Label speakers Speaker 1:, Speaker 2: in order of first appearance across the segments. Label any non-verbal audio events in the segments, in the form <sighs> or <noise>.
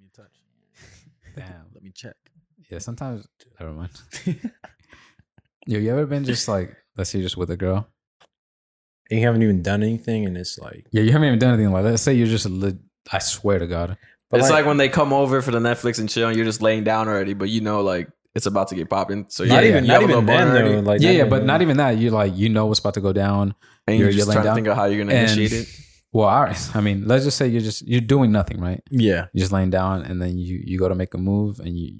Speaker 1: you touch. <laughs>
Speaker 2: Damn.
Speaker 1: Let me check.
Speaker 2: Yeah, sometimes. Never <laughs> mind. Yo, you ever been just like, let's say, you're just with a girl?
Speaker 3: You haven't even done anything, and it's like,
Speaker 2: Yeah, you haven't even done anything like that. Let's say you're just a lit. I swear to God.
Speaker 3: but
Speaker 4: it's like, when they come over for the Netflix and chill, and you're just laying down already, but you know, like it's about to get popping. So you're
Speaker 3: not
Speaker 2: yeah,
Speaker 3: even,
Speaker 4: you
Speaker 3: not
Speaker 4: have a
Speaker 3: even
Speaker 4: little
Speaker 3: then
Speaker 4: boner already,
Speaker 3: though. Like
Speaker 2: yeah,
Speaker 3: not
Speaker 2: yeah,
Speaker 3: even
Speaker 2: but
Speaker 3: then.
Speaker 2: not even that. You like, you know what's about to go down.
Speaker 4: and you're,
Speaker 2: You're-
Speaker 4: just
Speaker 2: you're
Speaker 4: trying
Speaker 2: laying
Speaker 4: to think of how you're gonna
Speaker 2: And-
Speaker 4: initiate it.
Speaker 2: Well, all right. I <laughs> mean, let's just say you're just you're doing nothing, right?
Speaker 1: Yeah.
Speaker 2: You're just laying down, and then you you go to make a move, and you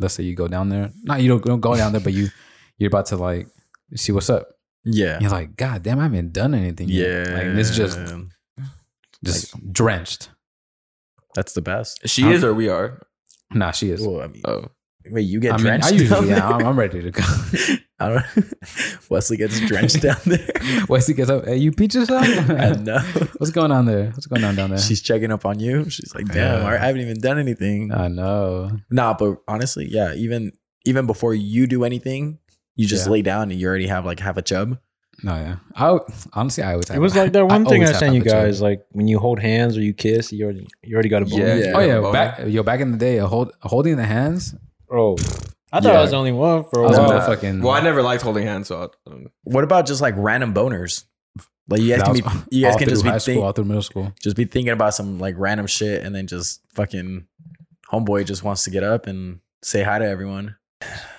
Speaker 2: let's say you go down there. No, you don't, don't go down there, but you <laughs> you're about to like see what's up.
Speaker 1: Yeah.
Speaker 2: And you're like, God damn, I haven't done anything. yet." Like, and it's just
Speaker 1: Yeah.
Speaker 2: just drenched.
Speaker 1: that's the best.
Speaker 4: She is or we are.
Speaker 2: Nah, she is.
Speaker 1: Well, I
Speaker 3: uh,
Speaker 1: mean,
Speaker 4: Oh,
Speaker 1: wait, you
Speaker 2: I
Speaker 1: get
Speaker 2: mean,
Speaker 1: drenched.
Speaker 2: I usually
Speaker 1: down
Speaker 2: yeah, I'm,
Speaker 1: there?
Speaker 2: I'm ready to go. <laughs>
Speaker 3: <laughs>
Speaker 1: <laughs> I don't. <laughs> Wesley gets drenched down there. <laughs>
Speaker 2: Wesley gets up. Hey, you peaches up?
Speaker 1: I know.
Speaker 2: <laughs> What's going on there? What's going on down there?
Speaker 1: She's checking up on you. She's like, "Damn,
Speaker 2: Yeah.
Speaker 1: I haven't even done anything."
Speaker 2: I know.
Speaker 1: Nah, but honestly, yeah, even even before you do anything, you just
Speaker 2: Yeah.
Speaker 1: lay down and you already have like half a chub.
Speaker 2: No, yeah. I honestly, <laughs> I always.
Speaker 3: It was like that one thing I
Speaker 2: always have
Speaker 3: sent you
Speaker 2: appetite.
Speaker 3: guys. Like when you hold hands or you kiss, you already you already got a boner.
Speaker 4: Yeah.
Speaker 2: Oh
Speaker 4: Yeah,
Speaker 2: yeah,
Speaker 4: boner.
Speaker 2: back yo back in the day, a hold, holding the hands.
Speaker 3: bro. I thought I was the only one for
Speaker 2: I
Speaker 3: a
Speaker 2: was a
Speaker 4: Well,
Speaker 3: while.
Speaker 2: motherfucking.
Speaker 4: well, I never liked holding hands, so I um, don't know.
Speaker 1: What about just like random boners? Like you guys
Speaker 2: that
Speaker 1: can
Speaker 2: was
Speaker 1: be, <laughs> you guys
Speaker 2: all
Speaker 1: can
Speaker 2: through
Speaker 1: just be
Speaker 2: high school,
Speaker 1: think-
Speaker 2: all through middle school.
Speaker 1: just be thinking about some like random shit and then just fucking homeboy just wants to get up and say hi to everyone.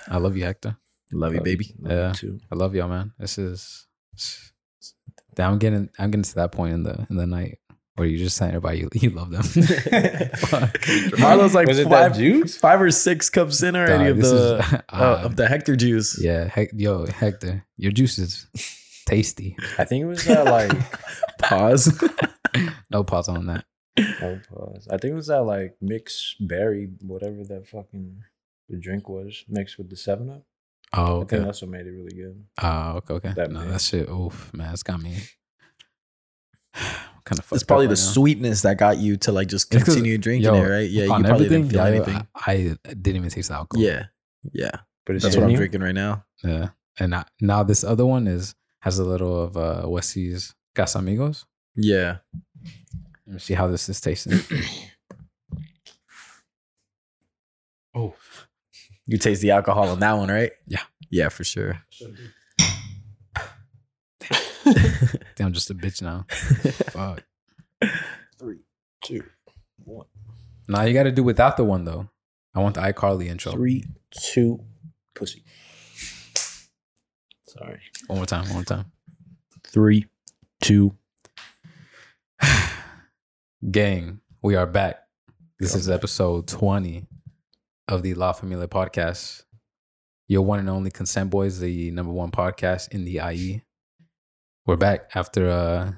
Speaker 2: I love you, Hector.
Speaker 1: Love you, baby.
Speaker 2: Yeah.
Speaker 3: Too.
Speaker 2: I love y'all, man. This is. Damn, I'm getting. I'm getting to that point in the in the night where you just saying everybody you, <laughs> you love them. Fuck.
Speaker 1: Marlo's like
Speaker 3: Was it that
Speaker 1: five,
Speaker 3: juice?
Speaker 1: five or six cups in <laughs> already
Speaker 2: Dog,
Speaker 1: of
Speaker 2: this
Speaker 1: the
Speaker 2: is- <laughs>
Speaker 1: uh,
Speaker 2: ah,
Speaker 1: of the Hector juice.
Speaker 2: yeah, Hec- yo, Hector, your juice is
Speaker 1: <laughs>
Speaker 2: tasty.
Speaker 3: I think it was that like.
Speaker 1: <laughs>
Speaker 2: <laughs>
Speaker 1: Pause.
Speaker 2: No pause on that.
Speaker 3: no pause. I think it was that like mixed berry, whatever that fucking the drink was mixed with the Seven Up.
Speaker 2: Oh,
Speaker 3: I think
Speaker 2: okay.
Speaker 3: that's what made it really good.
Speaker 2: Oh, okay, okay.
Speaker 3: That
Speaker 2: no,
Speaker 3: big.
Speaker 2: that shit. Oof, man, it's got me. <sighs> kind of.
Speaker 1: it's probably the sweetness that got you to like just
Speaker 2: 'cause-
Speaker 1: continue drinking
Speaker 2: yo,
Speaker 1: it, right? Yeah, you
Speaker 2: on
Speaker 1: probably
Speaker 2: everything.
Speaker 1: didn't feel
Speaker 2: yeah, yo,
Speaker 1: anything.
Speaker 2: I, I didn't even taste the alcohol.
Speaker 1: Yeah, yeah.
Speaker 3: But it's
Speaker 1: That's what I'm
Speaker 3: hitting you?
Speaker 1: drinking right now.
Speaker 2: yeah. And I, now this other one is has a little of uh, Wesley's Casamigos.
Speaker 1: Yeah.
Speaker 2: Let me see how this is
Speaker 1: <clears throat>
Speaker 2: tasting. oh,
Speaker 1: You taste the alcohol on that one, right?
Speaker 2: Yeah.
Speaker 1: Yeah, for sure.
Speaker 2: damn, I'm just a bitch now.
Speaker 3: <laughs>
Speaker 2: Fuck.
Speaker 3: Three, two, one.
Speaker 2: Now you got to do without the one though. I want the iCarly intro.
Speaker 3: Three, two, pussy. Sorry.
Speaker 2: One more time. One more time.
Speaker 3: Three, two.
Speaker 2: Gang, we are back. This is episode 20 of the La Familia podcast. Your one and only consent boys, the number one podcast in the IE. We're back after uh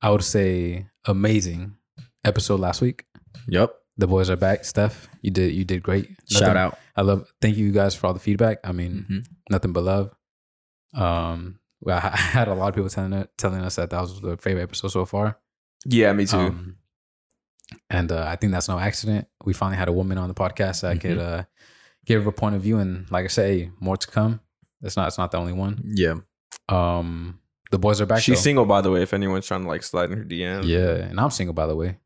Speaker 2: I would say amazing episode last week.
Speaker 1: Yep.
Speaker 2: The boys are back. Steph, you did you did great.
Speaker 1: Shout
Speaker 2: Nothing-
Speaker 1: out.
Speaker 2: I love thank you guys for all the feedback. I mean,
Speaker 4: Mm-hmm.
Speaker 1: Mhm.
Speaker 2: nothing but love. Um well, <laughs> I I had a lot of people telling telling us that that was their favorite episode so far.
Speaker 4: Yeah, me too.
Speaker 2: Um, and uh, I think that's no accident. We finally had a woman on the podcast that could
Speaker 4: Mm-hmm.
Speaker 2: uh, give a point of view, and like I say, more to come. It's not. It's not the only one.
Speaker 1: Yeah. <laughs>
Speaker 2: Um, the boys are back.
Speaker 4: She's
Speaker 2: though.
Speaker 4: single, by the way. If anyone's trying to like slide in her DM,
Speaker 2: Yeah, and I'm single by the way,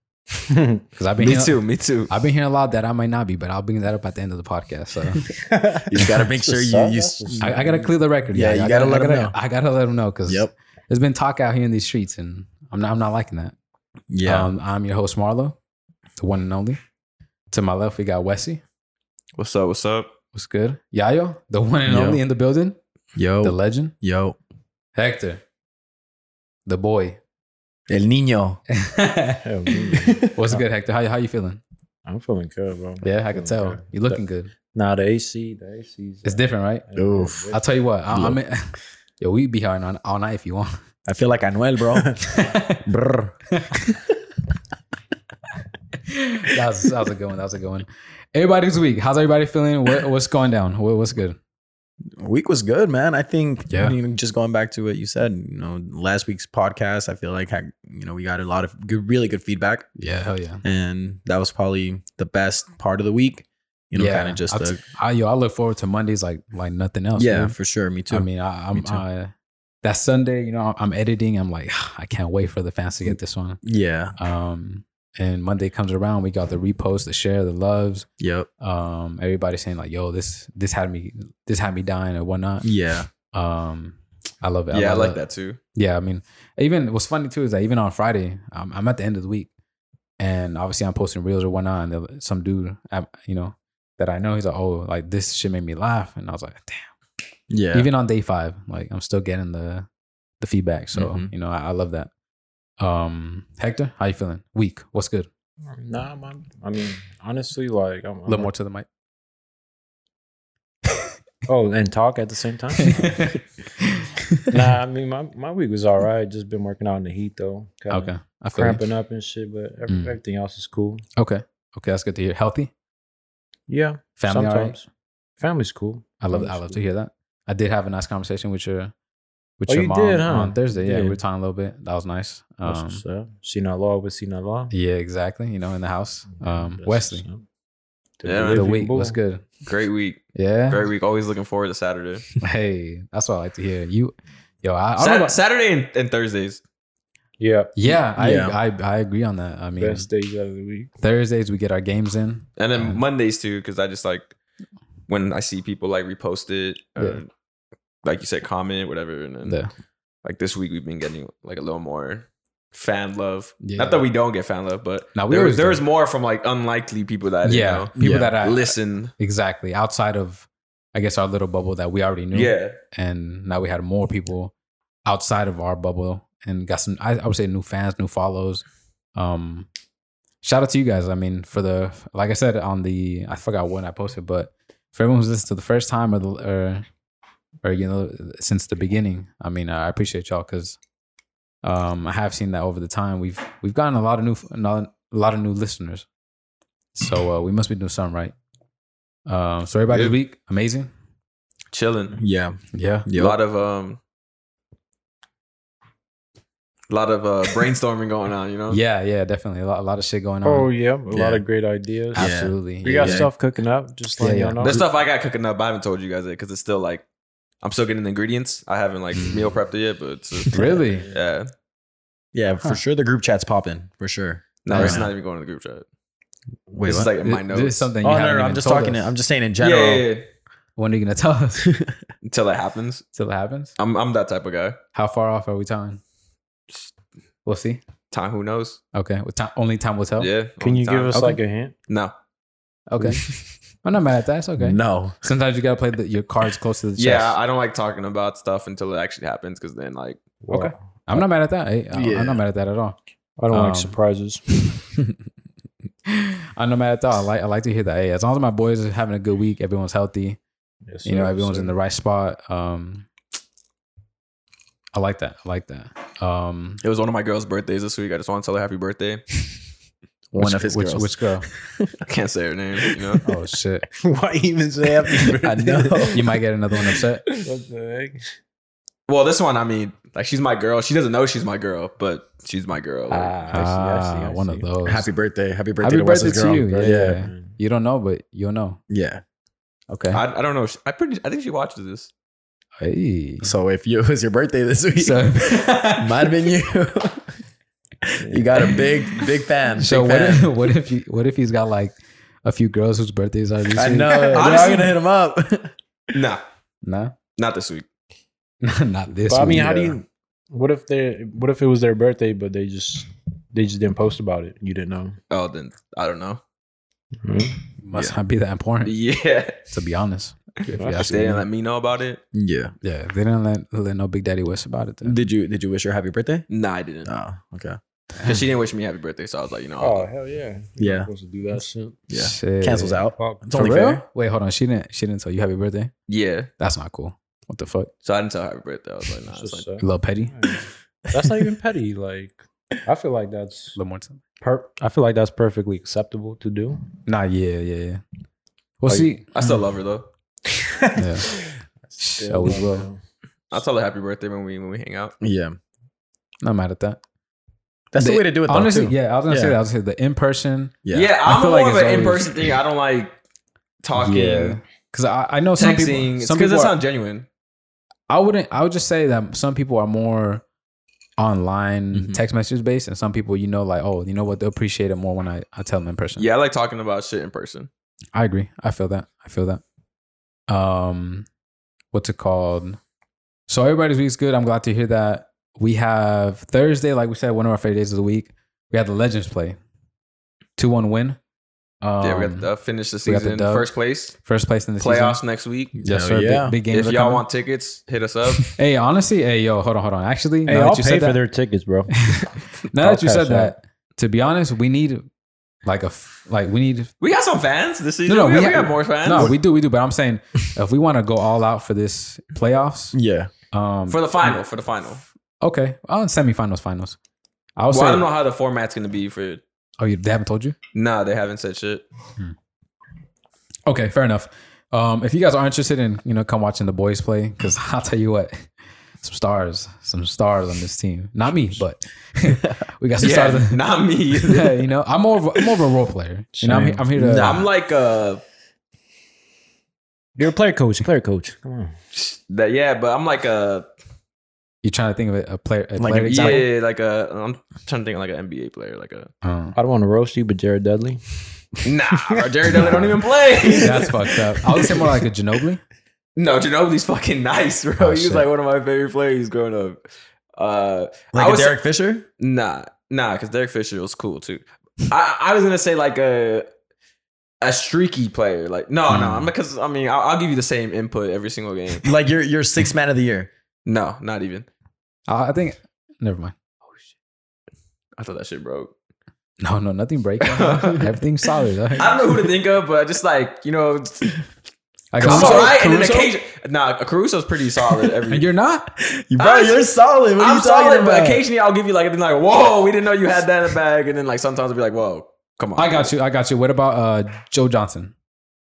Speaker 3: you
Speaker 2: because I've been
Speaker 4: me
Speaker 2: hearing-
Speaker 4: too, me too.
Speaker 2: I've been hearing a lot that I might not be, but I'll bring that up at the end of the podcast.
Speaker 4: <laughs>
Speaker 2: So
Speaker 1: You just gotta make sure you you.
Speaker 2: I, I gotta clear the record.
Speaker 1: Yeah, you
Speaker 2: I
Speaker 1: gotta let
Speaker 2: I
Speaker 1: 'em
Speaker 2: gotta,
Speaker 1: know.
Speaker 2: I gotta let them know because
Speaker 1: Yep.
Speaker 2: there's been talk out here in these streets, and I'm not. I'm not liking that.
Speaker 1: Yeah.
Speaker 2: um, I'm your host Marlo, the one and only. To my left, we got Wessie.
Speaker 4: What's up? What's up?
Speaker 2: What's good? Yayo, the one and
Speaker 1: Yo.
Speaker 2: only in the building,
Speaker 1: yo.
Speaker 2: the legend.
Speaker 1: yo.
Speaker 2: Hector, the <laughs> boy.
Speaker 1: El Nino.
Speaker 3: Hell, dude.
Speaker 2: What's good, Hector? How, how you feeling?
Speaker 3: I'm feeling good, bro.
Speaker 2: Yeah, I can
Speaker 3: Feeling
Speaker 2: tell.
Speaker 3: good.
Speaker 2: You're looking good.
Speaker 3: Nah, the AC, the AC's.
Speaker 2: It's different, right?
Speaker 1: Oof.
Speaker 2: I'll tell you what. I, I mean, <laughs> yo, we be here all, all night if you <laughs> want.
Speaker 1: I feel like Anuel, bro. Brr.
Speaker 2: that, was, that was a good one. That was a good one. Everybody's week. How's everybody feeling? What, what's going down? What, what's good?
Speaker 1: Week was good, man. I think.
Speaker 2: Yeah.
Speaker 1: I mean, just going back to what you said, you know, last week's podcast, I feel like I, you know we got a lot of good, really good feedback,
Speaker 2: Yeah, hell yeah.
Speaker 1: and that was probably the best part of the week. You know,
Speaker 2: Yeah,
Speaker 1: kind of just
Speaker 2: I'll
Speaker 1: a,
Speaker 2: t- I, yo, I look forward to Mondays like like nothing else.
Speaker 1: yeah,
Speaker 2: man.
Speaker 1: for sure. Me too.
Speaker 2: I mean, I,
Speaker 1: Me
Speaker 2: I'm
Speaker 1: too.
Speaker 2: uh, that Sunday. You know, I'm, I'm editing. I'm like, I can't wait for the fans to get this one.
Speaker 1: yeah,
Speaker 2: Um, And Monday comes around, we got the repost, the share, the loves.
Speaker 1: Yep.
Speaker 2: Um, everybody saying like, "Yo, this this had me this had me dying" or whatnot.
Speaker 1: Yeah.
Speaker 2: Um, I love it.
Speaker 4: yeah, I
Speaker 2: love
Speaker 4: like
Speaker 2: it.
Speaker 4: that too.
Speaker 2: Yeah, I mean, even what's funny too is that even on Friday, I'm, I'm at the end of the week, and obviously I'm posting reels or whatnot, and the- some dude, I, you know, that I know, he's like, "Oh, like this shit made me laugh," and I was like, "Damn."
Speaker 1: Yeah.
Speaker 2: even on day five like i'm still getting the the feedback so
Speaker 3: Mm-hmm.
Speaker 1: Mhm.
Speaker 2: you know I, I love that um hector how you feeling weak what's good
Speaker 3: Nah, man. I mean, honestly, like, I'm, I'm
Speaker 2: to the mic
Speaker 3: oh, and talk at the
Speaker 2: <laughs>
Speaker 3: same time. <laughs> nah, I mean, my, my week was all right. Just been working out in the heat though. Kinda
Speaker 2: okay i feel you.
Speaker 3: Cramping up and shit, but every,
Speaker 2: Mm.
Speaker 3: everything else is cool.
Speaker 2: okay okay that's good to hear healthy
Speaker 3: Yeah.
Speaker 2: family all right?
Speaker 3: sometimes. Family's cool.
Speaker 2: i love i
Speaker 3: Family's
Speaker 2: love to
Speaker 3: cool.
Speaker 2: hear that i did have a nice conversation with your with
Speaker 3: Oh,
Speaker 2: your
Speaker 3: you
Speaker 2: mom
Speaker 3: did, huh?
Speaker 2: on thursday
Speaker 3: You
Speaker 2: yeah we
Speaker 3: did.
Speaker 2: were talking a little bit that was nice
Speaker 3: That's
Speaker 2: um
Speaker 3: what's up. Sinaloa with Sinaloa.
Speaker 2: yeah exactly you know in the house um
Speaker 3: That's
Speaker 2: wesley
Speaker 3: what's up.
Speaker 4: Yeah, man.
Speaker 2: the
Speaker 3: Living
Speaker 2: week what's
Speaker 3: boy.
Speaker 2: good
Speaker 4: Great week.
Speaker 2: yeah
Speaker 4: Very week. Always looking forward to Saturday.
Speaker 2: <laughs> hey that's what i like to hear you yo i, I don't know
Speaker 4: Sat-
Speaker 2: about-
Speaker 4: Saturday and, and Thursdays.
Speaker 3: Yeah.
Speaker 2: Yeah, I,
Speaker 1: Yeah.
Speaker 2: I I agree on that. I mean,
Speaker 3: Best days of the week.
Speaker 2: Thursdays we get our games in.
Speaker 4: And then
Speaker 2: Um,
Speaker 4: Mondays too, because I just like when I see people like repost it, or,
Speaker 2: Yeah.
Speaker 4: like you said, comment, whatever. And then
Speaker 2: The,
Speaker 4: like this week, we've been getting like a little more fan love.
Speaker 2: Yeah.
Speaker 4: Not that we don't get fan love, but
Speaker 2: Now, we
Speaker 4: there,
Speaker 2: always
Speaker 4: was, there
Speaker 2: do.
Speaker 4: was more from like unlikely people that I didn't
Speaker 2: yeah,
Speaker 4: know.
Speaker 2: people
Speaker 1: Yeah.
Speaker 2: that I
Speaker 4: listen.
Speaker 2: exactly outside of, I guess our little bubble that we already knew.
Speaker 4: Yeah.
Speaker 2: and now we had more people outside of our bubble and got some. I, I would say new fans, new follows. Um, shout out to you guys. I mean, for the like I said on the I forgot when I posted, but for everyone who's listened to the first time or the or, or you know since the beginning, I mean, I appreciate y'all because um, I have seen that over the time we've we've gotten a lot of new a lot of new listeners. So uh, we must be doing something right. Um, so everybody's
Speaker 4: Yeah.
Speaker 2: week amazing.
Speaker 4: Chilling.
Speaker 1: Yeah.
Speaker 2: Yeah.
Speaker 1: Yep.
Speaker 4: A lot of um a lot of uh brainstorming going on, you know?
Speaker 2: Yeah, yeah, definitely. A lot, a lot of shit going on.
Speaker 3: Oh yeah, a lot
Speaker 1: Yeah.
Speaker 3: of great ideas.
Speaker 1: Yeah.
Speaker 2: Absolutely.
Speaker 3: We
Speaker 2: yeah.
Speaker 3: got
Speaker 1: Yeah.
Speaker 3: stuff cooking up. Just letting
Speaker 2: Yeah,
Speaker 3: y'all
Speaker 2: yeah.
Speaker 3: know.
Speaker 4: There's stuff I got cooking up. I haven't told you guys it because it's still like I'm still getting the ingredients. I haven't like
Speaker 2: <laughs>
Speaker 4: meal prepped it yet, but it's
Speaker 2: Really?
Speaker 4: yeah.
Speaker 1: Yeah.
Speaker 2: Huh.
Speaker 1: For sure, the group chat's popping. For sure.
Speaker 4: No,
Speaker 1: Right
Speaker 4: it's
Speaker 1: now.
Speaker 4: not even going to the group chat.
Speaker 1: Wait.
Speaker 4: this is
Speaker 1: what?
Speaker 4: like <laughs> in my
Speaker 2: Th-
Speaker 4: notes.
Speaker 2: This is something you
Speaker 1: oh
Speaker 2: haven't
Speaker 1: no, no,
Speaker 2: even
Speaker 1: I'm just
Speaker 2: told
Speaker 1: talking.
Speaker 2: us.
Speaker 1: To, I'm just saying in
Speaker 4: yeah,
Speaker 1: general.
Speaker 4: yeah, yeah.
Speaker 2: When are you gonna tell us?
Speaker 1: <laughs>
Speaker 4: Until it happens.
Speaker 2: Till it happens.
Speaker 4: I'm I'm that type of guy.
Speaker 2: How far off are we telling? We'll see.
Speaker 4: Time who knows?
Speaker 2: Okay. Well, time, only time will tell.
Speaker 4: Yeah.
Speaker 3: Can
Speaker 4: only
Speaker 3: you give
Speaker 4: time.
Speaker 3: us
Speaker 2: Okay.
Speaker 3: like a hint?
Speaker 4: No. <laughs>
Speaker 2: Okay. I'm not mad at that. It's okay.
Speaker 1: No.
Speaker 2: Sometimes you gotta play the, your cards close to the chest.
Speaker 4: Yeah, I don't like talking about stuff until it actually happens because then like
Speaker 2: Okay.
Speaker 3: Wow.
Speaker 2: I, am not mad at that. Hey, I,
Speaker 1: Yeah.
Speaker 2: I'm not mad at that at all. <laughs>
Speaker 3: I don't
Speaker 2: Um,
Speaker 3: like surprises.
Speaker 2: I'm not mad at all. I like I like to hear that. Hey, as long as my boys are having a good week, everyone's healthy.
Speaker 3: Yes,
Speaker 2: you know
Speaker 3: sir,
Speaker 2: everyone's
Speaker 3: sir.
Speaker 2: in the right spot um i like that i like that um
Speaker 4: it was one of my girls' birthdays this week. I just want to tell her happy birthday.
Speaker 1: One
Speaker 2: which-
Speaker 1: of his
Speaker 2: which,
Speaker 1: girls. <laughs>
Speaker 2: which girl
Speaker 4: I can't say her name, you know.
Speaker 2: oh shit
Speaker 3: <laughs> Why even say happy
Speaker 1: <laughs>
Speaker 3: birthday?
Speaker 2: i know you might get another one
Speaker 3: <laughs>
Speaker 2: upset
Speaker 3: What the heck?
Speaker 4: Well, this one, I mean, like she's my girl. She doesn't know she's my girl, but she's my girl. Like,
Speaker 3: I see, I see,
Speaker 2: Ah,
Speaker 3: I
Speaker 2: one
Speaker 3: see.
Speaker 2: of those <laughs>
Speaker 1: Happy birthday. Happy birthday
Speaker 2: Happy
Speaker 1: to Wes's
Speaker 2: birthday to
Speaker 1: girl.
Speaker 2: you. Yeah.
Speaker 1: Yeah.
Speaker 3: Hmm.
Speaker 2: you don't know but you'll know
Speaker 1: Yeah.
Speaker 2: okay
Speaker 4: I, I don't know. She- I pretty. I think she watches this. <laughs>
Speaker 2: hey
Speaker 1: So if you, <laughs> it was your birthday this week, <laughs>
Speaker 2: So-
Speaker 1: might have been
Speaker 2: <laughs>
Speaker 1: you. you got a big, big fan.
Speaker 2: so
Speaker 1: big
Speaker 2: what
Speaker 1: fan.
Speaker 2: if, <laughs> what if you what if he's got like a few girls whose birthdays are this
Speaker 1: <laughs> I
Speaker 2: week? <laughs>
Speaker 1: know. They're all
Speaker 4: Honestly-
Speaker 1: gonna hit him up. <laughs>
Speaker 4: Nah,
Speaker 2: nah <laughs>
Speaker 4: not this week.
Speaker 2: not this
Speaker 3: But I mean,
Speaker 2: week.
Speaker 3: how do
Speaker 1: yeah.
Speaker 3: you? What if they? What if it was their birthday, but they just they just didn't post about it? You didn't know. Hmm?
Speaker 4: Oh, then I don't know.
Speaker 2: must
Speaker 1: Yeah.
Speaker 2: not be that important
Speaker 4: Yeah,
Speaker 2: to be honest if you
Speaker 3: They
Speaker 4: they
Speaker 2: ask me.
Speaker 4: didn't let me know about it.
Speaker 1: Yeah.
Speaker 2: yeah they didn't let, let no big daddy west about it then.
Speaker 1: Did you did you wish her happy birthday?
Speaker 4: Nah, I didn't.
Speaker 1: Oh, okay.
Speaker 4: 'Cause she didn't wish me happy birthday, so I was like, you know,
Speaker 3: Oh hell yeah! You're
Speaker 1: Yeah.
Speaker 3: not supposed to do that shit.
Speaker 1: Yeah.
Speaker 2: Shit.
Speaker 1: Cancels out.
Speaker 3: Fuck.
Speaker 1: It's only
Speaker 2: For real?
Speaker 1: fair.
Speaker 2: Wait, hold on. She didn't. She didn't tell you happy birthday.
Speaker 4: yeah.
Speaker 2: That's not cool. What the fuck,
Speaker 4: So I didn't tell her happy birthday. I was like, nah.
Speaker 3: That's
Speaker 4: It's
Speaker 3: just
Speaker 4: like,
Speaker 2: a little petty.
Speaker 3: sad. That's not even petty. Like I feel like that's
Speaker 2: little more time.
Speaker 3: per- I feel like that's perfectly acceptable to do.
Speaker 2: Nah, yeah, yeah, yeah. Well,
Speaker 4: Like,
Speaker 2: see,
Speaker 4: I still
Speaker 2: Mm.
Speaker 4: love her though.
Speaker 2: Yeah.
Speaker 3: Still
Speaker 2: Always
Speaker 3: don't
Speaker 2: will.
Speaker 3: know.
Speaker 4: I'll tell her happy birthday when we when we hang out.
Speaker 1: Yeah.
Speaker 2: Not mad at that.
Speaker 1: That's the,
Speaker 2: The-
Speaker 1: way to do it. though,
Speaker 2: Honestly,
Speaker 1: too.
Speaker 2: yeah. I was gonna say
Speaker 1: Yeah.
Speaker 2: that. I was gonna say the in person
Speaker 4: Yeah,
Speaker 2: I
Speaker 4: I'm
Speaker 2: feel
Speaker 4: more
Speaker 2: like
Speaker 4: of
Speaker 2: it's
Speaker 4: an in
Speaker 2: always-
Speaker 4: person thing. I don't like talking,
Speaker 2: Because I, I know some
Speaker 4: texting.
Speaker 2: people. Some
Speaker 4: because
Speaker 2: people.
Speaker 4: it's
Speaker 2: Are,
Speaker 4: not genuine.
Speaker 2: I wouldn't. I would just say that some people are more online
Speaker 1: Mhm.
Speaker 2: text messages based, and some people you know like oh you know what they appreciate it more when I I tell them in person.
Speaker 4: Yeah, I like talking about shit in person.
Speaker 2: I agree. I feel that. I feel that. Um, what's it called? So everybody's week's good. I'm glad to hear that. We have Thursday, like we said, one of our favorite days of the week. We had the Legends play, two one win. Um,
Speaker 4: yeah, we got to uh, finish the
Speaker 2: we got the
Speaker 4: season
Speaker 2: dub.
Speaker 4: first place.
Speaker 2: first place in the
Speaker 4: Playoffs
Speaker 2: Season.
Speaker 4: next week.
Speaker 1: Hell
Speaker 2: Yes, sir. Big-
Speaker 1: yeah.
Speaker 2: Big, games.
Speaker 4: if
Speaker 2: are
Speaker 4: y'all
Speaker 2: coming.
Speaker 4: want tickets, hit
Speaker 2: <laughs>
Speaker 4: us up.
Speaker 2: hey, honestly, hey, yo, hold on, hold on. Actually,
Speaker 3: Hey,
Speaker 2: now
Speaker 3: I'll
Speaker 2: that you
Speaker 3: pay
Speaker 2: said
Speaker 3: for
Speaker 2: that,
Speaker 3: their tickets, bro.
Speaker 2: <laughs> now that you
Speaker 3: I'll
Speaker 2: said
Speaker 3: cash
Speaker 2: that, to be honest, we need like a f- like we need
Speaker 4: we got some fans this season.
Speaker 2: no,
Speaker 4: we,
Speaker 2: we
Speaker 4: got, we
Speaker 2: ha-
Speaker 4: got more fans.
Speaker 2: no, we do, we do. But I'm saying if we want to go all out for this playoffs,
Speaker 1: Yeah.
Speaker 2: um,
Speaker 4: for the final, for the final.
Speaker 2: Okay, on semifinals, finals. I was
Speaker 4: Well, I
Speaker 2: saying.
Speaker 4: don't know how the format's gonna be for.
Speaker 2: Oh, you, they haven't told you?
Speaker 4: Nah, they haven't said shit.
Speaker 2: Okay, fair enough. Um, if you guys are interested in you know come watching the boys play, because <laughs> I'll tell you what, some stars, some stars on this team. Not me, but <laughs> we got some
Speaker 4: Yeah, <laughs>
Speaker 2: stars.
Speaker 4: not
Speaker 2: <laughs>
Speaker 4: me.
Speaker 2: yeah, you know, I'm more of, I'm more of a role player. You know, I'm, he- I'm here to.
Speaker 4: I'm like uh
Speaker 3: You're a player coach, player coach. Come on.
Speaker 4: that. Yeah, but I'm like a
Speaker 2: You're trying to think of a, a player, a
Speaker 1: Like
Speaker 2: player
Speaker 1: an
Speaker 2: example.
Speaker 4: yeah, like E. a. I'm trying to think of like an NBA player, like a
Speaker 2: Um,
Speaker 3: I don't want to roast you, but Jared Dudley.
Speaker 4: nah. bro, Jerry Dudley don't even play.
Speaker 2: that's fucked up. I would say more like a Ginobili.
Speaker 4: <laughs> No, Ginobili's fucking nice, bro.
Speaker 2: Oh,
Speaker 4: he
Speaker 2: shit.
Speaker 4: was like one of my favorite players growing up. Uh,
Speaker 1: Like
Speaker 4: I
Speaker 1: a
Speaker 4: was-
Speaker 1: Derek Fisher?
Speaker 4: nah, nah, because Derek Fisher was cool too. I, I was gonna say like a a streaky player, like no, no, I'm because I mean I'll, I'll give you the same input every single game.
Speaker 1: Like you're you're sixth man of the year.
Speaker 4: No, not even.
Speaker 2: I I think. Never mind.
Speaker 4: I thought that shit broke.
Speaker 2: No, no, nothing
Speaker 4: <laughs>
Speaker 2: breaking. Everything's solid.
Speaker 4: I don't know who to think of, but just like you know, it's
Speaker 2: Like, I'm
Speaker 4: it's all
Speaker 2: sorry,
Speaker 4: right. And an
Speaker 2: Caruso?
Speaker 4: occasion, nah, Caruso's pretty solid.
Speaker 2: And
Speaker 4: Every <laughs>
Speaker 2: you're not.
Speaker 1: <laughs> Bro, you're solid. What are
Speaker 4: I'm
Speaker 1: you talking
Speaker 4: solid, but
Speaker 1: about?
Speaker 4: occasionally I'll give you like a thing like, "Whoa, we didn't know you had that in the bag," and then like sometimes I'll be like, "Whoa, come on."
Speaker 2: I got you. I got you. What about uh Joe Johnson?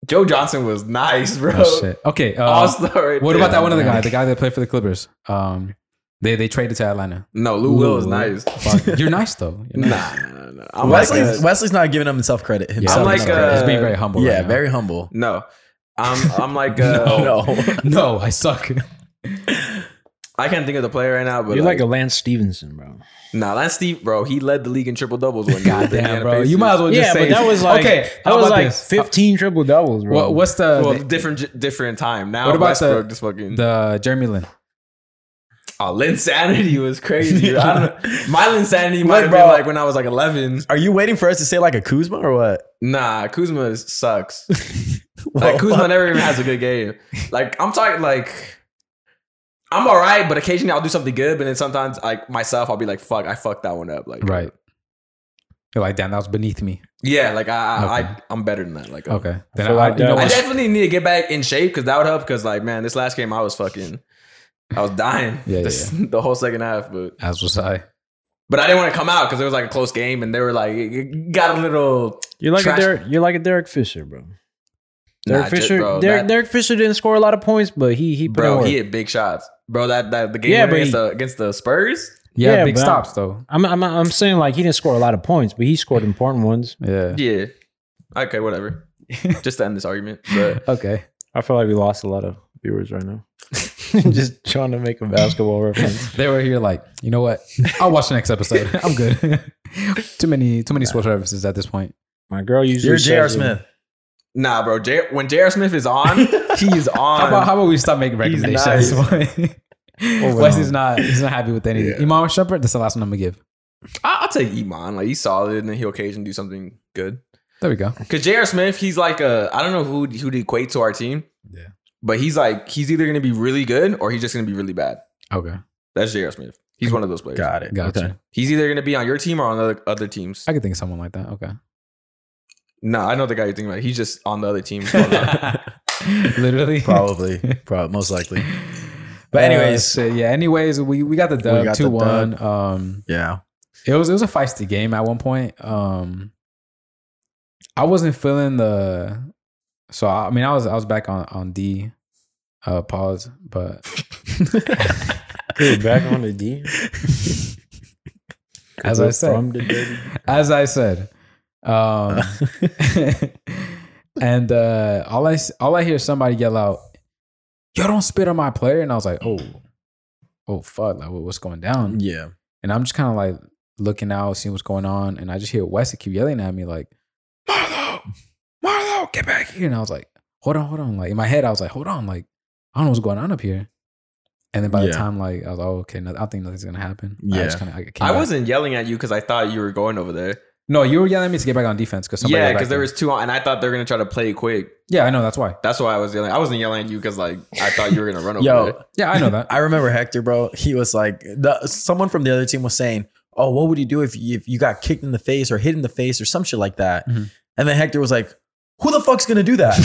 Speaker 4: Joe Johnson was nice, bro.
Speaker 2: Oh shit. Okay. Uh,
Speaker 4: <laughs> All star. Right
Speaker 2: what
Speaker 4: there.
Speaker 2: about that one other
Speaker 1: man.
Speaker 2: guy? The guy that played for the Clippers. Um, they they traded to Atlanta.
Speaker 4: No, Lou Will is
Speaker 2: <laughs>
Speaker 4: nice.
Speaker 2: Fuck. You're nice though. You're
Speaker 4: Nah,
Speaker 2: nice.
Speaker 4: nah, nah. I'm
Speaker 1: Wesley's,
Speaker 4: like, a-
Speaker 1: Wesley's not giving himself credit. Himself.
Speaker 4: I'm like,
Speaker 1: is
Speaker 2: he's
Speaker 1: credit.
Speaker 4: uh,
Speaker 2: he's being very humble.
Speaker 1: yeah,
Speaker 2: right now.
Speaker 1: very humble.
Speaker 4: no, I'm I'm like uh,
Speaker 1: <laughs>
Speaker 2: <laughs>
Speaker 4: <laughs>
Speaker 2: No, I suck.
Speaker 4: I can't think of the player right now, but
Speaker 3: You're like,
Speaker 4: like,
Speaker 3: a Lance Stevenson, bro.
Speaker 4: nah, that's Steve, bro. He led the league in triple doubles one year. with the
Speaker 2: Goddamn,
Speaker 4: Indiana
Speaker 2: bro. You
Speaker 4: Pacers.
Speaker 2: might as well just
Speaker 3: Yeah,
Speaker 2: say
Speaker 3: but that was like
Speaker 2: okay.
Speaker 3: that
Speaker 2: How
Speaker 3: was
Speaker 2: about
Speaker 3: like
Speaker 2: this?
Speaker 3: 15 triple doubles, bro.
Speaker 2: What, what's the
Speaker 4: Well, different different time now.
Speaker 2: What about
Speaker 4: Westbrook
Speaker 2: the-
Speaker 4: just fucking?
Speaker 2: the Jeremy Lin?
Speaker 4: <laughs> oh, Linsanity
Speaker 2: <laughs>
Speaker 4: was crazy. I don't know. My Linsanity
Speaker 1: Look,
Speaker 4: might have
Speaker 1: bro.
Speaker 4: been like when I was like 11.
Speaker 1: Are you waiting for us to say like a Kuzma or what?
Speaker 4: Nah, Kuzma is-
Speaker 2: <laughs>
Speaker 4: sucks.
Speaker 1: Whoa.
Speaker 4: Like Kuzma never even has a good game. Like I'm talking like I'm all right, but occasionally I'll do something good, but then sometimes like myself I'll be like, "Fuck, I fucked that one up." Like
Speaker 2: Right. You're like damn, that was beneath me.
Speaker 4: yeah, like I I,
Speaker 2: Okay.
Speaker 4: I I'm better than that. Like uh,
Speaker 2: Okay. Then I,
Speaker 3: feel
Speaker 2: I-
Speaker 3: like
Speaker 2: you know
Speaker 3: that-
Speaker 4: I
Speaker 2: what?
Speaker 4: definitely need to get back in shape because that would help. Because like man, this last game I was fucking, I was dying
Speaker 2: Yeah, yeah,
Speaker 4: <laughs> this, the whole second half, but
Speaker 2: As was I.
Speaker 4: but I didn't want to come out because it was like a close game and they were like it- it got a little
Speaker 3: You're like
Speaker 4: Trash-
Speaker 3: a Derek, you're like a Derek Fisher, bro.
Speaker 4: Nah,
Speaker 3: Derek
Speaker 4: ju-
Speaker 3: Fisher,
Speaker 4: bro,
Speaker 3: Derek,
Speaker 4: that-
Speaker 3: Derek Fisher didn't score a lot of points, but he he put in
Speaker 4: bro.
Speaker 3: work.
Speaker 4: He hit big shots, bro. That that the game
Speaker 3: Yeah,
Speaker 4: winner
Speaker 3: but
Speaker 4: against,
Speaker 3: he-
Speaker 4: the, against the Spurs.
Speaker 2: Yeah,
Speaker 3: Yeah,
Speaker 2: big
Speaker 3: but-
Speaker 2: stops though.
Speaker 3: I'm, I'm I'm saying like he didn't score a lot of points, but he scored important ones.
Speaker 2: Yeah.
Speaker 4: Yeah. Okay, whatever. Just to end this argument. But
Speaker 2: Okay.
Speaker 3: I feel like we lost a lot of viewers right now. <laughs> Just trying to make a basketball reference.
Speaker 2: <laughs> They were here like, you know what? I'll watch the next episode. <laughs> I'm good. too many, too many sports references at this point.
Speaker 3: My girl usually
Speaker 1: You're J.R.
Speaker 3: says it.
Speaker 1: Smith.
Speaker 4: nah, bro. J- when J.R. Smith is on, he's on.
Speaker 2: How about, how about we stop making recommendations? at this <laughs> point?
Speaker 3: Moving
Speaker 2: Wesley's
Speaker 3: on.
Speaker 2: not, he's not happy with anything. Imam Shepard, that's the last one I'm gonna give.
Speaker 4: I- I'll take Iman. Like he's solid, and then he'll occasionally do something good.
Speaker 2: There we go.
Speaker 4: Because J.R. Smith, he's like a I don't know who who to equate to our team.
Speaker 2: Yeah.
Speaker 4: But he's like he's either gonna be really good or he's just gonna be really bad.
Speaker 2: Okay,
Speaker 4: That's J.R. Smith. He's one of those players.
Speaker 1: Got it.
Speaker 2: gotcha.
Speaker 1: Okay.
Speaker 4: He's either gonna be on your team or on other other teams.
Speaker 2: I could think of someone like that. Okay,
Speaker 4: No, I know the guy you're thinking about. He's just on the
Speaker 2: <laughs>
Speaker 4: other team. all the time.
Speaker 2: literally.
Speaker 1: Probably.
Speaker 4: <laughs>
Speaker 1: Probably. Most likely.
Speaker 2: Uh,
Speaker 1: But anyways.
Speaker 2: so yeah. Anyways, we we got the
Speaker 1: We
Speaker 2: dub
Speaker 1: got the
Speaker 2: two one. Um,
Speaker 4: <laughs>
Speaker 1: Yeah. <laughs>
Speaker 2: It was it was a feisty game at one point. Um I wasn't feeling the so I, I mean I was I was back on on D uh pause,
Speaker 3: <laughs>
Speaker 2: but
Speaker 3: Dude, back on the D.
Speaker 2: as I
Speaker 3: We're from
Speaker 2: said
Speaker 3: the dirty.
Speaker 2: <laughs> as I said um <laughs> and uh all I s- all I hear is somebody yell out you don't spit on my player and I was like oh oh fuck like oh, what- what's going down
Speaker 1: Um, Yeah.
Speaker 2: And I'm just kind of like looking out, seeing what's going on. And I just hear Wesley keep yelling at me, like, Marlo, Marlo, get back here. And I was like, hold on, hold on. Like in my head, I was like, hold on. Like, I don't know what's going on up here. And then by the
Speaker 1: Yeah.
Speaker 2: time, like, I was like, oh, okay, no, I don't think nothing's going to happen. I,
Speaker 1: Yeah.
Speaker 2: just kinda, I, came
Speaker 4: I
Speaker 2: back.
Speaker 4: wasn't yelling at you because I thought you were going over there.
Speaker 2: No, you were yelling at me to get back on defense because somebody.
Speaker 4: yeah,
Speaker 2: was back
Speaker 4: because there
Speaker 2: there.
Speaker 4: was two on, and I thought they were gonna try to play quick.
Speaker 2: Yeah, I know. That's why.
Speaker 4: That's why I was yelling. I wasn't yelling at you because like I thought you were
Speaker 2: <laughs>
Speaker 4: gonna run over
Speaker 1: Yo,
Speaker 4: there.
Speaker 2: Yeah, I know that.
Speaker 1: <laughs> I remember Hector, bro. He was like, the, someone from the other team was saying, "Oh, what would you do if you, if you got kicked in the face or hit in the face or some shit like that?"
Speaker 2: Mhm.
Speaker 1: And then Hector was like, "Who the fuck's gonna do
Speaker 2: <laughs>
Speaker 1: that?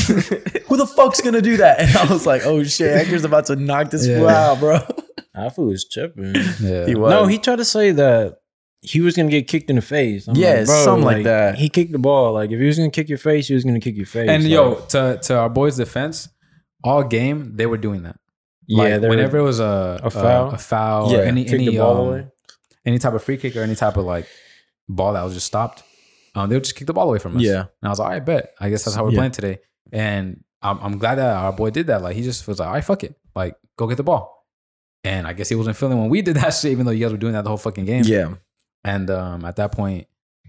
Speaker 1: Who the fuck's gonna do that?" And I was like, "Oh
Speaker 2: <laughs>
Speaker 1: shit, Hector's about to knock this
Speaker 2: Yeah.
Speaker 1: fool out, bro."
Speaker 3: I fool was tripping.
Speaker 2: yeah.
Speaker 1: He was.
Speaker 3: no, he tried to say that he was gonna get kicked in the face. I'm
Speaker 1: Yeah,
Speaker 3: like, bro,
Speaker 1: something like that.
Speaker 3: He kicked the ball. Like if he was gonna kick your face, he was gonna kick your face.
Speaker 2: and
Speaker 3: Like,
Speaker 2: yo, to to our boys' defense, all game they were doing that. Like,
Speaker 3: yeah, they were-
Speaker 2: whenever it was a
Speaker 3: A foul?
Speaker 2: a, foul,
Speaker 1: Yeah,
Speaker 2: or any
Speaker 3: kicked
Speaker 2: any
Speaker 3: the ball
Speaker 2: um,
Speaker 3: away.
Speaker 2: any type of free kick or any type of like ball that was just stopped, um, they would just kick the ball away from us.
Speaker 1: Yeah.
Speaker 2: and I was like, all right, bet. I guess that's how we're
Speaker 1: Yeah.
Speaker 2: playing today. And I'm, I'm glad that our boy did that. Like he just was like, all right, fuck it, like go get the ball. And I guess he wasn't feeling when we did <laughs> that shit, even though you guys were doing that the whole fucking game.
Speaker 1: yeah,
Speaker 2: And um, at that point,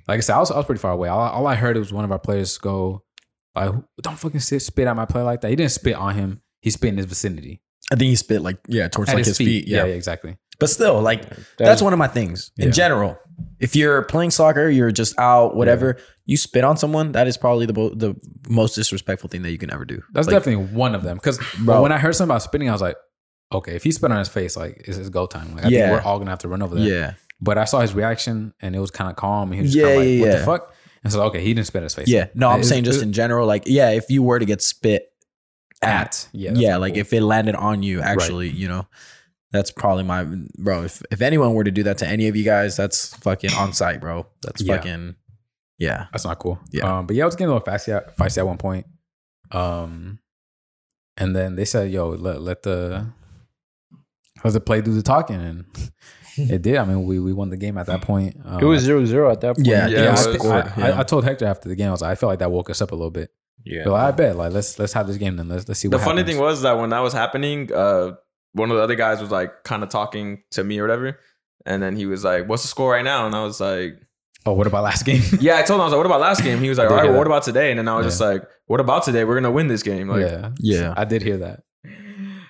Speaker 2: like I said, I was, I was pretty far away. All, all I heard was one of our players go, like, "Don't fucking sit, spit at my player like that." He didn't spit on him. He spit in his vicinity.
Speaker 1: I think he spit like yeah towards
Speaker 2: At
Speaker 1: like his, feet. Yeah.
Speaker 2: Yeah. exactly.
Speaker 1: but still, like
Speaker 3: That
Speaker 1: that's
Speaker 3: was-
Speaker 1: one of my things
Speaker 2: Yeah.
Speaker 1: in general. If you're playing soccer, you're just out, whatever. You spit on someone, that is probably the bo- the most disrespectful thing that you can ever do.
Speaker 2: That's
Speaker 1: Like,
Speaker 2: definitely one of them. Because
Speaker 1: Bro.
Speaker 2: when I heard something about spitting, I was like, "Okay, if he spit on his face, like it's his go time. Like I
Speaker 1: Yeah.
Speaker 2: think we're all gonna have to run over there."
Speaker 1: yeah,
Speaker 2: But I saw his reaction, and it was kind of calm. And he was just
Speaker 1: Yeah,
Speaker 2: kind of like,
Speaker 1: yeah,
Speaker 2: "What the
Speaker 1: yeah.
Speaker 2: fuck?" And so, okay, he didn't spit in his face.
Speaker 1: Yeah. No, I'm
Speaker 2: It's-
Speaker 1: saying just
Speaker 2: it-
Speaker 1: in general, like, yeah, if you were to get spit at,
Speaker 2: at
Speaker 1: yeah,
Speaker 2: yeah, that's
Speaker 1: like
Speaker 2: cool.
Speaker 1: if it landed on you, actually, you know, that's probably my bro. If if anyone were to do that to any of you guys, that's fucking on site, bro. That's
Speaker 2: Yeah.
Speaker 1: fucking yeah.
Speaker 2: That's not cool.
Speaker 1: Yeah.
Speaker 2: Um, but yeah, I was getting a little feisty at, feisty at one point. Um, and then they said, "Yo, let let the let the play do the talking," and
Speaker 1: <laughs>
Speaker 2: it did. I mean, we we won the game at that point. Um,
Speaker 3: it was zero zero at that point.
Speaker 1: Yeah, I
Speaker 2: yeah.
Speaker 4: it
Speaker 2: I,
Speaker 4: was
Speaker 2: thi-
Speaker 1: scored,
Speaker 2: I-
Speaker 1: yeah.
Speaker 2: I, I told Hector after the game, I was like, I felt like that woke us up a little bit.
Speaker 3: yeah.
Speaker 2: But I bet, like, let's let's have this game then. Let's let's see.
Speaker 4: The
Speaker 2: what
Speaker 4: funny
Speaker 2: happens.
Speaker 4: thing was that when that was happening, uh, one of the other guys was like kind of talking to me or whatever, and then he was like, "What's the score right now?" And I was like, <laughs>
Speaker 2: oh, what about last <laughs> game?
Speaker 4: "Yeah." I told him I was like, "What about last game?" He was
Speaker 2: I
Speaker 4: like,
Speaker 2: did
Speaker 4: "All right,
Speaker 2: hear
Speaker 4: well, what
Speaker 2: that.
Speaker 4: about today?" And then I was
Speaker 2: Yeah.
Speaker 4: just like, "What about today? We're gonna win this game." Like,
Speaker 2: yeah,
Speaker 1: Yeah.
Speaker 2: I did hear that.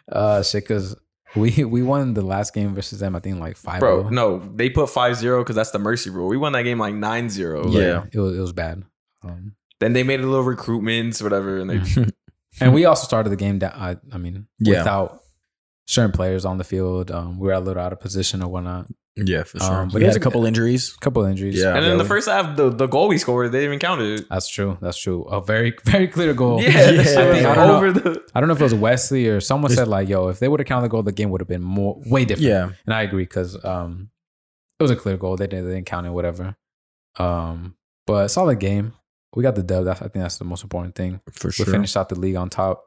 Speaker 2: Uh, shit, because we <laughs> we won the last game versus them. I think like five. oh.
Speaker 4: bro, no, they put 5-0 because that's the mercy rule. We won that game like 9-0. Like,
Speaker 1: Yeah.
Speaker 2: it was it was bad. Um,
Speaker 4: Then they made a little recruitments, whatever, and they Hmm.
Speaker 2: and we also started the game down. I, I mean,
Speaker 1: Yeah.
Speaker 2: without certain players on the field, um, we were a little out of position or whatnot.
Speaker 1: yeah, for
Speaker 2: sure.
Speaker 1: Um, but
Speaker 2: Yeah.
Speaker 1: he had a couple injuries.
Speaker 2: A couple injuries.
Speaker 1: Yeah.
Speaker 4: And then the
Speaker 2: we-
Speaker 4: first half, the, the goal we scored, they didn't even count it.
Speaker 2: That's true. That's true. A very <laughs> very clear
Speaker 4: <laughs>
Speaker 2: goal.
Speaker 4: Oh. Yeah, that shit
Speaker 1: I
Speaker 4: was
Speaker 1: think-
Speaker 2: I don't know.
Speaker 4: over the.
Speaker 2: I don't know if it was Wesley or someone
Speaker 1: It's-
Speaker 2: said like, "Yo, if they would have counted the goal, the game would have been more way different."
Speaker 1: Yeah.
Speaker 2: and I agree because um, it was a clear goal. They didn't, they didn't count it, whatever. Um, but solid game. We got the dub. That's I think that's the most important thing.
Speaker 1: For
Speaker 2: We finished out the league on top.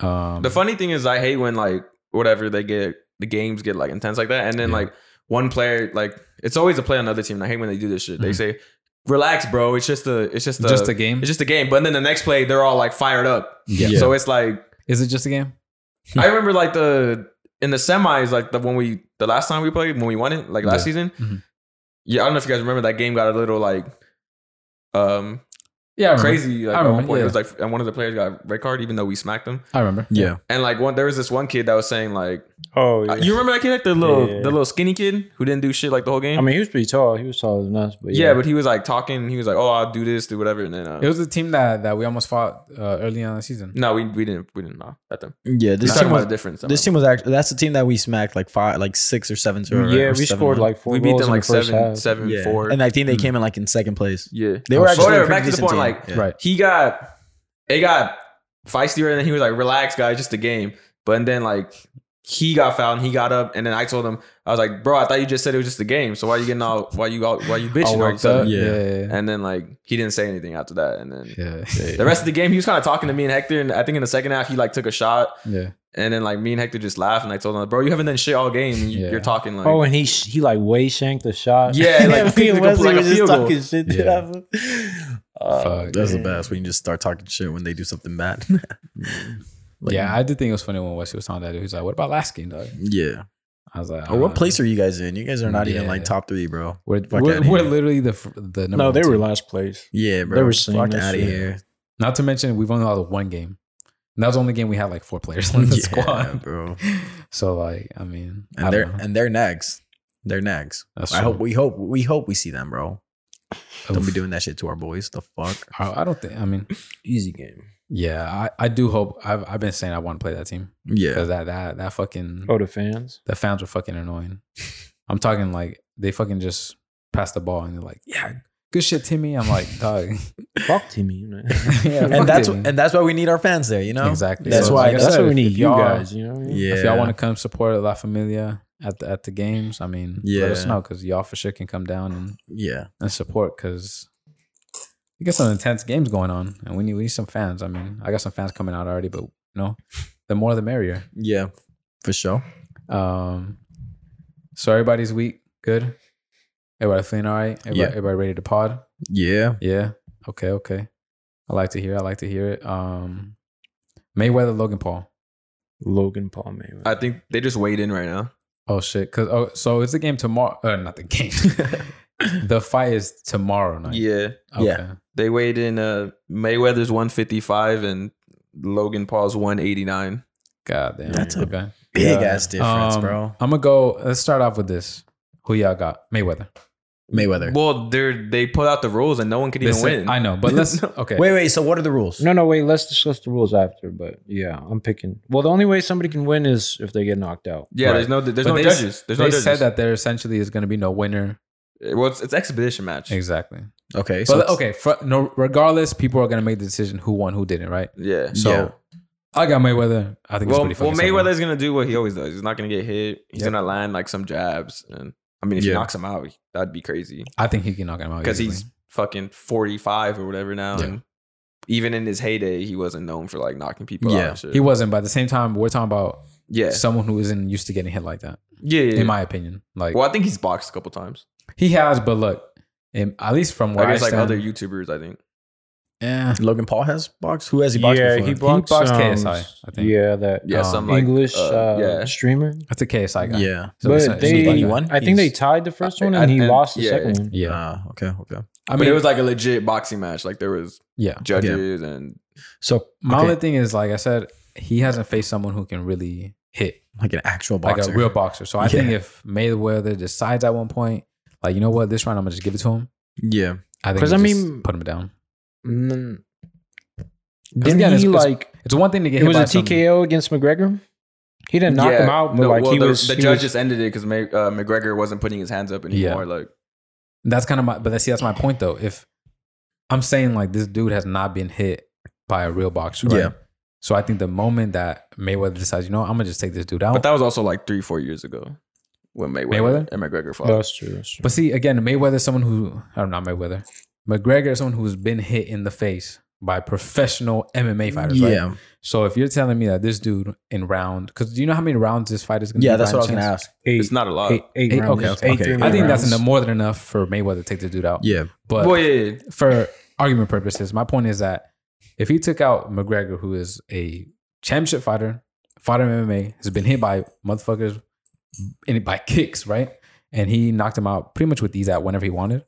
Speaker 2: Um,
Speaker 4: The funny thing is, I hate when like whatever they get, the games get like intense like that, and then
Speaker 2: Yeah.
Speaker 4: like one player, like it's always a play on another team. And I hate when they do this shit. They
Speaker 2: Mhm.
Speaker 4: say, "Relax, bro. It's just a, it's Mm-hmm. just a,
Speaker 2: just a game.
Speaker 4: it's just a game." But then the next play, they're all like fired up.
Speaker 2: yeah.
Speaker 1: Yeah.
Speaker 4: So it's like
Speaker 2: Is it just a game?
Speaker 4: I remember like the in the semis, like the when we the last time we played when we won it, like last
Speaker 2: Yeah.
Speaker 4: season.
Speaker 2: Mhm.
Speaker 4: Yeah, I don't know if you guys remember that game got a little like. Um,
Speaker 2: Yeah, I remember.
Speaker 4: crazy. Like,
Speaker 2: I
Speaker 4: at one
Speaker 2: remember,
Speaker 4: point, it was like, and one of the players got red card, even though we smacked them.
Speaker 2: I remember.
Speaker 1: Yeah.
Speaker 4: And like one, there was this one kid that was saying like,
Speaker 3: Oh, yeah.
Speaker 4: uh, you remember that kid, like, the little,
Speaker 3: Yeah.
Speaker 4: the little skinny kid who didn't do shit like the whole game.
Speaker 3: I mean, he was pretty tall. He was taller than us, but
Speaker 4: yeah.
Speaker 3: yeah,
Speaker 4: but he was like talking. and He was like, oh, I'll do this, do whatever, and then uh,
Speaker 2: It was the team that, that we almost fought uh, early on in the season.
Speaker 4: no, we we didn't we didn't know at them.
Speaker 1: Yeah.
Speaker 4: This
Speaker 1: This
Speaker 4: talking
Speaker 1: team
Speaker 4: about
Speaker 1: was
Speaker 4: the difference.
Speaker 1: this team was actually that's the team that we smacked like five like six or seven zero.
Speaker 3: yeah,
Speaker 1: or
Speaker 3: we
Speaker 1: seven
Speaker 3: scored
Speaker 1: one.
Speaker 3: like four.
Speaker 4: we beat
Speaker 3: goals
Speaker 4: them
Speaker 3: in
Speaker 4: like
Speaker 3: the first
Speaker 4: seven,
Speaker 3: half.
Speaker 4: seven,
Speaker 1: yeah.
Speaker 4: four.
Speaker 1: And I think they came in like in second place.
Speaker 4: yeah.
Speaker 1: They were
Speaker 2: Oh,
Speaker 1: actually
Speaker 4: whatever,
Speaker 1: a pretty
Speaker 4: back to the
Speaker 1: decent
Speaker 4: point,
Speaker 1: team.
Speaker 4: like,
Speaker 1: Yeah.
Speaker 2: Right.
Speaker 4: He got it got feistier, and then he was like, relax, guys, just a game. But then like. He got fouled and he got up and then I told him I was like, "Bro, I thought you just said it was just a game. So why you getting all why you all why you bitching all,
Speaker 2: All
Speaker 4: of a
Speaker 2: worked
Speaker 4: sudden?"
Speaker 2: up.
Speaker 1: Yeah.
Speaker 2: Yeah.
Speaker 4: And then like he didn't say anything after that. And then
Speaker 2: Yeah.
Speaker 4: the rest of the game, he was kind of talking to me and Hector. And I think in the second half, he like took a shot.
Speaker 2: <laughs> Yeah.
Speaker 4: And then like me and Hector just laughed. And I told him, bro, you haven't done shit all game. and You,
Speaker 2: Yeah.
Speaker 4: You're talking like,
Speaker 3: Oh, and he sh- he like way shanked the shot. <laughs>
Speaker 4: Yeah, like,
Speaker 3: me
Speaker 4: he
Speaker 3: and
Speaker 4: was
Speaker 3: Wesley
Speaker 4: like a
Speaker 3: were just
Speaker 4: field goal.
Speaker 3: talking shit.
Speaker 1: <laughs>
Speaker 3: to
Speaker 2: Yeah.
Speaker 3: that fool. Oh,
Speaker 2: Fuck.
Speaker 1: That's the
Speaker 3: man.
Speaker 1: best when you just start talking shit when they do something bad. <laughs> Like,
Speaker 2: yeah, I did think it was funny when Wesley was talking that. He was like, "What about last game, dog?"
Speaker 1: Yeah.
Speaker 2: I was like,
Speaker 1: Oh, what
Speaker 2: uh,
Speaker 1: place are you guys in? You guys are not even
Speaker 2: Yeah.
Speaker 1: like top three, bro.
Speaker 2: We're,
Speaker 1: Fuck
Speaker 2: we're,
Speaker 1: outta
Speaker 2: we're
Speaker 1: here.
Speaker 2: literally the f- the number
Speaker 3: no,
Speaker 2: one
Speaker 3: they were
Speaker 2: team.
Speaker 3: last place.
Speaker 1: Yeah, bro.
Speaker 3: were saying
Speaker 1: fuck
Speaker 3: that
Speaker 1: out of
Speaker 2: <laughs>
Speaker 3: shit.
Speaker 1: here.
Speaker 2: Not to mention we've only lost one game. And that was the only game we had like four players <laughs> on
Speaker 1: <laughs>
Speaker 2: the
Speaker 1: Yeah,
Speaker 2: squad,
Speaker 1: bro.
Speaker 2: So like, I mean, I
Speaker 1: And they're
Speaker 2: don't know.
Speaker 1: and they're next. They're next.
Speaker 2: That's
Speaker 1: I
Speaker 2: true.
Speaker 1: hope we hope we hope we see them, bro. Don't be
Speaker 2: Oof.
Speaker 1: doing that shit to our boys. The fuck.
Speaker 2: I, I don't think. I mean,
Speaker 3: Easy game.
Speaker 2: yeah, I, I do hope. I've I've been saying I want to play that team
Speaker 1: Yeah.
Speaker 2: because that that that fucking
Speaker 3: Oh, the fans.
Speaker 2: the fans were fucking annoying. I'm talking like they fucking just pass the ball and they're like, yeah, good shit, Timmy. I'm like, dog. <laughs>
Speaker 3: Fuck Timmy. You know?
Speaker 2: yeah,
Speaker 1: <laughs>
Speaker 2: fuck
Speaker 1: And that's
Speaker 2: Timmy.
Speaker 1: and that's why we need our fans there. You know.
Speaker 2: exactly.
Speaker 3: <laughs>
Speaker 1: that's why-
Speaker 2: like I
Speaker 1: that's
Speaker 2: said,
Speaker 3: why we
Speaker 2: if-
Speaker 3: need
Speaker 2: if
Speaker 3: you
Speaker 2: y'all-
Speaker 3: guys. You know what I mean?
Speaker 1: Yeah.
Speaker 2: If y'all want to come support La Familia at the at the games, I mean, let us
Speaker 1: Yeah.
Speaker 2: know because y'all for sure can come down and,
Speaker 1: Yeah.
Speaker 2: and support because you got some intense games going on, and we need we need some fans. I mean, I got some fans coming out already, but you know, the more the merrier.
Speaker 1: Yeah. For sure.
Speaker 2: Um, so everybody's week good. Everybody feeling all right. Everybody,
Speaker 1: Yeah.
Speaker 2: everybody ready to pod.
Speaker 1: Yeah.
Speaker 2: Yeah. Okay. Okay. I like to hear. I like to hear it. Um, Mayweather, Logan Paul.
Speaker 3: Logan Paul Mayweather.
Speaker 4: I think they just weighed in right now.
Speaker 2: Oh shit! Cause oh, so it's the game tomorrow. Uh, not
Speaker 1: <laughs>
Speaker 2: the game. the fight is tomorrow night.
Speaker 4: Yeah,
Speaker 1: yeah.
Speaker 4: they weighed in. Uh, Mayweather's one fifty five and Logan Paul's one eighty nine.
Speaker 2: God damn.
Speaker 1: That's a
Speaker 2: okay.
Speaker 1: Big
Speaker 3: Yeah.
Speaker 1: ass
Speaker 2: Um,
Speaker 1: difference, bro.
Speaker 2: I'm gonna go. Let's start off with this. Who y'all got? Mayweather.
Speaker 1: Mayweather.
Speaker 4: Well, they they put out the rules and no one could even
Speaker 2: Listen,
Speaker 4: win.
Speaker 2: I know, but
Speaker 4: <laughs>
Speaker 2: let's.
Speaker 4: No.
Speaker 2: Okay.
Speaker 1: Wait, wait. So what are the rules?
Speaker 3: no, no, wait. Let's discuss the rules after. But yeah, I'm picking. Well, the only way somebody can win is if they get knocked out.
Speaker 4: yeah,
Speaker 2: Right.
Speaker 4: there's no there's
Speaker 2: But
Speaker 4: no
Speaker 2: they s-
Speaker 4: judges. There's
Speaker 2: they
Speaker 4: no judges.
Speaker 2: said that there essentially is gonna be no winner.
Speaker 4: Well, it's, it's exhibition match.
Speaker 2: Exactly.
Speaker 1: Okay.
Speaker 2: But
Speaker 1: it's-
Speaker 2: okay. For, no. Regardless, people are gonna make the decision who won, who didn't. Right.
Speaker 4: Yeah.
Speaker 2: So.
Speaker 1: Yeah.
Speaker 2: I got Mayweather. I think
Speaker 4: Well,
Speaker 2: it's pretty fucking
Speaker 4: well,
Speaker 2: simple.
Speaker 4: Mayweather's gonna do what he always does. He's not gonna get hit. He's
Speaker 2: Yep.
Speaker 4: gonna land like some jabs, and I mean, if he
Speaker 1: Yeah.
Speaker 4: knocks him out, that'd be crazy
Speaker 2: I think he can knock him out
Speaker 4: because
Speaker 2: Oh, easily.
Speaker 4: he's fucking forty five or whatever now.
Speaker 2: Yeah.
Speaker 4: And even in his heyday, he wasn't known for like knocking people out.
Speaker 1: Yeah.
Speaker 4: and shit.
Speaker 2: he wasn't. But at the same time, we're talking about
Speaker 4: yeah,
Speaker 2: someone who isn't used to getting hit like that,
Speaker 4: yeah, yeah.
Speaker 2: in my opinion. Like
Speaker 4: well, I think he's boxed a couple times.
Speaker 2: he has, but look, in, at least from where I,
Speaker 4: I guess like
Speaker 2: stand,
Speaker 4: other YouTubers, I think.
Speaker 2: yeah,
Speaker 1: Logan Paul has boxed. Who has he boxed
Speaker 3: yeah,
Speaker 1: before?
Speaker 3: he boxed,
Speaker 2: boxed
Speaker 3: um,
Speaker 2: KSI, I think.
Speaker 3: Yeah, that
Speaker 4: Yeah,
Speaker 2: Um,
Speaker 4: some like
Speaker 3: English
Speaker 4: uh,
Speaker 3: uh,
Speaker 4: yeah.
Speaker 3: streamer.
Speaker 2: that's a KSI guy.
Speaker 1: yeah.
Speaker 2: So it's
Speaker 3: but
Speaker 2: not-
Speaker 3: they,
Speaker 1: anybody won?
Speaker 3: I think they
Speaker 1: He's-
Speaker 3: tied the first one
Speaker 4: I-
Speaker 3: and he
Speaker 4: and-
Speaker 3: lost the
Speaker 4: yeah.
Speaker 3: second one.
Speaker 2: yeah,
Speaker 1: Ah, okay. Okay.
Speaker 2: I
Speaker 4: but
Speaker 2: mean,
Speaker 4: it was like a legit boxing match. Like there was
Speaker 2: yeah.
Speaker 4: judges and
Speaker 1: So
Speaker 2: My
Speaker 1: okay,
Speaker 2: only thing is, like I said, he hasn't faced someone who can really hit,
Speaker 1: like an actual boxer.
Speaker 2: like a real boxer. So I think
Speaker 1: Yeah.
Speaker 2: if Mayweather decides at one point, like you know what, this round I'm gonna just give it to him.
Speaker 1: yeah.
Speaker 2: I think
Speaker 3: 'Cause
Speaker 2: you
Speaker 3: I
Speaker 2: just
Speaker 3: mean-
Speaker 2: put him down.
Speaker 3: And then,
Speaker 2: again,
Speaker 3: didn't
Speaker 2: it's-
Speaker 3: he
Speaker 2: it's-
Speaker 3: like?
Speaker 2: It's one thing to get
Speaker 3: It
Speaker 2: hit
Speaker 3: was a
Speaker 2: by some-
Speaker 3: TKO against McGregor. He didn't knock
Speaker 4: Yeah,
Speaker 3: him out, but
Speaker 4: no,
Speaker 3: like
Speaker 4: well,
Speaker 3: he
Speaker 4: the,
Speaker 3: was.
Speaker 4: the
Speaker 3: he
Speaker 4: judge
Speaker 3: was-
Speaker 4: just ended it because May, uh, McGregor wasn't putting his hands up
Speaker 2: Yeah.
Speaker 4: anymore. Like
Speaker 2: That's kind of my, but that's, see, that's my point though. If I'm saying like this dude has not been hit by a real boxer, right?
Speaker 1: Yeah.
Speaker 2: So I think the moment that Mayweather decides, you know, I'm gonna just take this dude
Speaker 3: Oh.
Speaker 2: out.
Speaker 4: But
Speaker 2: But,
Speaker 4: that was also like three, four years ago when Mayweather,
Speaker 2: Mayweather?
Speaker 4: and McGregor fought.
Speaker 3: Oh, that's true. That's true.
Speaker 2: see, again, Mayweather, is someone who I'm not Mayweather, McGregor, is someone who's been hit in the face by professional MMA fighters. Yeah.
Speaker 1: Yeah.
Speaker 2: So if you're telling me that this dude in round, because do you know how many rounds this fight is gonna?
Speaker 1: Yeah.
Speaker 2: be
Speaker 1: That's
Speaker 2: by
Speaker 1: what I was
Speaker 2: any
Speaker 1: gonna
Speaker 2: chance?
Speaker 1: ask.
Speaker 3: Eight,
Speaker 4: It's not a lot.
Speaker 3: eight, eight
Speaker 2: Eight-
Speaker 3: rounds.
Speaker 2: okay, okay,
Speaker 3: Eight
Speaker 1: okay.
Speaker 3: three
Speaker 2: I think
Speaker 3: rounds.
Speaker 2: that's enough, more than enough for Mayweather to take the dude out.
Speaker 1: Yeah.
Speaker 2: But
Speaker 4: well, yeah, yeah.
Speaker 2: for argument purposes, my point is that if he took out McGregor, who is a championship fighter, fighter in MMA, has been hit by motherfuckers and by kicks, right? And he knocked him out pretty much with these at whenever he wanted.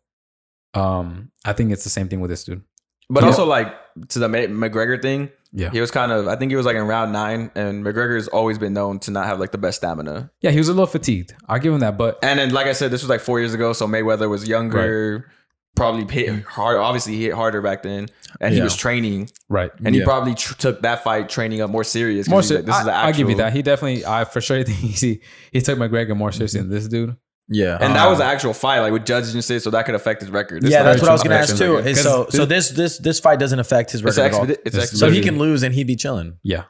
Speaker 2: Um, I think it's the same thing with this dude.
Speaker 4: but
Speaker 2: Yeah.
Speaker 4: also like to the Ma- McGregor thing,
Speaker 2: Yeah.
Speaker 4: he was kind of. I think he was like in round nine, and McGregor's always been known to not have like the best stamina.
Speaker 2: Yeah, he was a little fatigued. I'll give him that, but
Speaker 4: And then, like I said, this was like four years ago, so Mayweather was younger. Probably hit hard. Obviously, he hit harder back then, and he
Speaker 1: Yeah.
Speaker 4: was training,
Speaker 2: right.
Speaker 4: and he
Speaker 1: Yeah.
Speaker 4: probably tr- took that fight training up more serious. 'cause
Speaker 2: More
Speaker 4: he's
Speaker 2: ser-
Speaker 4: like, this is the
Speaker 2: I, will give you
Speaker 4: actual-
Speaker 2: that. He definitely, I for sure <laughs> think he, he took McGregor more seriously than this dude.
Speaker 1: Yeah. Uh,
Speaker 4: And that was an
Speaker 2: Um,
Speaker 4: actual fight, like with judges and shit, so that could affect his record. It's
Speaker 1: yeah,
Speaker 4: not
Speaker 1: that's what I was
Speaker 4: just
Speaker 1: gonna ask too.
Speaker 4: affecting
Speaker 1: Is
Speaker 4: record.
Speaker 1: so, so this this this fight doesn't affect his
Speaker 4: It's
Speaker 1: record at all.
Speaker 4: expedi- it's
Speaker 2: This-
Speaker 4: expedi-
Speaker 1: So he can lose and he'd be chilling.
Speaker 2: Yeah.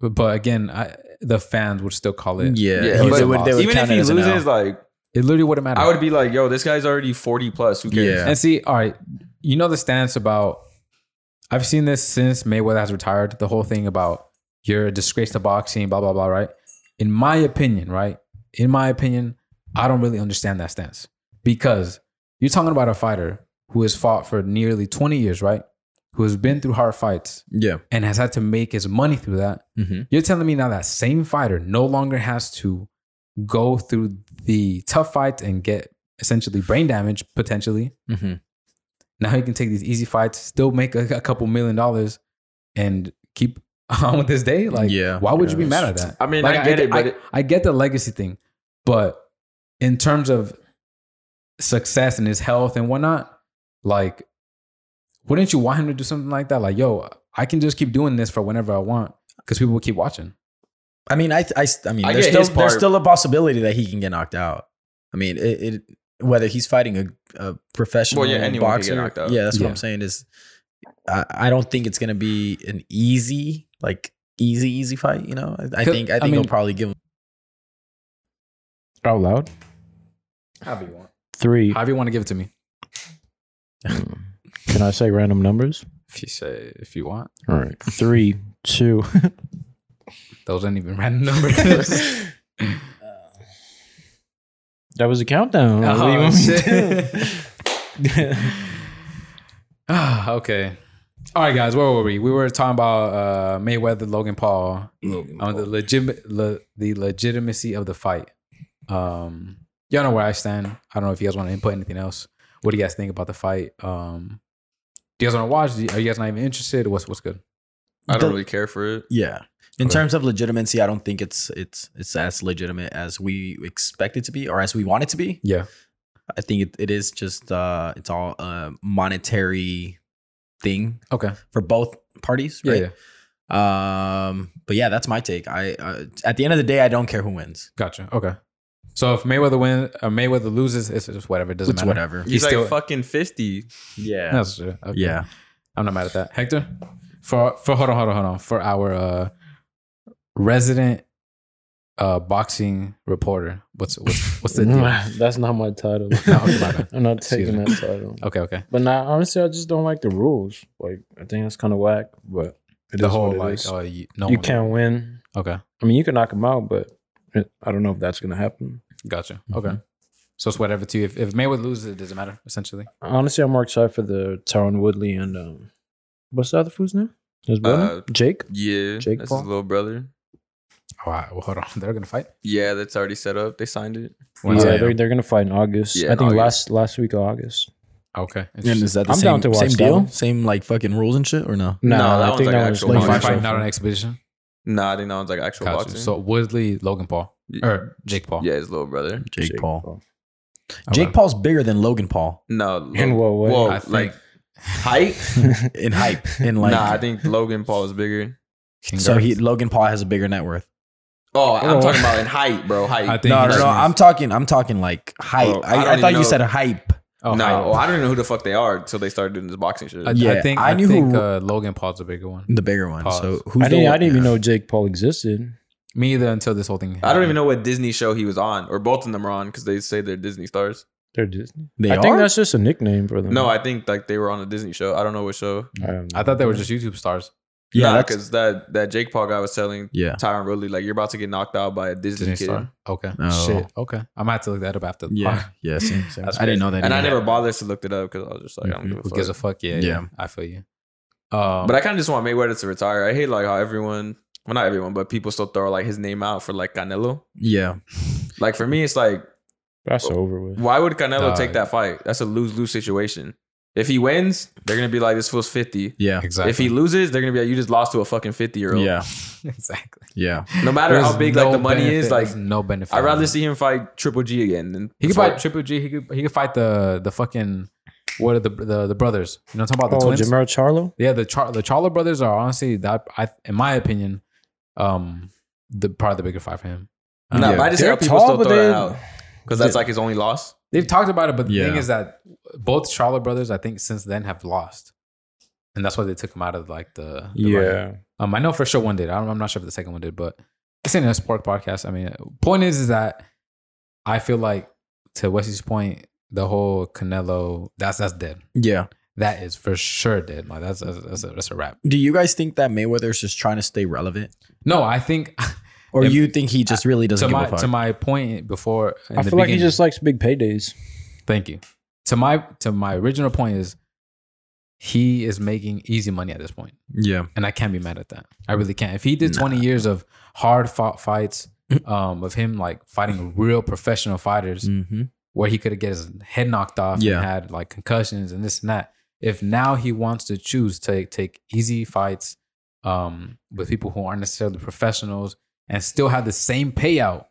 Speaker 2: But, but again, I, the fans would still call it.
Speaker 1: Yeah,
Speaker 4: Yeah,
Speaker 1: he
Speaker 4: but
Speaker 1: would- they would
Speaker 4: even if
Speaker 1: count
Speaker 4: he
Speaker 1: it as an L.
Speaker 4: loses, like
Speaker 2: It literally wouldn't matter.
Speaker 4: I would be like, yo, this guy's already forty plus. Who cares?
Speaker 1: Yeah.
Speaker 2: And see, all right, you know the stance about I've seen this since Mayweather has retired, the whole thing about you're a disgrace to boxing, blah, blah, blah, right? In my opinion, right? In my opinion, I don't really understand that stance because you're talking about a fighter who has fought for nearly 20 years, right? Who has been through hard fights
Speaker 1: yeah,
Speaker 2: and has had to make his money through that.
Speaker 1: hmm
Speaker 2: You're telling me now that same fighter no longer has to go through the tough fight and get essentially brain damage potentially.
Speaker 1: Mhm.
Speaker 2: Now he can take these easy fights, still make a, a couple million dollars, and keep <laughs> on with his day. Like,
Speaker 1: Yeah.
Speaker 2: why would you be
Speaker 3: Yeah.
Speaker 2: mad at that?
Speaker 4: I mean,
Speaker 2: Like,
Speaker 4: I get it, but
Speaker 2: I,
Speaker 4: it-
Speaker 2: I get the legacy thing, but in terms of success and his health and whatnot, like, wouldn't you want him to do something like that? Like, yo, I can just keep doing this for whenever I want because people will keep watching.
Speaker 1: I mean, I, I, I mean,
Speaker 4: I
Speaker 1: there's
Speaker 4: get
Speaker 1: still
Speaker 4: his part.
Speaker 1: there's still a possibility that he can get knocked out. I mean, it, it whether he's fighting a, a professional
Speaker 4: Well, yeah, anyone can get
Speaker 1: boxer,
Speaker 4: knocked out.
Speaker 1: yeah, that's what
Speaker 2: Yeah.
Speaker 1: I'm saying is, I, I don't think it's gonna be an easy like easy easy fight. You know, I, I
Speaker 2: Could-
Speaker 1: think
Speaker 2: I
Speaker 1: I think
Speaker 2: mean-
Speaker 1: they'll probably give him.
Speaker 3: Out loud.
Speaker 2: However you want.
Speaker 3: Three.
Speaker 2: However you want to give it to me.
Speaker 3: Can I say random numbers?
Speaker 2: If you say if you want.
Speaker 3: All right. Three, two. <laughs>
Speaker 2: Those aren't even random numbers. <laughs> <sighs>
Speaker 3: That was a countdown. What do you
Speaker 2: oh,
Speaker 3: want me to
Speaker 2: shit.
Speaker 3: do?
Speaker 2: Ah, okay. All right, guys, where were we? We were talking about uh, Mayweather, Logan Paul, on the legit le- the legitimacy of the fight. Um, y'all know where I stand. I don't know if you guys want to input anything else. What do you guys think about the fight? Um, do you guys want to watch? Do you- Are you guys not even interested? What's what's good?
Speaker 4: I
Speaker 1: The-
Speaker 4: don't really care for it.
Speaker 1: Yeah. In
Speaker 2: Okay.
Speaker 1: terms of legitimacy, I don't think it's it's it's as legitimate as we expect it to be or as we want it to be.
Speaker 2: Yeah,
Speaker 1: I think it, it is just uh it's all a monetary thing
Speaker 2: okay,
Speaker 1: for both parties,
Speaker 2: yeah,
Speaker 1: right?
Speaker 2: yeah.
Speaker 1: Um, but yeah, that's my take. I uh, at the end of the day, I don't care who wins.
Speaker 2: gotcha. Okay. So if Mayweather wins, uh, Mayweather loses, it's just whatever. It doesn't
Speaker 1: It's
Speaker 2: matter.
Speaker 1: whatever.
Speaker 4: He's,
Speaker 2: He's
Speaker 4: like
Speaker 2: still-
Speaker 4: fucking fifty.
Speaker 1: Yeah.
Speaker 2: That's true. Okay.
Speaker 1: Yeah.
Speaker 2: I'm not mad at that. Hector, for for hold on, hold on, hold on. For our uh, resident uh, boxing reporter, what's what's <laughs>
Speaker 3: <laughs>
Speaker 2: what's the
Speaker 1: <laughs>
Speaker 2: deal?
Speaker 3: That's not my title.
Speaker 2: No, <laughs> okay, my bad.
Speaker 3: I'm not
Speaker 2: Excuse
Speaker 3: taking
Speaker 2: me.
Speaker 3: that title.
Speaker 2: Okay, okay.
Speaker 3: But nah, honestly, I just don't like the rules. Like, I think that's kind of whack. But it is
Speaker 2: The whole
Speaker 3: what it
Speaker 2: like,
Speaker 3: is.
Speaker 2: oh, you, no,
Speaker 3: you
Speaker 2: one-
Speaker 3: can't win.
Speaker 2: Okay,
Speaker 3: I mean, you can knock him out, but it, I don't know if that's gonna happen.
Speaker 2: gotcha. Okay, so it's whatever to you. If, if Mayweather loses, it doesn't matter. Essentially,
Speaker 3: Honestly, I'm more excited for the Tyron Woodley and um, what's the other fool's name? His brother,
Speaker 4: Uh,
Speaker 3: Jake.
Speaker 4: Yeah,
Speaker 3: Jake
Speaker 4: that's
Speaker 3: Paul?
Speaker 4: his little brother.
Speaker 2: oh, I- well, hold on, <laughs> they're gonna fight.
Speaker 4: Yeah, that's already set up. They signed it.
Speaker 2: When's
Speaker 3: yeah,
Speaker 2: that?
Speaker 3: they're, they're gonna fight in August.
Speaker 4: Yeah,
Speaker 3: I
Speaker 4: in
Speaker 3: think
Speaker 4: August.
Speaker 3: last last week of August.
Speaker 2: Okay,
Speaker 1: And is that the
Speaker 3: I'm
Speaker 1: same,
Speaker 3: down to watch
Speaker 1: same
Speaker 3: that
Speaker 1: deal?
Speaker 3: one.
Speaker 1: Same like fucking rules and shit or no?
Speaker 4: No, that
Speaker 3: I
Speaker 4: one's like
Speaker 3: think that
Speaker 4: an
Speaker 3: one's
Speaker 4: actual
Speaker 2: Like,
Speaker 4: Logan
Speaker 2: fight,
Speaker 4: boxing
Speaker 2: fight,
Speaker 4: Paul.
Speaker 2: not an expedition.
Speaker 4: Nah, I think that one's like actual
Speaker 2: Gotcha.
Speaker 4: boxing.
Speaker 2: So Woodley, Logan Paul, or Jake Paul.
Speaker 4: yeah, his little brother.
Speaker 1: Jake, Paul. Jake Paul's bigger than Logan Paul
Speaker 3: <laughs>
Speaker 4: No,
Speaker 3: In
Speaker 4: Lo-
Speaker 3: what way?
Speaker 2: <laughs>
Speaker 4: Whoa,
Speaker 2: I think-
Speaker 4: like height?
Speaker 2: <laughs>
Speaker 1: in hype. In like,
Speaker 4: nah, I think Logan Paul is bigger.
Speaker 2: King
Speaker 1: so he
Speaker 2: Gert.
Speaker 1: Logan Paul has a bigger net worth.
Speaker 4: Oh, I'm
Speaker 3: Oh.
Speaker 4: talking about in height, bro. Height.
Speaker 2: I think
Speaker 1: No,
Speaker 2: he
Speaker 1: no,
Speaker 2: just
Speaker 1: no.
Speaker 2: means-
Speaker 1: I'm talking. I'm talking like hype.
Speaker 4: Bro, I
Speaker 1: I, I,
Speaker 4: don't
Speaker 1: thought
Speaker 4: even
Speaker 1: you
Speaker 4: know.
Speaker 1: said hype.
Speaker 2: Oh,
Speaker 4: no,
Speaker 2: hi.
Speaker 4: I don't even know who the fuck they are until they started doing this boxing shit.
Speaker 2: I, I
Speaker 1: Yeah,
Speaker 2: think
Speaker 1: I
Speaker 2: I,
Speaker 1: knew
Speaker 2: think
Speaker 1: who-
Speaker 2: uh, Logan Paul's a bigger one.
Speaker 1: The bigger one.
Speaker 2: Pause.
Speaker 1: So who's
Speaker 3: I didn't.
Speaker 1: The,
Speaker 3: I didn't even know Jake Paul existed.
Speaker 2: Me either until this whole thing.
Speaker 4: I don't even know what Disney show he was on, or both of them are on, because they say they're Disney stars.
Speaker 3: They're Disney.
Speaker 1: They
Speaker 3: I think
Speaker 1: are?
Speaker 3: that's just a nickname for them.
Speaker 2: Mm-hmm.
Speaker 4: No, I think like they were on a Disney show. I don't know what show.
Speaker 2: I
Speaker 3: don't know.
Speaker 2: thought they were just YouTube stars.
Speaker 1: Yeah,
Speaker 4: Yeah,
Speaker 1: that's-
Speaker 4: because that that Jake Paul guy was telling
Speaker 1: Yeah.
Speaker 4: <laughs> Tyron Woodley like you're about to get knocked out by a Disney,
Speaker 2: Disney
Speaker 4: kid.
Speaker 2: star. Okay.
Speaker 1: Oh.
Speaker 2: Shit. Okay. I might have to look that up after. the
Speaker 1: Yeah.
Speaker 2: pod.
Speaker 1: Yeah. Same, same.
Speaker 2: That's
Speaker 1: I didn't
Speaker 2: crazy.
Speaker 1: know that.
Speaker 4: And I
Speaker 1: either.
Speaker 4: never bothered to look it up because I was just like, I don't
Speaker 1: Mhm.
Speaker 4: give a
Speaker 2: Mm-hmm. Who
Speaker 4: fuck.
Speaker 2: gives a fuck? Yeah. Yeah.
Speaker 1: Yeah.
Speaker 2: I feel you. Um,
Speaker 4: But I kind of just want Mayweather to retire. I hate like how everyone, well, not everyone, but people still throw like his name out for like Canelo.
Speaker 1: Yeah.
Speaker 4: Like for me, it's like,
Speaker 3: That's over with.
Speaker 4: why would Canelo
Speaker 2: Dog.
Speaker 4: take that fight? That's a lose lose situation. If he wins, they're gonna be like, this fool's fifty.
Speaker 1: Yeah.
Speaker 2: exactly.
Speaker 4: If he loses, they're gonna be like, you just lost to a fucking fifty year old.
Speaker 1: Yeah.
Speaker 3: <laughs>
Speaker 2: exactly.
Speaker 1: Yeah.
Speaker 4: No matter how
Speaker 2: There's
Speaker 4: big
Speaker 2: no
Speaker 4: like the money is,
Speaker 2: benefit-
Speaker 4: like
Speaker 2: there's no benefit.
Speaker 4: I'd rather
Speaker 2: man.
Speaker 4: see him fight Triple G again. Than
Speaker 2: He could
Speaker 4: fight-
Speaker 2: fight Triple G. He could. He could fight the the fucking what are the the, the brothers? You know, talking about the
Speaker 3: Oh,
Speaker 2: twins.
Speaker 3: Jamel Charlo.
Speaker 2: yeah, the Char- the Charlo brothers are honestly that I in my opinion, um, the part of the bigger fight for him. Um,
Speaker 4: No,
Speaker 1: Yeah.
Speaker 4: but I just
Speaker 3: They're
Speaker 4: hear people
Speaker 3: tall,
Speaker 4: still
Speaker 3: but
Speaker 4: throw that
Speaker 3: they-
Speaker 4: out because that's like his only loss.
Speaker 2: They've talked about it, but the
Speaker 1: Yeah.
Speaker 2: thing is that both Charlo brothers, I think, since then have lost, and that's why they took him out of like the, the running.
Speaker 3: Yeah.
Speaker 2: Um, I know for sure one did. I'm, I'm not sure if the second one did, but it's in a sport podcast. I mean, point is, is that I feel like to Wesley's point, the whole Canelo, that's that's dead.
Speaker 1: Yeah.
Speaker 2: That is for sure dead. Like that's that's, that's, a, that's a wrap.
Speaker 1: Do you guys think that Mayweather's just trying to stay relevant,
Speaker 2: No, I think <laughs>
Speaker 1: or
Speaker 2: If-
Speaker 1: you think he just really doesn't
Speaker 2: to
Speaker 1: give
Speaker 2: my
Speaker 1: a fuck?
Speaker 2: to my point before. in
Speaker 3: I
Speaker 2: the
Speaker 3: feel like he
Speaker 2: beginning-
Speaker 3: just likes big paydays.
Speaker 2: Thank you. To my to my original point is he is making easy money at this point,
Speaker 1: yeah.
Speaker 2: and I can't be mad at that. I really can't. If he did
Speaker 1: Nah.
Speaker 2: 20 years of hard fought fights, um, of him like fighting real professional fighters
Speaker 1: Mm-hmm.
Speaker 2: where he could have get his head knocked off
Speaker 1: Yeah.
Speaker 2: and had like concussions and this and that. If now he wants to choose to take easy fights um, with people who aren't necessarily professionals and still have the same payout,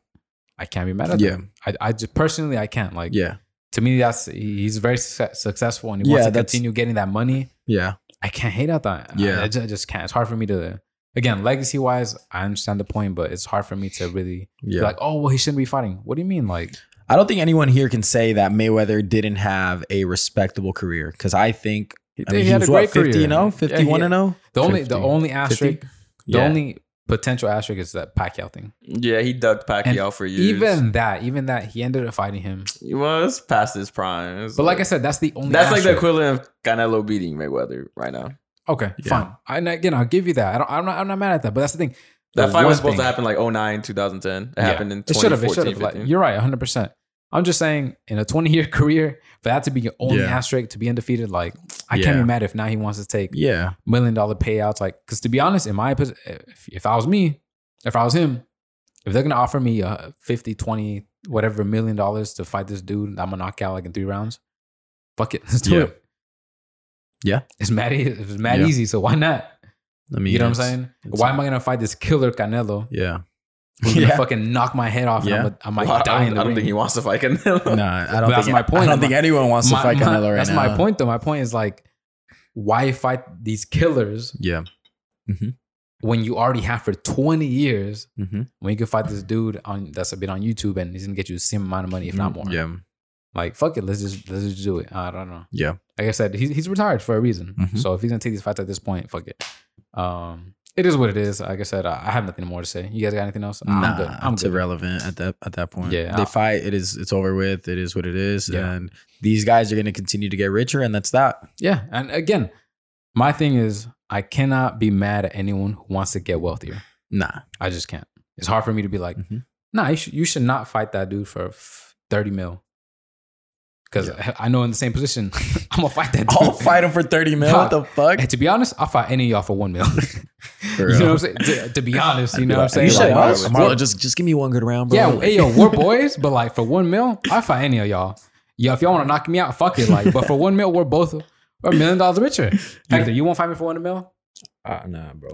Speaker 2: I can't be mad at
Speaker 1: Yeah.
Speaker 2: them. I, I just personally I can't like.
Speaker 1: Yeah.
Speaker 2: To me, that's he- he's very success, successful and he
Speaker 1: Yeah,
Speaker 2: wants to
Speaker 1: that's-
Speaker 2: continue getting that money.
Speaker 1: Yeah.
Speaker 2: I can't hate at that.
Speaker 1: Yeah.
Speaker 2: I, I ju- I just can't. It's hard for me to. Again, legacy wise, I understand the point, but it's hard for me to really
Speaker 1: Yeah.
Speaker 2: be like, oh, well, he shouldn't be fighting. What do you mean? Like,
Speaker 1: I don't think anyone here can say that Mayweather didn't have a respectable career because I think I mean, he, was what, 50 and 0, 51 and 0.
Speaker 2: The only the
Speaker 1: 50.
Speaker 2: only asterisk, the
Speaker 1: Yeah.
Speaker 2: only potential asterisk is that Pacquiao thing.
Speaker 4: Yeah, he ducked Pacquiao for years.
Speaker 2: Even that, even that, he ended up fighting him.
Speaker 4: he was past his prime. It was
Speaker 2: But like I said, that's the only.
Speaker 4: that's like the
Speaker 2: asterisk.
Speaker 4: equivalent of Canelo beating Mayweather right now.
Speaker 2: Okay,
Speaker 1: Yeah.
Speaker 2: fine. I, and again, I'll give you that. I don't, I'm not. I'm not mad at that. But that's the thing.
Speaker 4: That
Speaker 2: The
Speaker 4: fight
Speaker 2: one
Speaker 4: was supposed to
Speaker 2: thing-
Speaker 4: happen like 09, 2010. It
Speaker 2: Yeah.
Speaker 4: happened in
Speaker 2: It should have. It should
Speaker 4: 2014,
Speaker 2: have.
Speaker 4: 15.
Speaker 2: Like, you're right. 100. percent I'm just saying, in a 20 year <laughs> career, for that to be your only
Speaker 1: Yeah.
Speaker 2: asterisk to be undefeated, like I
Speaker 1: Yeah.
Speaker 2: can't be mad if now he wants to take
Speaker 1: Yeah.
Speaker 2: million dollar payouts. Like, because to be honest, in my position, if, if I was me, if I was him, if they're gonna offer me uh, 50, 20, whatever million dollars to fight this dude, that I'm gonna knock out like in three rounds. Fuck it, <laughs> let's do
Speaker 1: Yeah.
Speaker 2: it.
Speaker 1: Yeah.
Speaker 2: it's mad. e- It's mad
Speaker 1: Yeah.
Speaker 2: easy. So why not?
Speaker 1: I mean,
Speaker 2: you know what I'm
Speaker 1: it's-
Speaker 2: saying?
Speaker 1: it's-
Speaker 2: Why am I gonna fight this killer Canelo?
Speaker 1: Yeah.
Speaker 2: Who's gonna
Speaker 1: <laughs> Yeah.
Speaker 2: fucking knock my head off?
Speaker 1: Yeah.
Speaker 2: And I'm, I might
Speaker 4: Well, I
Speaker 2: die
Speaker 4: don't,
Speaker 2: in the
Speaker 4: I don't
Speaker 2: ring.
Speaker 4: think he wants to fight
Speaker 2: <laughs>
Speaker 4: Canelo.
Speaker 1: No, I don't
Speaker 2: That's
Speaker 1: think
Speaker 2: my point.
Speaker 1: I don't
Speaker 2: I'm
Speaker 1: think
Speaker 2: like-
Speaker 1: anyone wants
Speaker 2: My-
Speaker 1: to fight
Speaker 2: my-
Speaker 1: Canelo right
Speaker 2: that's
Speaker 1: now.
Speaker 2: my point, though. My point is like, why fight these killers
Speaker 1: Yeah.
Speaker 2: when you already have for 20 years
Speaker 1: Mm-hmm.
Speaker 2: when you can fight this dude on that's a bit on YouTube and he's gonna get you the same amount of money, if not more.
Speaker 1: Mm, Yeah.
Speaker 2: Like fuck it, let's just let's just do it. I don't know.
Speaker 1: Yeah.
Speaker 2: Like I said, he's he's retired for a reason.
Speaker 1: Mhm.
Speaker 2: So if he's gonna take these fights at this point, fuck it. Um, it is what it is. Like I said, I, I have nothing more to say. You guys got anything else?
Speaker 1: Nah,
Speaker 2: I'm good. I'm
Speaker 1: Uh, it's
Speaker 2: good.
Speaker 1: irrelevant at that at that point.
Speaker 2: Yeah.
Speaker 1: they fight. It is. It's over with. It is what it is.
Speaker 2: Yeah.
Speaker 1: And these guys are going to continue to get richer, and that's that.
Speaker 2: Yeah. And again, my thing is I cannot be mad at anyone who wants to get wealthier.
Speaker 1: Nah.
Speaker 2: I just can't. It's hard for me to be like,
Speaker 1: Mhm.
Speaker 2: nah, you should, you should not fight that dude for f- 30 mil. Because I know in the same position, <laughs> I'm going to fight that dude.
Speaker 1: <laughs> I'll
Speaker 2: <laughs>
Speaker 1: fight him for thirty mil. What the fuck?
Speaker 2: And to be honest, I'll fight any of y'all for one mil. <laughs> you
Speaker 1: real.
Speaker 2: know what I'm saying? To, to be honest, <laughs> you know what I'm saying?
Speaker 1: You said,
Speaker 2: Like,
Speaker 1: Marlo,
Speaker 2: we're-
Speaker 1: Marlo, just just give me one good round, bro.
Speaker 2: yeah, hey, yo, we're boys, but like for one mil, I'll fight any of y'all. Yo, if y'all want to knock me out, fuck it. Like, but for one mil, we're both we're a million
Speaker 1: <laughs>
Speaker 2: dollars richer. Hector, you won't fight me for one mil?
Speaker 3: Uh, nah, bro.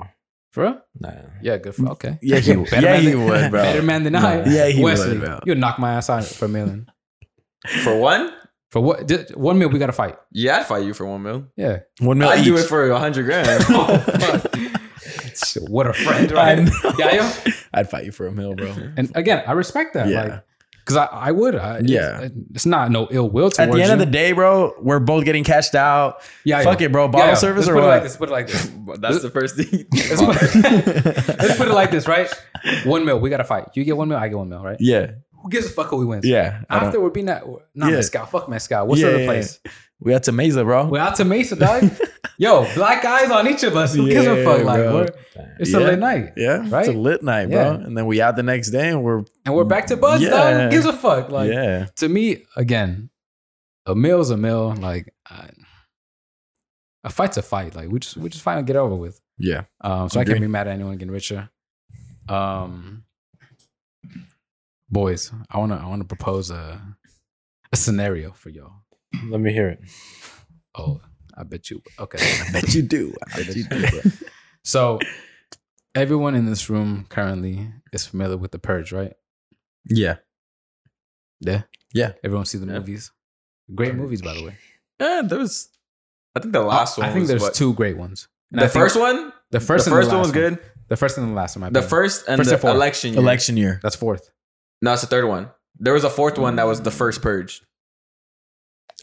Speaker 2: For real?
Speaker 3: Nah.
Speaker 2: Yeah, good for Okay.
Speaker 1: <laughs> yeah, he,
Speaker 2: Better
Speaker 1: yeah,
Speaker 2: man
Speaker 1: he
Speaker 2: than-
Speaker 1: would, bro.
Speaker 2: Better man than I.
Speaker 1: Yeah, he would,
Speaker 2: Wesley,
Speaker 1: bro.
Speaker 2: you'll knock my ass out for a million.
Speaker 4: for one?
Speaker 2: For what? Just one mil, we got to fight.
Speaker 4: Yeah, I'd fight you for one mil.
Speaker 2: Yeah.
Speaker 1: One mil
Speaker 4: I'd
Speaker 1: each.
Speaker 4: do it for a
Speaker 2: <laughs>
Speaker 4: hundred grand.
Speaker 2: Oh, fuck. Shit, what a
Speaker 1: <laughs>
Speaker 2: friend,
Speaker 1: I
Speaker 2: right? <laughs>
Speaker 1: know.
Speaker 2: Yeah, yo.
Speaker 1: I'd fight you for a
Speaker 2: <laughs>
Speaker 1: mil, bro.
Speaker 2: And again, I respect that.
Speaker 1: Yeah.
Speaker 2: Like, because I, I would. I, it's-
Speaker 1: Yeah.
Speaker 2: It's not no ill will towards
Speaker 1: At the end
Speaker 2: you.
Speaker 1: of the day, bro, we're both getting cashed out.
Speaker 2: yeah,
Speaker 1: Fuck
Speaker 2: yeah.
Speaker 1: it, bro.
Speaker 2: Yeah,
Speaker 1: Bottle
Speaker 2: yeah.
Speaker 1: service
Speaker 2: Let's
Speaker 1: or
Speaker 2: put it
Speaker 1: what?
Speaker 2: like this. Put it like this.
Speaker 4: But That's the first thing.
Speaker 2: Let's put, let's put it like this, right? One mil, we gotta fight. You get one mil, I get one mil, right?
Speaker 1: <laughs> yeah,
Speaker 2: Who gives a fuck who we wins?
Speaker 1: yeah. I don't-
Speaker 2: After we're being that, not
Speaker 1: Yeah.
Speaker 2: Mescal. Fuck Mescal. What's
Speaker 1: Yeah,
Speaker 2: the other
Speaker 1: yeah,
Speaker 2: place?
Speaker 1: we had to Mesa, bro.
Speaker 2: We're out to
Speaker 1: <laughs>
Speaker 2: Mesa, dog. Yo, black eyes on each of us. Who gives a
Speaker 1: Yeah,
Speaker 2: fuck? Like,
Speaker 1: bro.
Speaker 2: we're,
Speaker 3: Damn.
Speaker 2: it's
Speaker 1: Yeah.
Speaker 2: a late night,
Speaker 1: yeah, it's a
Speaker 2: Right?
Speaker 1: lit night, bro.
Speaker 2: Yeah.
Speaker 1: And then we out the next day, and we're
Speaker 2: and we're back to buds, dog.
Speaker 1: Yeah.
Speaker 2: Who gives a fuck? Like,
Speaker 1: yeah,
Speaker 2: to me, again, a mill's a mill. Like, I, a fight's a fight. Like, we just we just fight and get over with.
Speaker 1: yeah,
Speaker 2: Um, so I can't
Speaker 1: Agree.
Speaker 2: be mad at anyone getting richer. Um, boys, I wanna I wanna propose a a scenario for y'all.
Speaker 3: Let me hear it.
Speaker 2: Oh, I bet you. Okay,
Speaker 1: I bet you do. <laughs> I bet you do. bro.
Speaker 2: so everyone in this room currently is familiar with the Purge, right?
Speaker 1: yeah,
Speaker 2: Yeah,
Speaker 1: Yeah.
Speaker 2: Everyone see the
Speaker 4: Yeah.
Speaker 2: movies. Great movies, by the way.
Speaker 4: <laughs> yeah, there was. I think the last one.
Speaker 2: I think
Speaker 4: was
Speaker 2: there's
Speaker 4: what-
Speaker 2: two great ones. And
Speaker 4: The
Speaker 2: I think
Speaker 4: first one.
Speaker 2: the first,
Speaker 4: the
Speaker 2: and the
Speaker 4: first one
Speaker 2: last
Speaker 4: was good.
Speaker 2: The first and the last one. in my
Speaker 4: The
Speaker 2: opinion.
Speaker 4: first and
Speaker 2: First
Speaker 4: the
Speaker 2: and fourth.
Speaker 4: election year.
Speaker 1: election year.
Speaker 2: That's fourth.
Speaker 4: No, it's the third one. There was a fourth one that was the first purge.
Speaker 2: Mm.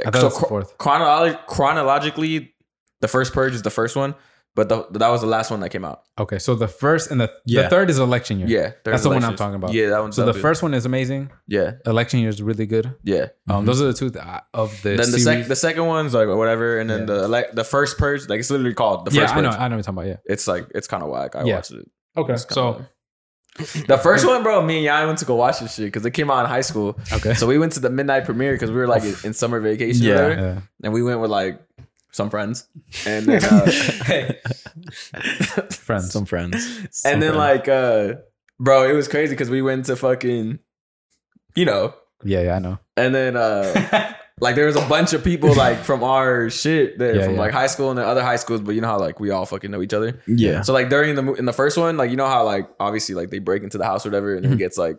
Speaker 2: I thought
Speaker 4: so
Speaker 2: it was the fourth.
Speaker 4: chronolo- chronologically, the first purge is the first one, but the, that was the last one that came out.
Speaker 2: Okay, so the first and the,
Speaker 1: Yeah.
Speaker 2: the third is election
Speaker 4: Yeah,
Speaker 2: year.
Speaker 4: there's
Speaker 2: That's the one I'm
Speaker 4: elections.
Speaker 2: talking about.
Speaker 4: Yeah, that one's
Speaker 2: So the
Speaker 4: up.
Speaker 2: first one is amazing.
Speaker 4: Yeah,
Speaker 2: Election year is really good.
Speaker 4: yeah.
Speaker 2: Um, those are the two th- I- of the.
Speaker 4: then the,
Speaker 2: series.
Speaker 4: sec- the second one's like whatever, and then
Speaker 2: Yeah.
Speaker 4: the elec the first purge, like it's literally called the
Speaker 2: yeah,
Speaker 4: first
Speaker 2: I know,
Speaker 4: purge.
Speaker 2: I know what you're talking about.
Speaker 4: It's like it's kind of whack. I
Speaker 2: Yeah.
Speaker 4: watched it.
Speaker 2: Yeah. Okay,
Speaker 4: It's kinda
Speaker 2: so
Speaker 4: whack. the first one, bro, me and Yai went to go watch this shit because it came out in high school.
Speaker 2: <laughs> okay,
Speaker 4: So we went to the midnight premiere because we were like in summer vacation,
Speaker 1: Yeah.
Speaker 4: or whatever,
Speaker 2: yeah.
Speaker 4: and we went with like some friends, and then uh, <laughs>
Speaker 2: friends.
Speaker 1: Some friends.
Speaker 4: and then
Speaker 1: Okay.
Speaker 4: like uh bro, it was crazy because we went to fucking, you know,
Speaker 2: <laughs> Yeah, yeah, I know.
Speaker 4: and
Speaker 2: <laughs>
Speaker 4: then uh, like there was a bunch of people like from our shit there
Speaker 2: Yeah,
Speaker 4: from
Speaker 2: yeah.
Speaker 4: like high school and then other high schools, but you know how like we all fucking know each other.
Speaker 1: Yeah.
Speaker 4: So like during the mo- in the first one, like you know how like obviously like they break into the house or whatever, and it
Speaker 2: Mhm.
Speaker 4: gets like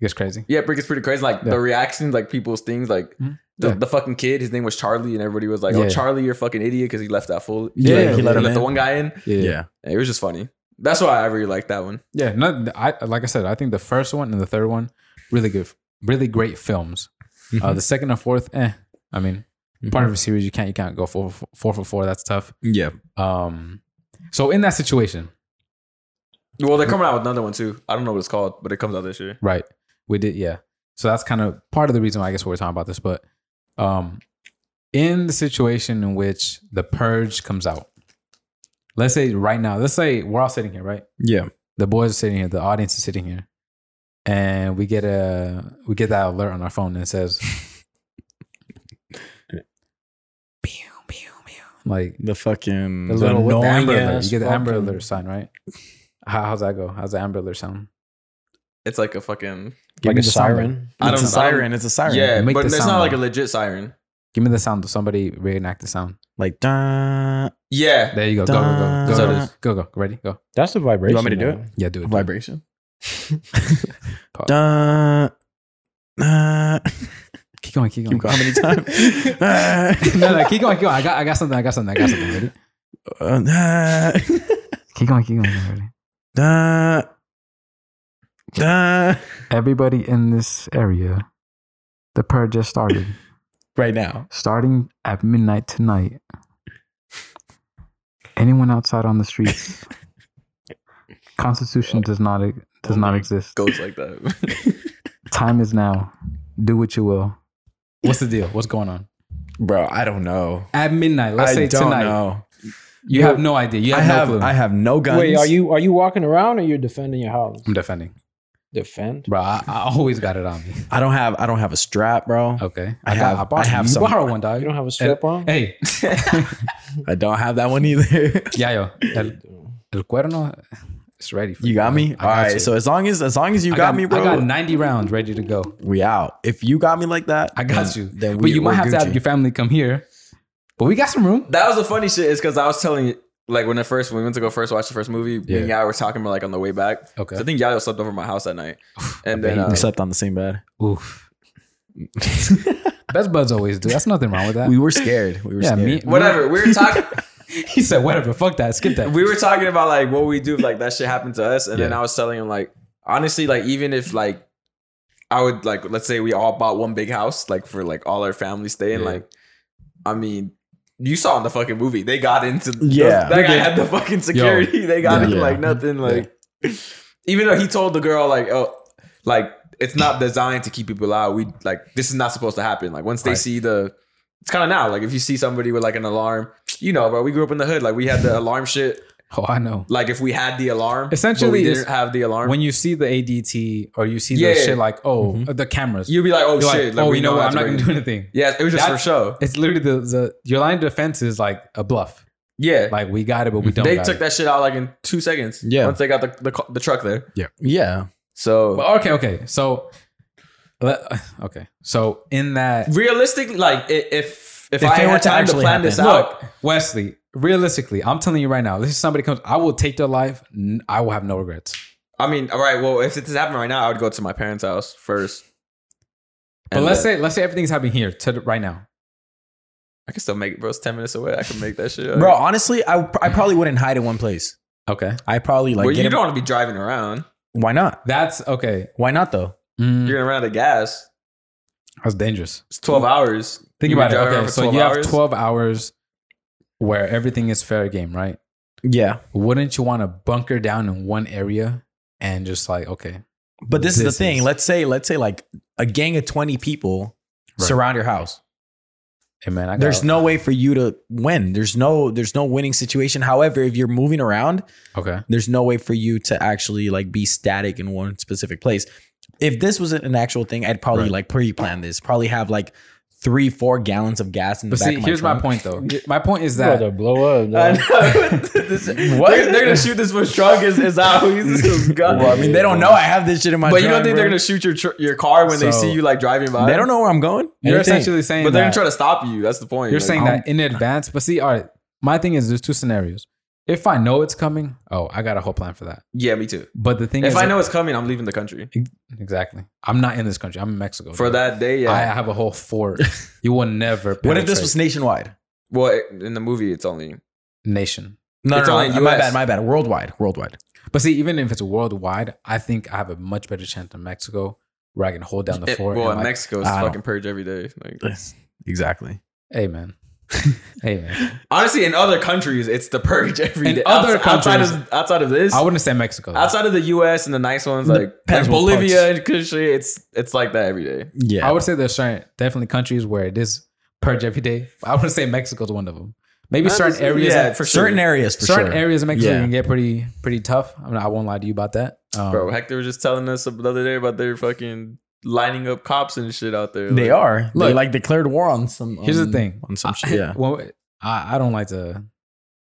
Speaker 2: It's crazy.
Speaker 4: yeah, it's pretty crazy. Like
Speaker 2: Yeah.
Speaker 4: the reactions, like people's things, like.
Speaker 2: Mhm.
Speaker 4: The,
Speaker 2: Yeah.
Speaker 4: the fucking kid, his name was Charlie, and everybody was like, "Oh,
Speaker 2: Yeah.
Speaker 4: Charlie, you're a fucking idiot," because he left that fool.
Speaker 2: Yeah,
Speaker 4: Like,
Speaker 2: he
Speaker 4: he
Speaker 2: let
Speaker 4: let,
Speaker 1: him
Speaker 4: the
Speaker 1: in.
Speaker 4: one guy in.
Speaker 2: Yeah, yeah.
Speaker 1: Yeah.
Speaker 4: It was just funny. That's why I really liked that one.
Speaker 2: yeah no, I like I said, I think the first one and the third one really good, really great films.
Speaker 4: Mm-hmm.
Speaker 2: Uh, the second and fourth, eh? I mean, part of a series you can't you can't go four for four for four. That's tough.
Speaker 1: Yeah.
Speaker 2: Um, so in that situation,
Speaker 4: Well, they're coming out with another one too. I don't know what it's called, but it comes out this year.
Speaker 2: Right. We did, yeah. So that's kind of part of the reason why I guess we're talking about this, but um in the situation in which the purge comes out. Let's say right now, let's say we're all sitting here, right?
Speaker 1: Yeah.
Speaker 2: The boys are sitting here, the audience is sitting here. And we get a we get that alert on our phone and it says pew, pew, pew. Like
Speaker 1: The fucking
Speaker 2: the little what, the Amber
Speaker 1: annoying
Speaker 2: alert.
Speaker 1: ass
Speaker 2: You get the Amber
Speaker 1: fucking-
Speaker 2: alert sign, right? How, how's that go? How's the Amber alert sound?
Speaker 4: It's like a fucking
Speaker 2: Give
Speaker 3: like
Speaker 2: me
Speaker 3: a
Speaker 2: the sound.
Speaker 3: siren.
Speaker 4: I
Speaker 1: It's
Speaker 4: don't-
Speaker 1: a
Speaker 4: I don't-
Speaker 1: siren. It's a siren.
Speaker 4: yeah,
Speaker 2: Make
Speaker 4: but
Speaker 2: the
Speaker 4: it's
Speaker 2: sound
Speaker 4: not like a
Speaker 2: loud.
Speaker 4: legit siren.
Speaker 2: Give me the sound. Somebody reenact the sound.
Speaker 1: Like, da
Speaker 2: <laughs>
Speaker 4: Yeah,
Speaker 2: There you go. Go, go, go.
Speaker 1: Dun.
Speaker 2: Go, go, go, go. Ready? Go.
Speaker 3: That's the vibration.
Speaker 1: me to do
Speaker 3: though.
Speaker 2: Yeah, do
Speaker 1: <laughs>
Speaker 2: it.
Speaker 1: vibration.
Speaker 2: Pause.
Speaker 1: da <laughs> da.
Speaker 2: Keep going, keep going.
Speaker 1: Keep going. How
Speaker 2: <laughs>
Speaker 1: many <laughs> times? <laughs> Ah,
Speaker 2: no, no, keep going, keep going. I got, I got something. I got something. I got something. Ready?
Speaker 1: uh, da
Speaker 2: Keep going, keep going. Ready?
Speaker 1: <laughs> da da.
Speaker 2: Everybody in this area, the purge just started.
Speaker 1: Right now.
Speaker 2: Starting at midnight tonight. Anyone outside on the <laughs> streets, Constitution does not e, does not exist.
Speaker 4: goes like that. <laughs>
Speaker 2: Time is now. Do what you will. What's the deal? What's going on?
Speaker 1: Bro, I don't know.
Speaker 2: At midnight. Let's
Speaker 1: I
Speaker 2: say
Speaker 1: don't
Speaker 2: tonight.
Speaker 1: know.
Speaker 2: You have no idea. You have
Speaker 1: I
Speaker 2: no
Speaker 1: have
Speaker 2: clue.
Speaker 1: I have no guns.
Speaker 3: Wait, are you are you walking around or you're defending your house?
Speaker 2: I'm defending,
Speaker 3: Defend.
Speaker 2: bro. I, I always got it on me.
Speaker 1: I don't have I don't have a strap, bro.
Speaker 2: Okay,
Speaker 1: I have- I have
Speaker 2: you
Speaker 1: some-
Speaker 2: borrow one, dog.
Speaker 3: You don't have a strip on.
Speaker 2: hey,
Speaker 1: I don't have that one either. <laughs>
Speaker 2: yeah, yo, el,
Speaker 3: Dude.
Speaker 2: el cuerno is ready. For
Speaker 1: You got me?
Speaker 2: I
Speaker 1: All right.
Speaker 2: you.
Speaker 1: So as long as as long as you
Speaker 2: I
Speaker 1: got, me, bro,
Speaker 2: I got 90 rounds ready to go.
Speaker 1: we out. If you got me like that,
Speaker 2: I
Speaker 1: then-
Speaker 2: got you.
Speaker 1: Then we,
Speaker 2: but you might
Speaker 1: we're
Speaker 2: have to have
Speaker 1: Gucci.
Speaker 2: your family come here. But we got some room.
Speaker 4: that was the funny shit. Is because I was telling you, like when the first when we went to go first watch the first movie, yeah. me and
Speaker 2: Yeah.
Speaker 4: Yaya were talking about like on the way back.
Speaker 2: Okay.
Speaker 4: 'Cause I think Yaya slept over at my house that
Speaker 2: <sighs>
Speaker 4: night, and then
Speaker 2: bet
Speaker 4: uh,
Speaker 1: We slept on the same bed.
Speaker 2: Oof. <laughs> Best buds always do. That's nothing wrong with that.
Speaker 1: We were scared. We were
Speaker 2: yeah,
Speaker 1: scared.
Speaker 2: me.
Speaker 4: whatever we
Speaker 2: <laughs>
Speaker 4: were talking.
Speaker 2: he said whatever. Fuck that. Skip that.
Speaker 4: we were talking about like what we do if like that shit happened to us and then
Speaker 2: Yeah.
Speaker 4: i was telling him like honestly like even if like i would like let's say we all bought one big house like for like all our family stay and
Speaker 2: Yeah.
Speaker 4: like i mean you saw in the fucking movie they got into
Speaker 1: Yeah.
Speaker 4: that guy had the fucking security <laughs> they got
Speaker 1: Yeah.
Speaker 4: into
Speaker 1: Yeah.
Speaker 4: like nothing like <laughs> even though he told the girl like oh like it's not designed to keep people out we like this is not supposed to happen like once they
Speaker 2: Right.
Speaker 4: see the it's kind of now like if you see somebody with like an alarm you know bro we grew up in the hood like we
Speaker 2: <laughs>
Speaker 4: had the alarm shit
Speaker 2: oh, I know.
Speaker 4: like if we had the alarm
Speaker 2: Essentially,
Speaker 4: but we didn't
Speaker 2: it's-
Speaker 4: have the alarm
Speaker 2: When you see the ADT or you see
Speaker 4: Yeah.
Speaker 2: the shit like, oh,
Speaker 1: Mm-hmm.
Speaker 2: the cameras.
Speaker 4: you'd be like oh
Speaker 2: You're like,
Speaker 4: shit like,
Speaker 2: oh,
Speaker 4: we
Speaker 2: you know what?
Speaker 4: how
Speaker 2: I'm
Speaker 4: to
Speaker 2: not
Speaker 4: break
Speaker 2: gonna
Speaker 4: it."
Speaker 2: do anything.
Speaker 4: yeah it was just for
Speaker 2: That's-
Speaker 4: show
Speaker 2: It's literally the, the your line of defense is like a bluff.
Speaker 4: yeah
Speaker 2: Like we got it, but we don't.
Speaker 4: they
Speaker 2: got
Speaker 4: took
Speaker 2: it.
Speaker 4: that shit out like in two seconds
Speaker 1: Yeah.
Speaker 4: once they got the the, ca- the truck there
Speaker 1: Yeah.
Speaker 4: so
Speaker 2: Well, okay, okay. So, let- <sighs> okay. So in that,
Speaker 4: realistically like i- if if,
Speaker 1: If
Speaker 4: I
Speaker 1: they were
Speaker 4: had
Speaker 1: to
Speaker 4: time to
Speaker 1: actually
Speaker 4: plan this
Speaker 1: happen.
Speaker 4: out
Speaker 2: look, Wesley. Realistically, I'm telling you right now. This is somebody comes. I will take their life. n- I will have no regrets.
Speaker 4: I mean all right well if this happened right now I would go to my parents house first
Speaker 2: But
Speaker 4: And
Speaker 2: let's
Speaker 4: then-
Speaker 2: say let's say everything's happening here to the- right now.
Speaker 4: I can still make it bro it's 10 minutes away I can make that shit
Speaker 1: Bro, honestly, I I probably wouldn't hide in one place.
Speaker 2: Okay,
Speaker 1: I probably like
Speaker 4: well, you
Speaker 1: get
Speaker 4: don't
Speaker 1: a-
Speaker 4: want to be driving around
Speaker 2: Mm.
Speaker 1: why not?
Speaker 2: that's okay.
Speaker 1: Why not though?
Speaker 2: Mm,
Speaker 4: you're gonna run out of gas
Speaker 2: that's dangerous.
Speaker 4: it's 12 hours
Speaker 2: Think
Speaker 4: You
Speaker 2: about it.
Speaker 4: drive around
Speaker 2: Okay,
Speaker 4: for
Speaker 2: so
Speaker 4: 12
Speaker 2: you have
Speaker 4: hours?
Speaker 2: 12 hours where everything is fair game, right?
Speaker 1: Yeah.
Speaker 2: Wouldn't you want to bunker down in one area and just like okay,
Speaker 1: But this, is
Speaker 2: This
Speaker 1: the thing.
Speaker 2: is-
Speaker 1: Let's say, let's say like a gang of 20 people
Speaker 2: Right.
Speaker 1: surround your house.
Speaker 2: hey man, I got
Speaker 1: There's no way for you to win. There's no there's no winning situation. However, if you're moving around,
Speaker 2: okay.
Speaker 1: there's no way for you to actually like be static in one specific place. If this was an actual thing, I'd probably
Speaker 2: Right.
Speaker 1: like pre-plan this. Probably have like three, four gallons of gas in the
Speaker 2: But
Speaker 1: back
Speaker 2: see,
Speaker 1: of my
Speaker 2: here's my
Speaker 1: trunk.
Speaker 2: point though. My point is
Speaker 3: That,
Speaker 2: that
Speaker 3: to blow
Speaker 4: <laughs> <laughs>
Speaker 3: up.
Speaker 2: <laughs>
Speaker 4: I
Speaker 3: dog.
Speaker 4: know. This- They're, they're gonna shoot this for truck is, is out.
Speaker 2: <laughs>
Speaker 4: He's just gun.
Speaker 1: Well, I mean, they don't know I have this shit in my.
Speaker 4: but you don't
Speaker 1: trunk,
Speaker 4: think they're
Speaker 1: bro.
Speaker 4: gonna shoot your tr- your car when they
Speaker 2: So-
Speaker 4: see you like driving by?
Speaker 1: They don't know where I'm going.
Speaker 2: you're
Speaker 3: Anything.
Speaker 2: essentially saying
Speaker 4: But they're
Speaker 2: that,
Speaker 4: gonna try to stop you. That's the point.
Speaker 2: you're
Speaker 4: Like,
Speaker 2: saying
Speaker 4: I'm-
Speaker 2: that in advance. But see, all right, my thing is there's two scenarios. If I know it's coming, oh, I got a whole plan for that.
Speaker 4: Yeah, me too.
Speaker 2: But the thing
Speaker 4: If
Speaker 2: is,
Speaker 4: I know it's coming, I'm leaving the country
Speaker 2: exactly, I'm not in this country. I'm in Mexico Oh,
Speaker 4: for
Speaker 2: dude.
Speaker 4: that day. Yeah.
Speaker 2: I have a
Speaker 1: <laughs>
Speaker 2: whole fort. you will never.
Speaker 1: What if this
Speaker 2: penetrate.
Speaker 1: was nationwide?
Speaker 4: well, it- in the movie, it's only
Speaker 2: nation?
Speaker 1: No,
Speaker 4: It's
Speaker 1: no,
Speaker 4: only
Speaker 1: no, my
Speaker 4: US.
Speaker 1: bad, my bad. Worldwide, worldwide.
Speaker 2: But see, even if it's worldwide, I think I have a much better chance in Mexico where I can hold down the
Speaker 4: it-
Speaker 2: fort.
Speaker 4: well,
Speaker 2: and,
Speaker 4: in
Speaker 2: like,
Speaker 4: Mexico, it's
Speaker 1: I don't-
Speaker 4: fucking purge every day. Like
Speaker 1: Exactly. <laughs>
Speaker 2: hey man, hey man.
Speaker 4: honestly, in other countries, it's the purge <laughs> every day.
Speaker 2: In other
Speaker 4: Outs- outside,
Speaker 2: countries-
Speaker 4: of outside of this,
Speaker 2: I wouldn't say Mexico. though.
Speaker 4: outside of the U.S. and the nice ones
Speaker 1: The
Speaker 4: like, like
Speaker 1: actual
Speaker 4: Bolivia and country, it's it's like that every day.
Speaker 1: Yeah.
Speaker 2: I would say there's certain definitely countries where it is purge every day. I wouldn't say Mexico's one of them. Maybe certain
Speaker 4: Honestly,
Speaker 2: areas,
Speaker 4: yeah, for
Speaker 1: certain
Speaker 4: sure.
Speaker 1: areas for
Speaker 2: certain
Speaker 1: sure.
Speaker 2: areas in Mexico
Speaker 1: Yeah.
Speaker 2: can get pretty pretty tough. I, mean, I won't lie to you about that, um,
Speaker 4: Bro, Hector was just telling us the other day about their fucking lining up cops and shit out there.
Speaker 1: They
Speaker 4: Like,
Speaker 1: are. they
Speaker 2: Look.
Speaker 1: like declared war on some.
Speaker 2: Here's the
Speaker 1: on-
Speaker 2: thing.
Speaker 1: On some shit. Yeah.
Speaker 2: Well, I, I don't like to.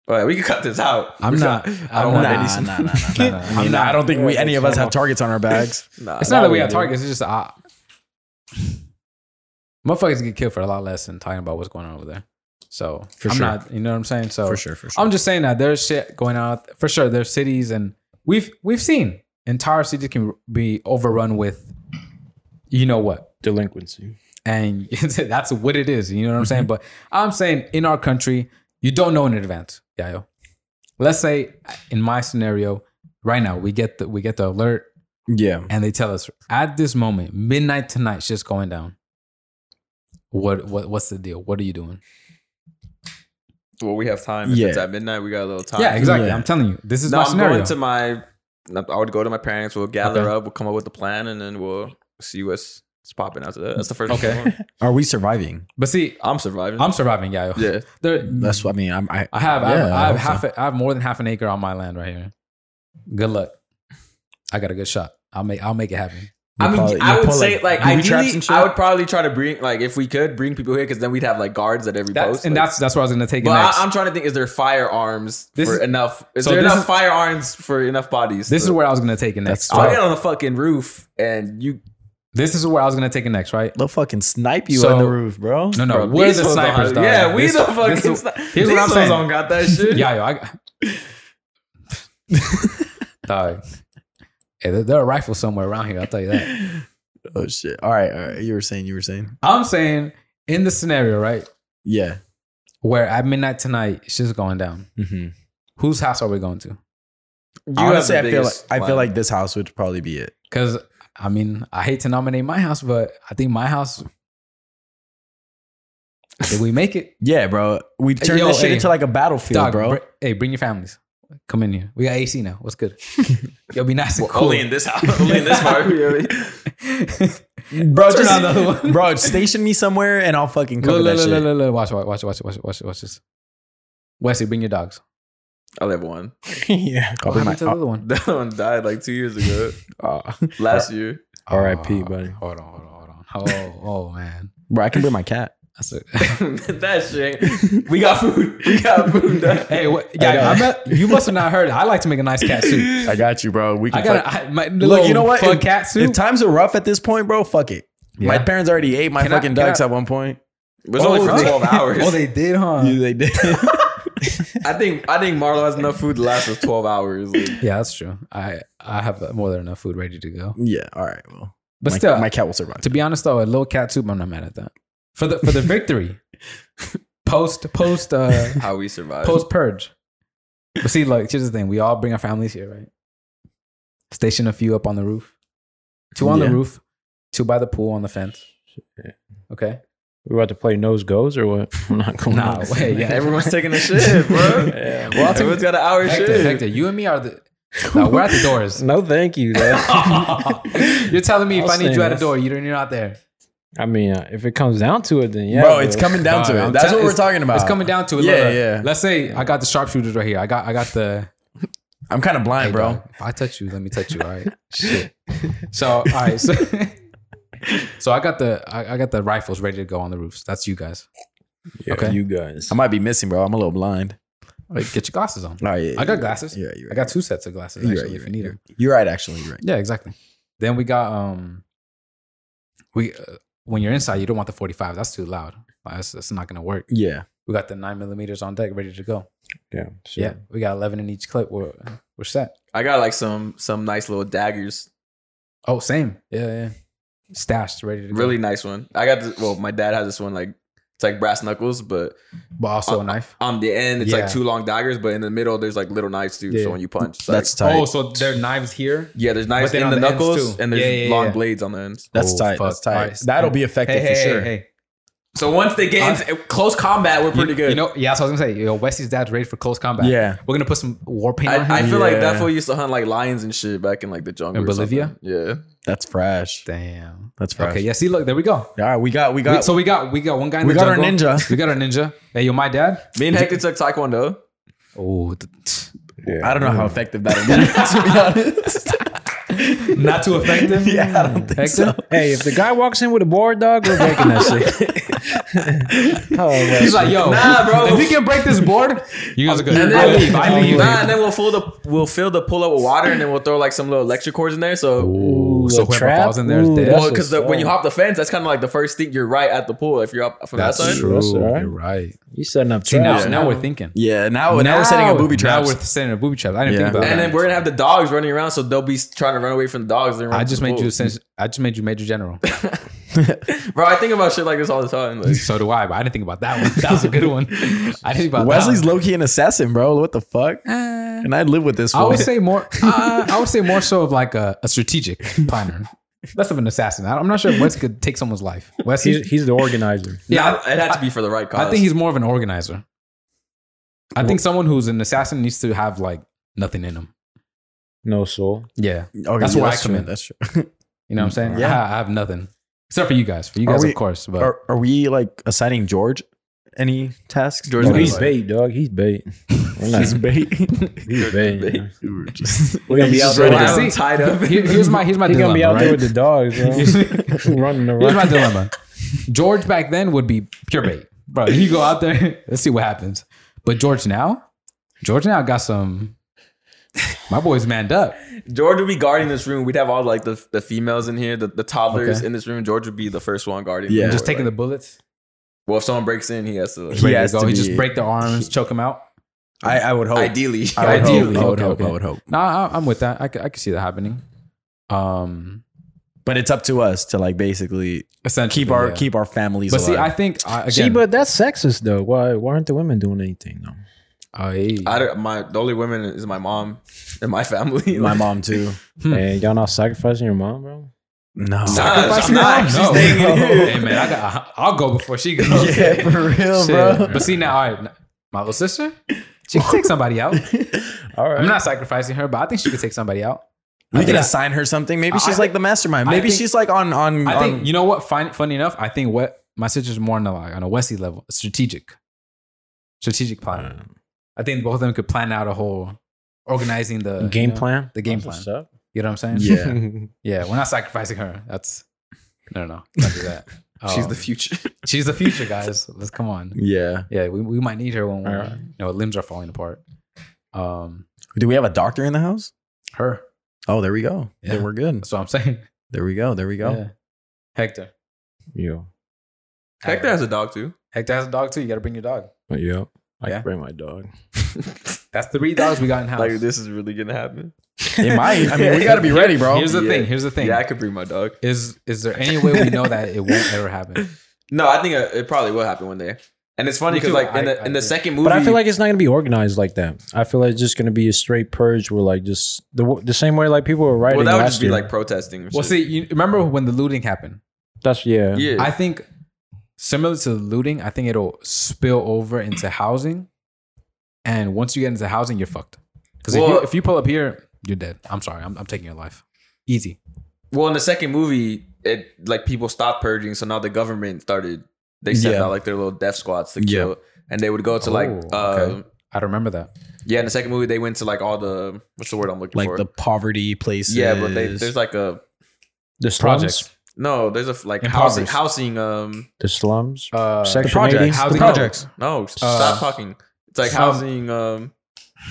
Speaker 4: All right, we can cut this out. <laughs>
Speaker 2: I'm not.
Speaker 4: I
Speaker 2: I'm
Speaker 4: don't want
Speaker 2: not-
Speaker 4: any.
Speaker 1: nah, nah, nah, nah,
Speaker 2: nah,
Speaker 1: nah.
Speaker 2: nah.
Speaker 1: I mean,
Speaker 2: I'm not-
Speaker 1: I don't think we
Speaker 3: Yeah,
Speaker 1: any of us have targets on our bags.
Speaker 4: Nah,
Speaker 2: It's not that we have
Speaker 4: do.
Speaker 2: targets. It's just uh, motherfuckers get killed for a lot less than talking about what's going on over there. So
Speaker 1: For
Speaker 2: I'm
Speaker 1: sure.
Speaker 2: not. You know what I'm saying? So
Speaker 1: Oh, for sure, for sure.
Speaker 2: I'm just saying that there's shit going on out- for sure. There's cities and we've we've seen entire cities can be overrun with, you know what?
Speaker 3: Delinquency.
Speaker 2: and <laughs> that's what it is. You know what I'm saying? But I'm saying in our country, you don't know in advance, Yayo. Let's say in my scenario, right now we get the we get the alert
Speaker 1: yeah.
Speaker 2: and they tell us at this moment, midnight tonight, shit's going down. What what what's the deal? What are you doing?
Speaker 4: Well, we have time. If
Speaker 1: Yeah.
Speaker 4: it's at midnight, we got a little time.
Speaker 2: Yeah, exactly.
Speaker 1: Yeah.
Speaker 2: I'm telling you, this is
Speaker 4: No,
Speaker 2: my
Speaker 4: I'm
Speaker 2: scenario.
Speaker 4: going to my. I would go to my parents. We'll gather
Speaker 2: Okay.
Speaker 4: up. We'll come up with a plan, and then we'll see what's it's popping after that. That's the first.
Speaker 2: Okay.
Speaker 4: one.
Speaker 1: Are we surviving?
Speaker 2: but see,
Speaker 4: I'm surviving.
Speaker 2: I'm surviving, Yayo.
Speaker 4: yeah.
Speaker 2: There-
Speaker 1: That's what I mean. I'm, I
Speaker 2: I have I
Speaker 1: Yeah,
Speaker 2: have,
Speaker 1: I
Speaker 2: I have
Speaker 1: hope so.
Speaker 2: half a, I have more than half an acre on my land right here. Good luck. I got a good shot. I'll make I'll make it happen.
Speaker 4: I mean,
Speaker 1: probably-
Speaker 4: I
Speaker 1: you'll
Speaker 4: would
Speaker 1: pull,
Speaker 4: say
Speaker 1: like,
Speaker 4: like
Speaker 1: booby traps
Speaker 4: ideally,
Speaker 1: and shit?
Speaker 4: I would probably try to bring like if we could bring people here because then we'd have like guards at every
Speaker 2: That's,
Speaker 4: post.
Speaker 2: and
Speaker 4: like-
Speaker 2: that's that's where I was gonna take it
Speaker 4: But
Speaker 2: next.
Speaker 4: I, am trying to think: is there firearms
Speaker 2: This
Speaker 4: for
Speaker 2: is-
Speaker 4: enough? Is
Speaker 2: so
Speaker 4: there
Speaker 2: this
Speaker 4: enough
Speaker 2: is-
Speaker 4: firearms for enough bodies?
Speaker 2: this is where I was gonna take it next.
Speaker 1: That's-
Speaker 4: I'll
Speaker 1: Bro.
Speaker 4: get on the fucking roof and you.
Speaker 2: this is where I was gonna take it next, right?
Speaker 1: they'll fucking snipe you
Speaker 2: So-
Speaker 1: on the roof, bro.
Speaker 2: No, no,
Speaker 4: Bro,
Speaker 2: we're
Speaker 4: these
Speaker 2: the
Speaker 4: fools don't
Speaker 2: snipers,
Speaker 4: have-
Speaker 2: dog.
Speaker 4: Yeah, we
Speaker 2: This-
Speaker 4: the
Speaker 2: this-
Speaker 4: fucking.
Speaker 2: Here's
Speaker 4: sni-
Speaker 2: what
Speaker 4: these
Speaker 2: I'm
Speaker 4: fools
Speaker 2: saying.
Speaker 4: Don't got that shit.
Speaker 2: yeah, yo, I got. <laughs> dog. Hey, there, there are rifles somewhere around here. I'll tell you that.
Speaker 1: <laughs> Oh shit. All right, all right. You were saying. You were saying.
Speaker 2: I'm saying in the scenario, right,
Speaker 1: Yeah.
Speaker 2: where at midnight tonight, shit's going down.
Speaker 1: Mm-hmm.
Speaker 2: Whose house are we going to?
Speaker 4: You have
Speaker 1: Honestly,
Speaker 4: the
Speaker 1: I feel like
Speaker 4: biggest
Speaker 1: I feel
Speaker 4: plan.
Speaker 1: like this house would probably be it.
Speaker 2: Because I mean, I hate to nominate my house, but I think my <laughs> house. Did we make it,
Speaker 1: Yeah, bro. We turned
Speaker 2: yo,
Speaker 1: this shit
Speaker 2: hey.
Speaker 1: into like a battlefield,
Speaker 2: dog,
Speaker 1: bro.
Speaker 2: br- hey, bring your families. Come in here. We got AC now. What's <laughs> good? It'll be nice and
Speaker 4: Well,
Speaker 2: cool.
Speaker 4: Only
Speaker 2: <laughs>
Speaker 4: in this house. <laughs> Only in this part. you know what I mean?
Speaker 1: Bro,
Speaker 2: Turn
Speaker 1: just-
Speaker 2: on
Speaker 1: <laughs>
Speaker 2: the other one.
Speaker 1: bro, station me somewhere and I'll fucking cover
Speaker 2: Look,
Speaker 1: that
Speaker 2: look,
Speaker 1: shit.
Speaker 2: look, look, look, watch, watch, watch, watch, watch, watch, watch this. Wesley, bring your dogs.
Speaker 4: I live one. <laughs>
Speaker 1: <laughs>
Speaker 3: yeah.
Speaker 1: I'll
Speaker 2: What
Speaker 1: bring my-
Speaker 2: happened to the other one?
Speaker 4: That one died like two years ago.
Speaker 2: Uh, <laughs>
Speaker 4: Last year.
Speaker 3: R.I.P.,
Speaker 2: Oh,
Speaker 3: buddy.
Speaker 2: Hold on, hold on, hold on. <laughs> Oh, oh man.
Speaker 1: <laughs> bro, I can bring my cat.
Speaker 2: That's a,
Speaker 4: that shit. We got food. We got food.
Speaker 2: <laughs> <laughs> hey, what,
Speaker 1: got-
Speaker 2: yeah, I bet you must have not heard. I like to make a nice cat suit.
Speaker 1: I got you, bro. We
Speaker 2: <laughs> I
Speaker 1: can
Speaker 2: got.
Speaker 1: fuck-
Speaker 2: I, my,
Speaker 1: Look, you know what?
Speaker 2: Fun
Speaker 1: If-
Speaker 2: cat
Speaker 1: If
Speaker 2: suit.
Speaker 1: times are rough at this point, bro, fuck it. My
Speaker 2: Yeah.
Speaker 1: parents already ate my
Speaker 2: Can I-
Speaker 1: fucking
Speaker 2: can
Speaker 1: ducks
Speaker 2: I-
Speaker 1: at one point.
Speaker 4: It was only for
Speaker 2: they- <laughs>
Speaker 4: twelve hours.
Speaker 2: Oh, they did, huh?
Speaker 1: Yeah, they
Speaker 2: <laughs>
Speaker 1: did.
Speaker 4: <laughs> I think I think Marlo has enough food to last us twelve hours. Like,
Speaker 2: Yeah, that's true. I I have more than enough food ready to go.
Speaker 1: yeah. All right. Well,
Speaker 2: But
Speaker 1: my,
Speaker 2: still,
Speaker 1: my cat will survive.
Speaker 2: to be honest though, a little cat soup, I'm not mad at that. For the for
Speaker 1: <laughs>
Speaker 2: the victory, post post uh
Speaker 4: how we survive.
Speaker 2: post purge. But see, like here's the thing: we all bring our families here, right? Station a few up on the roof, two on
Speaker 1: Yeah.
Speaker 2: the roof, two by the pool on the fence. Okay,
Speaker 3: We about to play nose goes or what? <laughs> I'm not going
Speaker 1: <laughs>
Speaker 2: Nah,
Speaker 3: <laughs> out.
Speaker 2: wait, yeah.
Speaker 4: <laughs> Everyone's taking a shit, bro.
Speaker 3: Yeah.
Speaker 2: <laughs> Well, I'll take-
Speaker 4: Everyone's got an hour
Speaker 2: Hector,
Speaker 4: shit.
Speaker 2: Hector, you and me are the. No, we're at the
Speaker 1: <laughs>
Speaker 2: doors.
Speaker 3: No, thank you. dog.
Speaker 2: <laughs> You're telling me if
Speaker 3: I'll
Speaker 2: I need
Speaker 3: say
Speaker 2: you at a
Speaker 3: yes.
Speaker 2: door, you don't, you're not there.
Speaker 3: <laughs> I mean, uh, if it comes down to it, then yeah.
Speaker 1: bro,
Speaker 3: but-
Speaker 1: it's coming down to
Speaker 2: Dog,
Speaker 1: it.
Speaker 2: I'm
Speaker 1: That's
Speaker 2: tell-
Speaker 1: what we're
Speaker 2: it's-
Speaker 1: talking about.
Speaker 2: It's coming down to it.
Speaker 1: Yeah,
Speaker 2: Look, look.
Speaker 1: yeah.
Speaker 2: Let's say I got the sharpshooters right here. I got I got the
Speaker 1: I'm kind of blind,
Speaker 2: Hey,
Speaker 1: bro. <laughs>
Speaker 2: dog, If I touch you, let me touch you. All right. Shit. So all right. So <laughs> So I got the I, I got the rifles ready to go on the roofs. That's you guys. Okay.
Speaker 3: You guys.
Speaker 1: I might be missing, bro. I'm a little blind.
Speaker 2: Like, get your glasses on.
Speaker 1: Oh, yeah,
Speaker 2: I got glasses.
Speaker 1: Yeah, you're
Speaker 2: I
Speaker 1: right.
Speaker 2: got two sets of glasses
Speaker 1: You're
Speaker 2: actually
Speaker 1: right, you're
Speaker 2: if you
Speaker 1: right,
Speaker 2: need
Speaker 1: you're
Speaker 2: them.
Speaker 1: right. You're right. Actually, you're right.
Speaker 2: Yeah, exactly. Then we got um, we uh, when you're inside, you don't want the 45. That's too loud. Like, That's, that's not gonna work.
Speaker 1: Yeah.
Speaker 2: We got the nine millimeters on deck, ready to go.
Speaker 3: Yeah. Sure.
Speaker 2: Yeah, we got 11 in each clip. We're we're set.
Speaker 4: I got like some some nice little daggers.
Speaker 2: Oh, same. Yeah, yeah. Stashed, ready to go.
Speaker 4: Really nice one. I got this. Well, my dad has this one like it's like brass knuckles, but
Speaker 2: but also a knife.
Speaker 4: on the end it's
Speaker 2: Yeah.
Speaker 4: like two long daggers, but in the middle there's like little knives too.
Speaker 2: Yeah.
Speaker 4: So when you punch, it's
Speaker 1: That's
Speaker 4: like,
Speaker 1: tight.
Speaker 2: Oh, so there are knives here.
Speaker 4: yeah, there's knives
Speaker 2: then
Speaker 4: in
Speaker 2: on
Speaker 4: the,
Speaker 2: the ends,
Speaker 4: knuckles
Speaker 2: too.
Speaker 4: and there's
Speaker 2: Yeah, yeah,
Speaker 4: long
Speaker 2: yeah.
Speaker 4: blades on the ends.
Speaker 1: that's
Speaker 2: Oh,
Speaker 1: tight.
Speaker 2: fuck.
Speaker 1: That's tight.
Speaker 2: All right.
Speaker 1: That'll be effective for sure.
Speaker 4: So once they get into close combat, we're pretty
Speaker 2: Uh, you,
Speaker 4: good.
Speaker 2: You know, yeah, so I was gonna say, yo, Wesley's dad's ready for close combat.
Speaker 1: Yeah.
Speaker 2: We're gonna put some war paint on him.
Speaker 4: I, I feel like that
Speaker 1: Yeah.
Speaker 4: fool used to hunt like lions and shit back in like the jungle
Speaker 2: In
Speaker 4: or something.
Speaker 2: Bolivia?
Speaker 4: Yeah,
Speaker 1: That's fresh.
Speaker 2: Damn.
Speaker 1: That's fresh.
Speaker 2: Okay, yeah, see, look, there we go.
Speaker 1: All right, we got we
Speaker 2: We-
Speaker 1: got
Speaker 2: so we got we got one guy in
Speaker 1: We
Speaker 2: the
Speaker 1: got our
Speaker 2: jungle.
Speaker 1: ninja.
Speaker 2: We got our ninja. Hey, yo, my dad.
Speaker 4: me and Hector took taekwondo.
Speaker 2: Oh, th- tch.
Speaker 3: Yeah.
Speaker 1: I don't know how effective that'll be, to be <laughs>
Speaker 2: <laughs>
Speaker 1: honest.
Speaker 2: <laughs> not too effective.
Speaker 1: <laughs> yeah, I don't think
Speaker 2: Hector?
Speaker 1: so.
Speaker 3: Hey, if the guy walks in with a board dog, we're breaking that shit. oh, well.
Speaker 2: He's like, yo,
Speaker 4: Nah, bro.
Speaker 2: If we can break this board, you guys are good.
Speaker 4: And
Speaker 2: I
Speaker 4: then,
Speaker 2: leave. I leave.
Speaker 4: Nah, and then we'll fill the we'll fill the pull up with water, and then we'll throw like some little electric cords in there. So,
Speaker 2: Ooh, so
Speaker 3: a
Speaker 2: whoever
Speaker 3: trap?
Speaker 2: falls in there is
Speaker 3: Ooh,
Speaker 2: dead.
Speaker 3: that's
Speaker 4: well, because
Speaker 3: what's
Speaker 4: when you
Speaker 3: up.
Speaker 4: hop the fence, that's kind of like the first thing you're right at the pool if you're up from that side.
Speaker 3: true. That's all right.
Speaker 2: You're right.
Speaker 3: You setting up
Speaker 2: See, now,
Speaker 3: traps.
Speaker 2: now we're thinking.
Speaker 1: Yeah, now, now we're setting up booby traps.
Speaker 2: Now we're setting a booby trap. I didn't
Speaker 1: Yeah.
Speaker 2: think about
Speaker 4: And
Speaker 2: that.
Speaker 4: then we're gonna have the dogs running around, so they'll be trying to run away from the dogs. And run
Speaker 2: I
Speaker 4: to
Speaker 2: just
Speaker 4: the
Speaker 2: made you.
Speaker 4: pool.
Speaker 2: Sen- I just made you major general. <laughs>
Speaker 4: bro. I think about shit like this all the time. Like,
Speaker 2: so do I, but I didn't think about that one. That was a good one. I didn't think about
Speaker 1: Wesley's
Speaker 2: That
Speaker 1: low key an assassin, bro. What the fuck?
Speaker 2: one.
Speaker 1: And I live with this.
Speaker 2: I
Speaker 1: fool.
Speaker 2: would say more. Uh, I would say more so of like a, a strategic planner, less of an assassin. I- I'm not sure if Wes could take someone's life. Wes,
Speaker 3: He's, he's the organizer.
Speaker 2: yeah,
Speaker 4: nah, it had to be for the right cause.
Speaker 2: I think he's more of an organizer. I think someone who's an assassin needs to have like nothing in them.
Speaker 3: No soul.
Speaker 2: Yeah,
Speaker 1: Okay,
Speaker 2: that's
Speaker 1: yeah,
Speaker 2: where I
Speaker 1: true,
Speaker 2: come in.
Speaker 1: That's true.
Speaker 2: you know what I'm saying.
Speaker 1: Mm-hmm. Yeah.
Speaker 2: I, ha- I have nothing except for you guys. For you
Speaker 1: Are
Speaker 2: guys,
Speaker 1: we-
Speaker 2: of course. But
Speaker 1: Are, are we like assigning George any tasks?
Speaker 4: George
Speaker 3: No,
Speaker 4: There's
Speaker 3: he's
Speaker 2: <laughs>
Speaker 4: no-
Speaker 3: bait, dog. He's bait. We're not, he's bait. He's bait. man. We're gonna be out
Speaker 1: He's
Speaker 3: there.
Speaker 1: ready to-
Speaker 3: With,
Speaker 4: have
Speaker 2: See,
Speaker 4: him tied
Speaker 2: <laughs>
Speaker 4: up.
Speaker 2: here- here's my here's my
Speaker 3: he's
Speaker 2: dilemma.
Speaker 3: gonna be out
Speaker 2: right?
Speaker 3: there with the dogs, bro. <laughs> running
Speaker 2: Here's my
Speaker 3: around.
Speaker 2: dilemma. George back then would be pure bait, bro. You go out there, <laughs> let's see what happens. But George now, George now got some. My boy's manned up.
Speaker 4: <laughs> George would be guarding this room. We'd have all like the, the females in here, the, the toddlers
Speaker 2: Okay.
Speaker 4: in this room. George would be the first one guarding.
Speaker 1: Yeah.
Speaker 4: the
Speaker 2: Just
Speaker 4: door,
Speaker 2: taking the
Speaker 4: like-
Speaker 2: bullets.
Speaker 4: well, if someone breaks in, he has to.
Speaker 1: He
Speaker 2: Ready to
Speaker 1: has
Speaker 2: go.
Speaker 1: to
Speaker 2: He just
Speaker 1: be-
Speaker 2: break their arms, choke them out.
Speaker 1: <laughs> I, I would hope.
Speaker 4: Ideally,
Speaker 1: I would
Speaker 2: Ideally.
Speaker 1: hope. I would hope.
Speaker 2: Okay,
Speaker 1: I
Speaker 2: okay.
Speaker 1: would hope.
Speaker 2: Nah, I, I'm with that. I could, I could see that happening. Um,
Speaker 1: But it's up to us to like basically
Speaker 2: essentially,
Speaker 1: keep our
Speaker 2: yeah.
Speaker 1: keep our families.
Speaker 2: But see, I
Speaker 1: alive.
Speaker 2: think I, again,
Speaker 3: See, but that's sexist, though. Why? Why aren't the women doing anything, though?
Speaker 2: I,
Speaker 4: I don't, my the only women is my mom and my family.
Speaker 2: <laughs>
Speaker 1: my mom too.
Speaker 2: Hmm.
Speaker 3: Hey, y'all not sacrificing your mom, bro?
Speaker 1: <laughs> No,
Speaker 4: Nah,
Speaker 2: Sacrifice
Speaker 4: I'm not.
Speaker 2: now?
Speaker 4: She's
Speaker 2: No.
Speaker 4: staying in here.
Speaker 2: hey man, I got, I'll go before she goes.
Speaker 1: yeah, for real,
Speaker 2: Shit.
Speaker 1: bro.
Speaker 2: But see now, all right, my little sister, she can take somebody out.
Speaker 3: All right.
Speaker 2: I'm not sacrificing her, but I think she could take somebody out.
Speaker 1: We
Speaker 2: I
Speaker 1: can
Speaker 2: think-
Speaker 1: assign her something. Maybe
Speaker 2: I
Speaker 1: she's like the mastermind.
Speaker 2: I
Speaker 1: Maybe
Speaker 2: think-
Speaker 1: she's like on on.
Speaker 2: I think
Speaker 1: on-
Speaker 2: you know what? Fin- funny enough, I think what my sister's more on a, like, on a Wesley level, strategic, strategic
Speaker 3: Uh,
Speaker 2: planner. I think both of them could plan out a whole organizing the
Speaker 3: Game
Speaker 2: you know,
Speaker 3: plan.
Speaker 2: the game plan.
Speaker 3: What's up?
Speaker 2: You know what I'm saying?
Speaker 1: <laughs>
Speaker 2: <laughs>
Speaker 1: Yeah.
Speaker 2: yeah. We're not sacrificing her. That's no, no, no. Don't do that.
Speaker 4: She's
Speaker 2: Um,
Speaker 1: Oh.
Speaker 4: the future.
Speaker 2: She's the future, guys. Let's come on.
Speaker 1: yeah.
Speaker 2: Yeah, we, we might need her when we're,
Speaker 3: Alright.
Speaker 2: you know limbs are falling apart. Um,
Speaker 1: Do we have a doctor in the house?
Speaker 2: her.
Speaker 1: Oh, there we go.
Speaker 2: Yeah.
Speaker 1: There we're good.
Speaker 2: That's what I'm <laughs> saying.
Speaker 1: There we go. There we go.
Speaker 2: Yeah. Hector.
Speaker 3: <laughs> Yo.
Speaker 4: <laughs> Hector has a dog too.
Speaker 2: Hector has a dog too. You got to bring your dog.
Speaker 3: Yo. I
Speaker 2: Yeah.
Speaker 3: can bring my dog.
Speaker 2: That's three dogs we got in house.
Speaker 4: Like
Speaker 2: <laughs>
Speaker 4: this is really gonna happen.
Speaker 1: It might. I mean, we gotta be ready, bro.
Speaker 2: Here's the
Speaker 4: <laughs> Yeah.
Speaker 2: thing. Here's the thing.
Speaker 4: Yeah, I could bring my dog.
Speaker 2: Is is there any way we know that it won't ever
Speaker 4: <laughs>
Speaker 2: happen?
Speaker 4: No, I think uh, it, it probably will happen one day. And it's funny
Speaker 2: Me
Speaker 4: because
Speaker 2: too.
Speaker 4: like in
Speaker 2: I-
Speaker 4: the
Speaker 2: I
Speaker 4: in the
Speaker 2: agree.
Speaker 4: second movie,
Speaker 3: But I feel like it's not going to be organized like that. I feel like it's just going to be a straight purge where, like, just the, w- the same way like people were writing
Speaker 4: well, that would
Speaker 3: last
Speaker 4: just be
Speaker 3: year.
Speaker 4: like protesting. and
Speaker 2: Well,
Speaker 4: shit.
Speaker 2: see, you remember when the looting happened?
Speaker 3: That's yeah.
Speaker 4: yeah,
Speaker 2: I think similar to the looting, I think it'll spill over into housing, and once you get into housing, you're fucked. Because if, you,
Speaker 4: Well-
Speaker 2: if you pull up here, you're dead. I'm sorry, I'm, I'm taking your life. Easy.
Speaker 4: Well, in the second movie, it like people stopped purging, so now the government started. They sent
Speaker 1: Yeah.
Speaker 4: out like their little death squads to
Speaker 1: Yeah.
Speaker 4: kill, and they would go to like,
Speaker 2: Oh,
Speaker 4: uh,
Speaker 2: okay. I don't remember that.
Speaker 4: yeah. In the second movie, they went to like all the what's the word I'm looking
Speaker 1: Like
Speaker 4: for?
Speaker 1: the poverty places.
Speaker 4: yeah, but they, there's like a
Speaker 3: The
Speaker 2: Projects.
Speaker 3: slums.
Speaker 4: No, there's a f- like housing,
Speaker 3: Impoverished.
Speaker 4: housing. Um,
Speaker 3: The slums.
Speaker 2: Uh,
Speaker 4: the
Speaker 3: Section
Speaker 4: projects.
Speaker 3: 80?
Speaker 4: Housing
Speaker 3: The
Speaker 4: projects. No, stop talking. It's like
Speaker 2: some-
Speaker 4: housing. Um,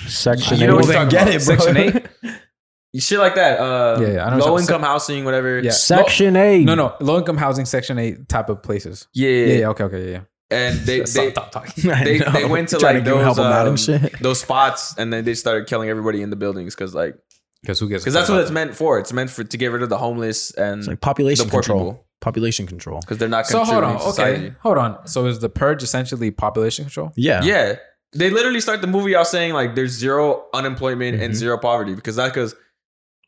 Speaker 3: Section
Speaker 4: You know what
Speaker 3: 80.
Speaker 4: we're talking
Speaker 1: Get
Speaker 4: about.
Speaker 1: it, bro.
Speaker 2: Section eight?
Speaker 4: shit like that. Uh,
Speaker 2: Yeah, yeah, I know what you're
Speaker 4: low
Speaker 2: talking
Speaker 4: income housing, whatever.
Speaker 2: Yeah.
Speaker 3: Section 8.
Speaker 2: No, no, low income housing, section eight type of places.
Speaker 4: yeah,
Speaker 2: Yeah, yeah, okay, okay, yeah.
Speaker 4: And they
Speaker 2: <laughs>
Speaker 4: they,
Speaker 2: stop, stop
Speaker 4: <laughs>
Speaker 2: talking.
Speaker 1: <laughs> I
Speaker 4: They-
Speaker 1: know.
Speaker 4: they went to,
Speaker 1: Trying
Speaker 4: like,
Speaker 1: give him
Speaker 4: those,
Speaker 1: help him out
Speaker 4: um,
Speaker 1: and shit.
Speaker 4: those spots, and then they started killing everybody in the buildings because like
Speaker 2: Because who gets?
Speaker 4: because that's what it's meant for. It's meant for to get rid of the homeless and
Speaker 1: It's like population
Speaker 4: the poor
Speaker 1: control.
Speaker 4: people
Speaker 1: Population control.
Speaker 4: because they're not
Speaker 2: So hold
Speaker 4: contributing
Speaker 2: on,
Speaker 4: to
Speaker 2: okay,
Speaker 4: society.
Speaker 2: hold on. So is the purge essentially population control?
Speaker 1: Yeah.
Speaker 4: Yeah. They literally start the movie out saying like there's zero unemployment and
Speaker 1: Mm-hmm.
Speaker 2: Mhm.
Speaker 4: zero poverty because that's because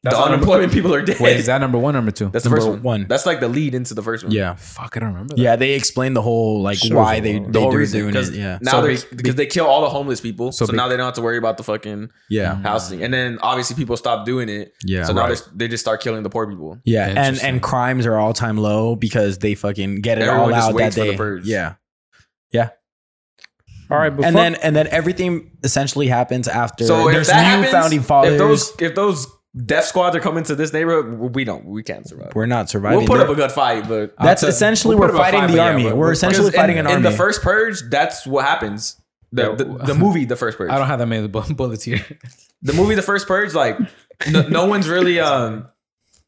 Speaker 2: That's
Speaker 4: the
Speaker 2: not-
Speaker 4: unemployment <laughs> people are dead.
Speaker 2: Wait, is that number one, number two?
Speaker 4: that's the first
Speaker 1: Number
Speaker 4: one.
Speaker 1: one.
Speaker 4: That's like the lead into the first one.
Speaker 1: Yeah.
Speaker 2: Fuck, I don't remember.
Speaker 1: Yeah. They explained the whole like
Speaker 3: Sure.
Speaker 1: why they,
Speaker 3: The
Speaker 1: they
Speaker 4: whole
Speaker 1: were
Speaker 4: reason,
Speaker 1: doing
Speaker 4: 'cause
Speaker 1: it. Yeah.
Speaker 4: Now
Speaker 2: So
Speaker 4: they
Speaker 2: be-
Speaker 4: because they kill all the homeless people,
Speaker 2: So
Speaker 4: so,
Speaker 2: be-
Speaker 4: now they don't have to worry about the fucking
Speaker 1: Yeah.
Speaker 4: housing. And then obviously people stop doing it,
Speaker 1: Ah. Yeah.
Speaker 4: so now
Speaker 2: right.
Speaker 4: they they just start killing the poor people.
Speaker 1: yeah. And
Speaker 2: Interesting.
Speaker 1: and crimes are all time low because they fucking get it all
Speaker 4: Everyone
Speaker 1: out
Speaker 4: just
Speaker 1: that
Speaker 4: waits for the
Speaker 1: day.
Speaker 4: purge.
Speaker 1: Yeah.
Speaker 3: All right, before,
Speaker 1: and then and then everything essentially happens after
Speaker 4: So if
Speaker 1: there's new
Speaker 4: that happens,
Speaker 1: founding fathers.
Speaker 4: if those if those death squads are coming to this neighborhood, we don't we can't survive.
Speaker 1: we're not surviving.
Speaker 4: We'll put
Speaker 1: there.
Speaker 4: up a good fight, but
Speaker 1: That's
Speaker 2: I'll tell-
Speaker 1: essentially
Speaker 2: we'll
Speaker 1: Uh, we're
Speaker 2: put up a
Speaker 1: fighting
Speaker 2: fight,
Speaker 1: the
Speaker 2: but yeah,
Speaker 1: army.
Speaker 2: we're-
Speaker 1: We're,
Speaker 2: we're-
Speaker 1: essentially
Speaker 4: 'Cause
Speaker 1: fighting
Speaker 4: in,
Speaker 1: an army.
Speaker 4: In the first purge, that's what happens. The,
Speaker 2: Yeah.
Speaker 4: the, the movie,
Speaker 1: <laughs>
Speaker 4: the first purge.
Speaker 2: I don't have that many bu- <laughs> bullets here.
Speaker 4: the movie, the first purge. Like no, no one's really. Um.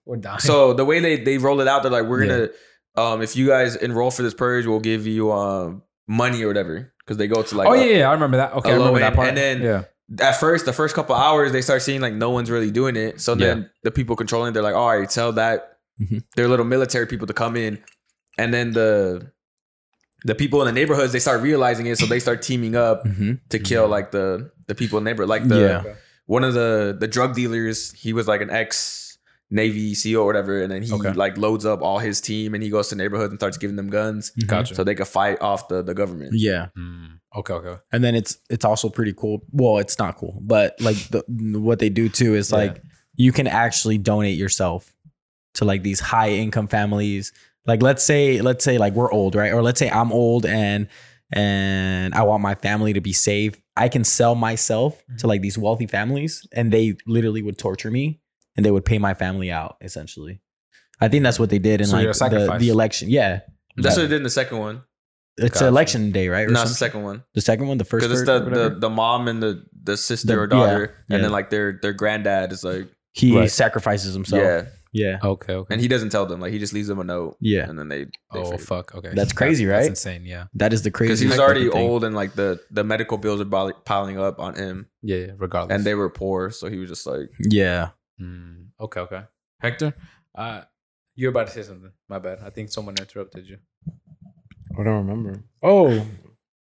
Speaker 2: We're dying.
Speaker 4: So the way they they roll it out, they're like, we're gonna. Um. If you guys enroll for this purge, we'll give you um money or whatever. Because they go to like.
Speaker 2: oh yeah, yeah, I remember that. Okay, I
Speaker 4: a low
Speaker 2: remember that
Speaker 4: end,
Speaker 2: part.
Speaker 4: and then-
Speaker 2: yeah,
Speaker 4: At first, the first couple hours, they start seeing like no one's really doing it. So then the people controlling, they're like, all right, tell that
Speaker 1: Mhm.
Speaker 4: their little military people to come in, and then the. The people in the neighborhoods they start realizing it, so they start teaming up
Speaker 1: Mhm. <laughs>
Speaker 4: to kill like the the people in neighbor like the
Speaker 1: Yeah.
Speaker 4: one of the the drug dealers he was like an ex navy seal or whatever and then he
Speaker 2: Okay.
Speaker 4: like loads up all his team and he goes to neighborhoods and starts giving them guns
Speaker 1: Mhm.
Speaker 2: gotcha.
Speaker 4: so they could fight off the the government
Speaker 1: Yeah,
Speaker 2: Mm, okay, okay.
Speaker 1: and then it's it's also pretty cool. Well, it's not cool, but like the, what they do too is
Speaker 2: Yeah.
Speaker 1: like you can actually donate yourself to like these high income families. Like let's say let's say like we're old, right? Or let's say I'm old and and I want my family to be safe. I can sell myself
Speaker 2: Mm-hmm.
Speaker 1: to like these wealthy families, and they literally would torture me, and they would pay my family out essentially. I think that's what they did in
Speaker 2: So you're
Speaker 1: like
Speaker 2: a
Speaker 1: the,
Speaker 2: sacrifice.
Speaker 1: the election. Yeah,
Speaker 4: that's what they did in the second one
Speaker 1: it's
Speaker 2: Gotcha.
Speaker 1: election day, right? Or
Speaker 4: not the
Speaker 1: some-
Speaker 4: second one
Speaker 1: The second one, the first.
Speaker 4: because it's the,
Speaker 1: third,
Speaker 4: the
Speaker 1: whatever.
Speaker 4: the mom and the the sister
Speaker 1: The-
Speaker 4: or daughter
Speaker 1: yeah.
Speaker 4: and then like their their granddad is like
Speaker 1: he
Speaker 2: Right.
Speaker 1: sacrifices himself. Yeah.
Speaker 4: yeah
Speaker 1: yeah,
Speaker 2: Okay, okay.
Speaker 4: and he doesn't tell them like he just leaves them a note
Speaker 1: yeah.
Speaker 4: and then they, they
Speaker 2: oh fuck, okay.
Speaker 1: That's crazy,
Speaker 2: That's
Speaker 1: right?
Speaker 2: insane. Yeah,
Speaker 1: That is the
Speaker 4: because
Speaker 1: crazy.
Speaker 4: he was already old and like the the medical bills are bol- piling up on him
Speaker 2: yeah. yeah regardless,
Speaker 4: and they were poor so he was just like
Speaker 1: Yeah,
Speaker 2: Mm, okay, okay. Hector, uh, you're about to say something. My bad. I think someone interrupted you.
Speaker 3: I don't remember. Oh,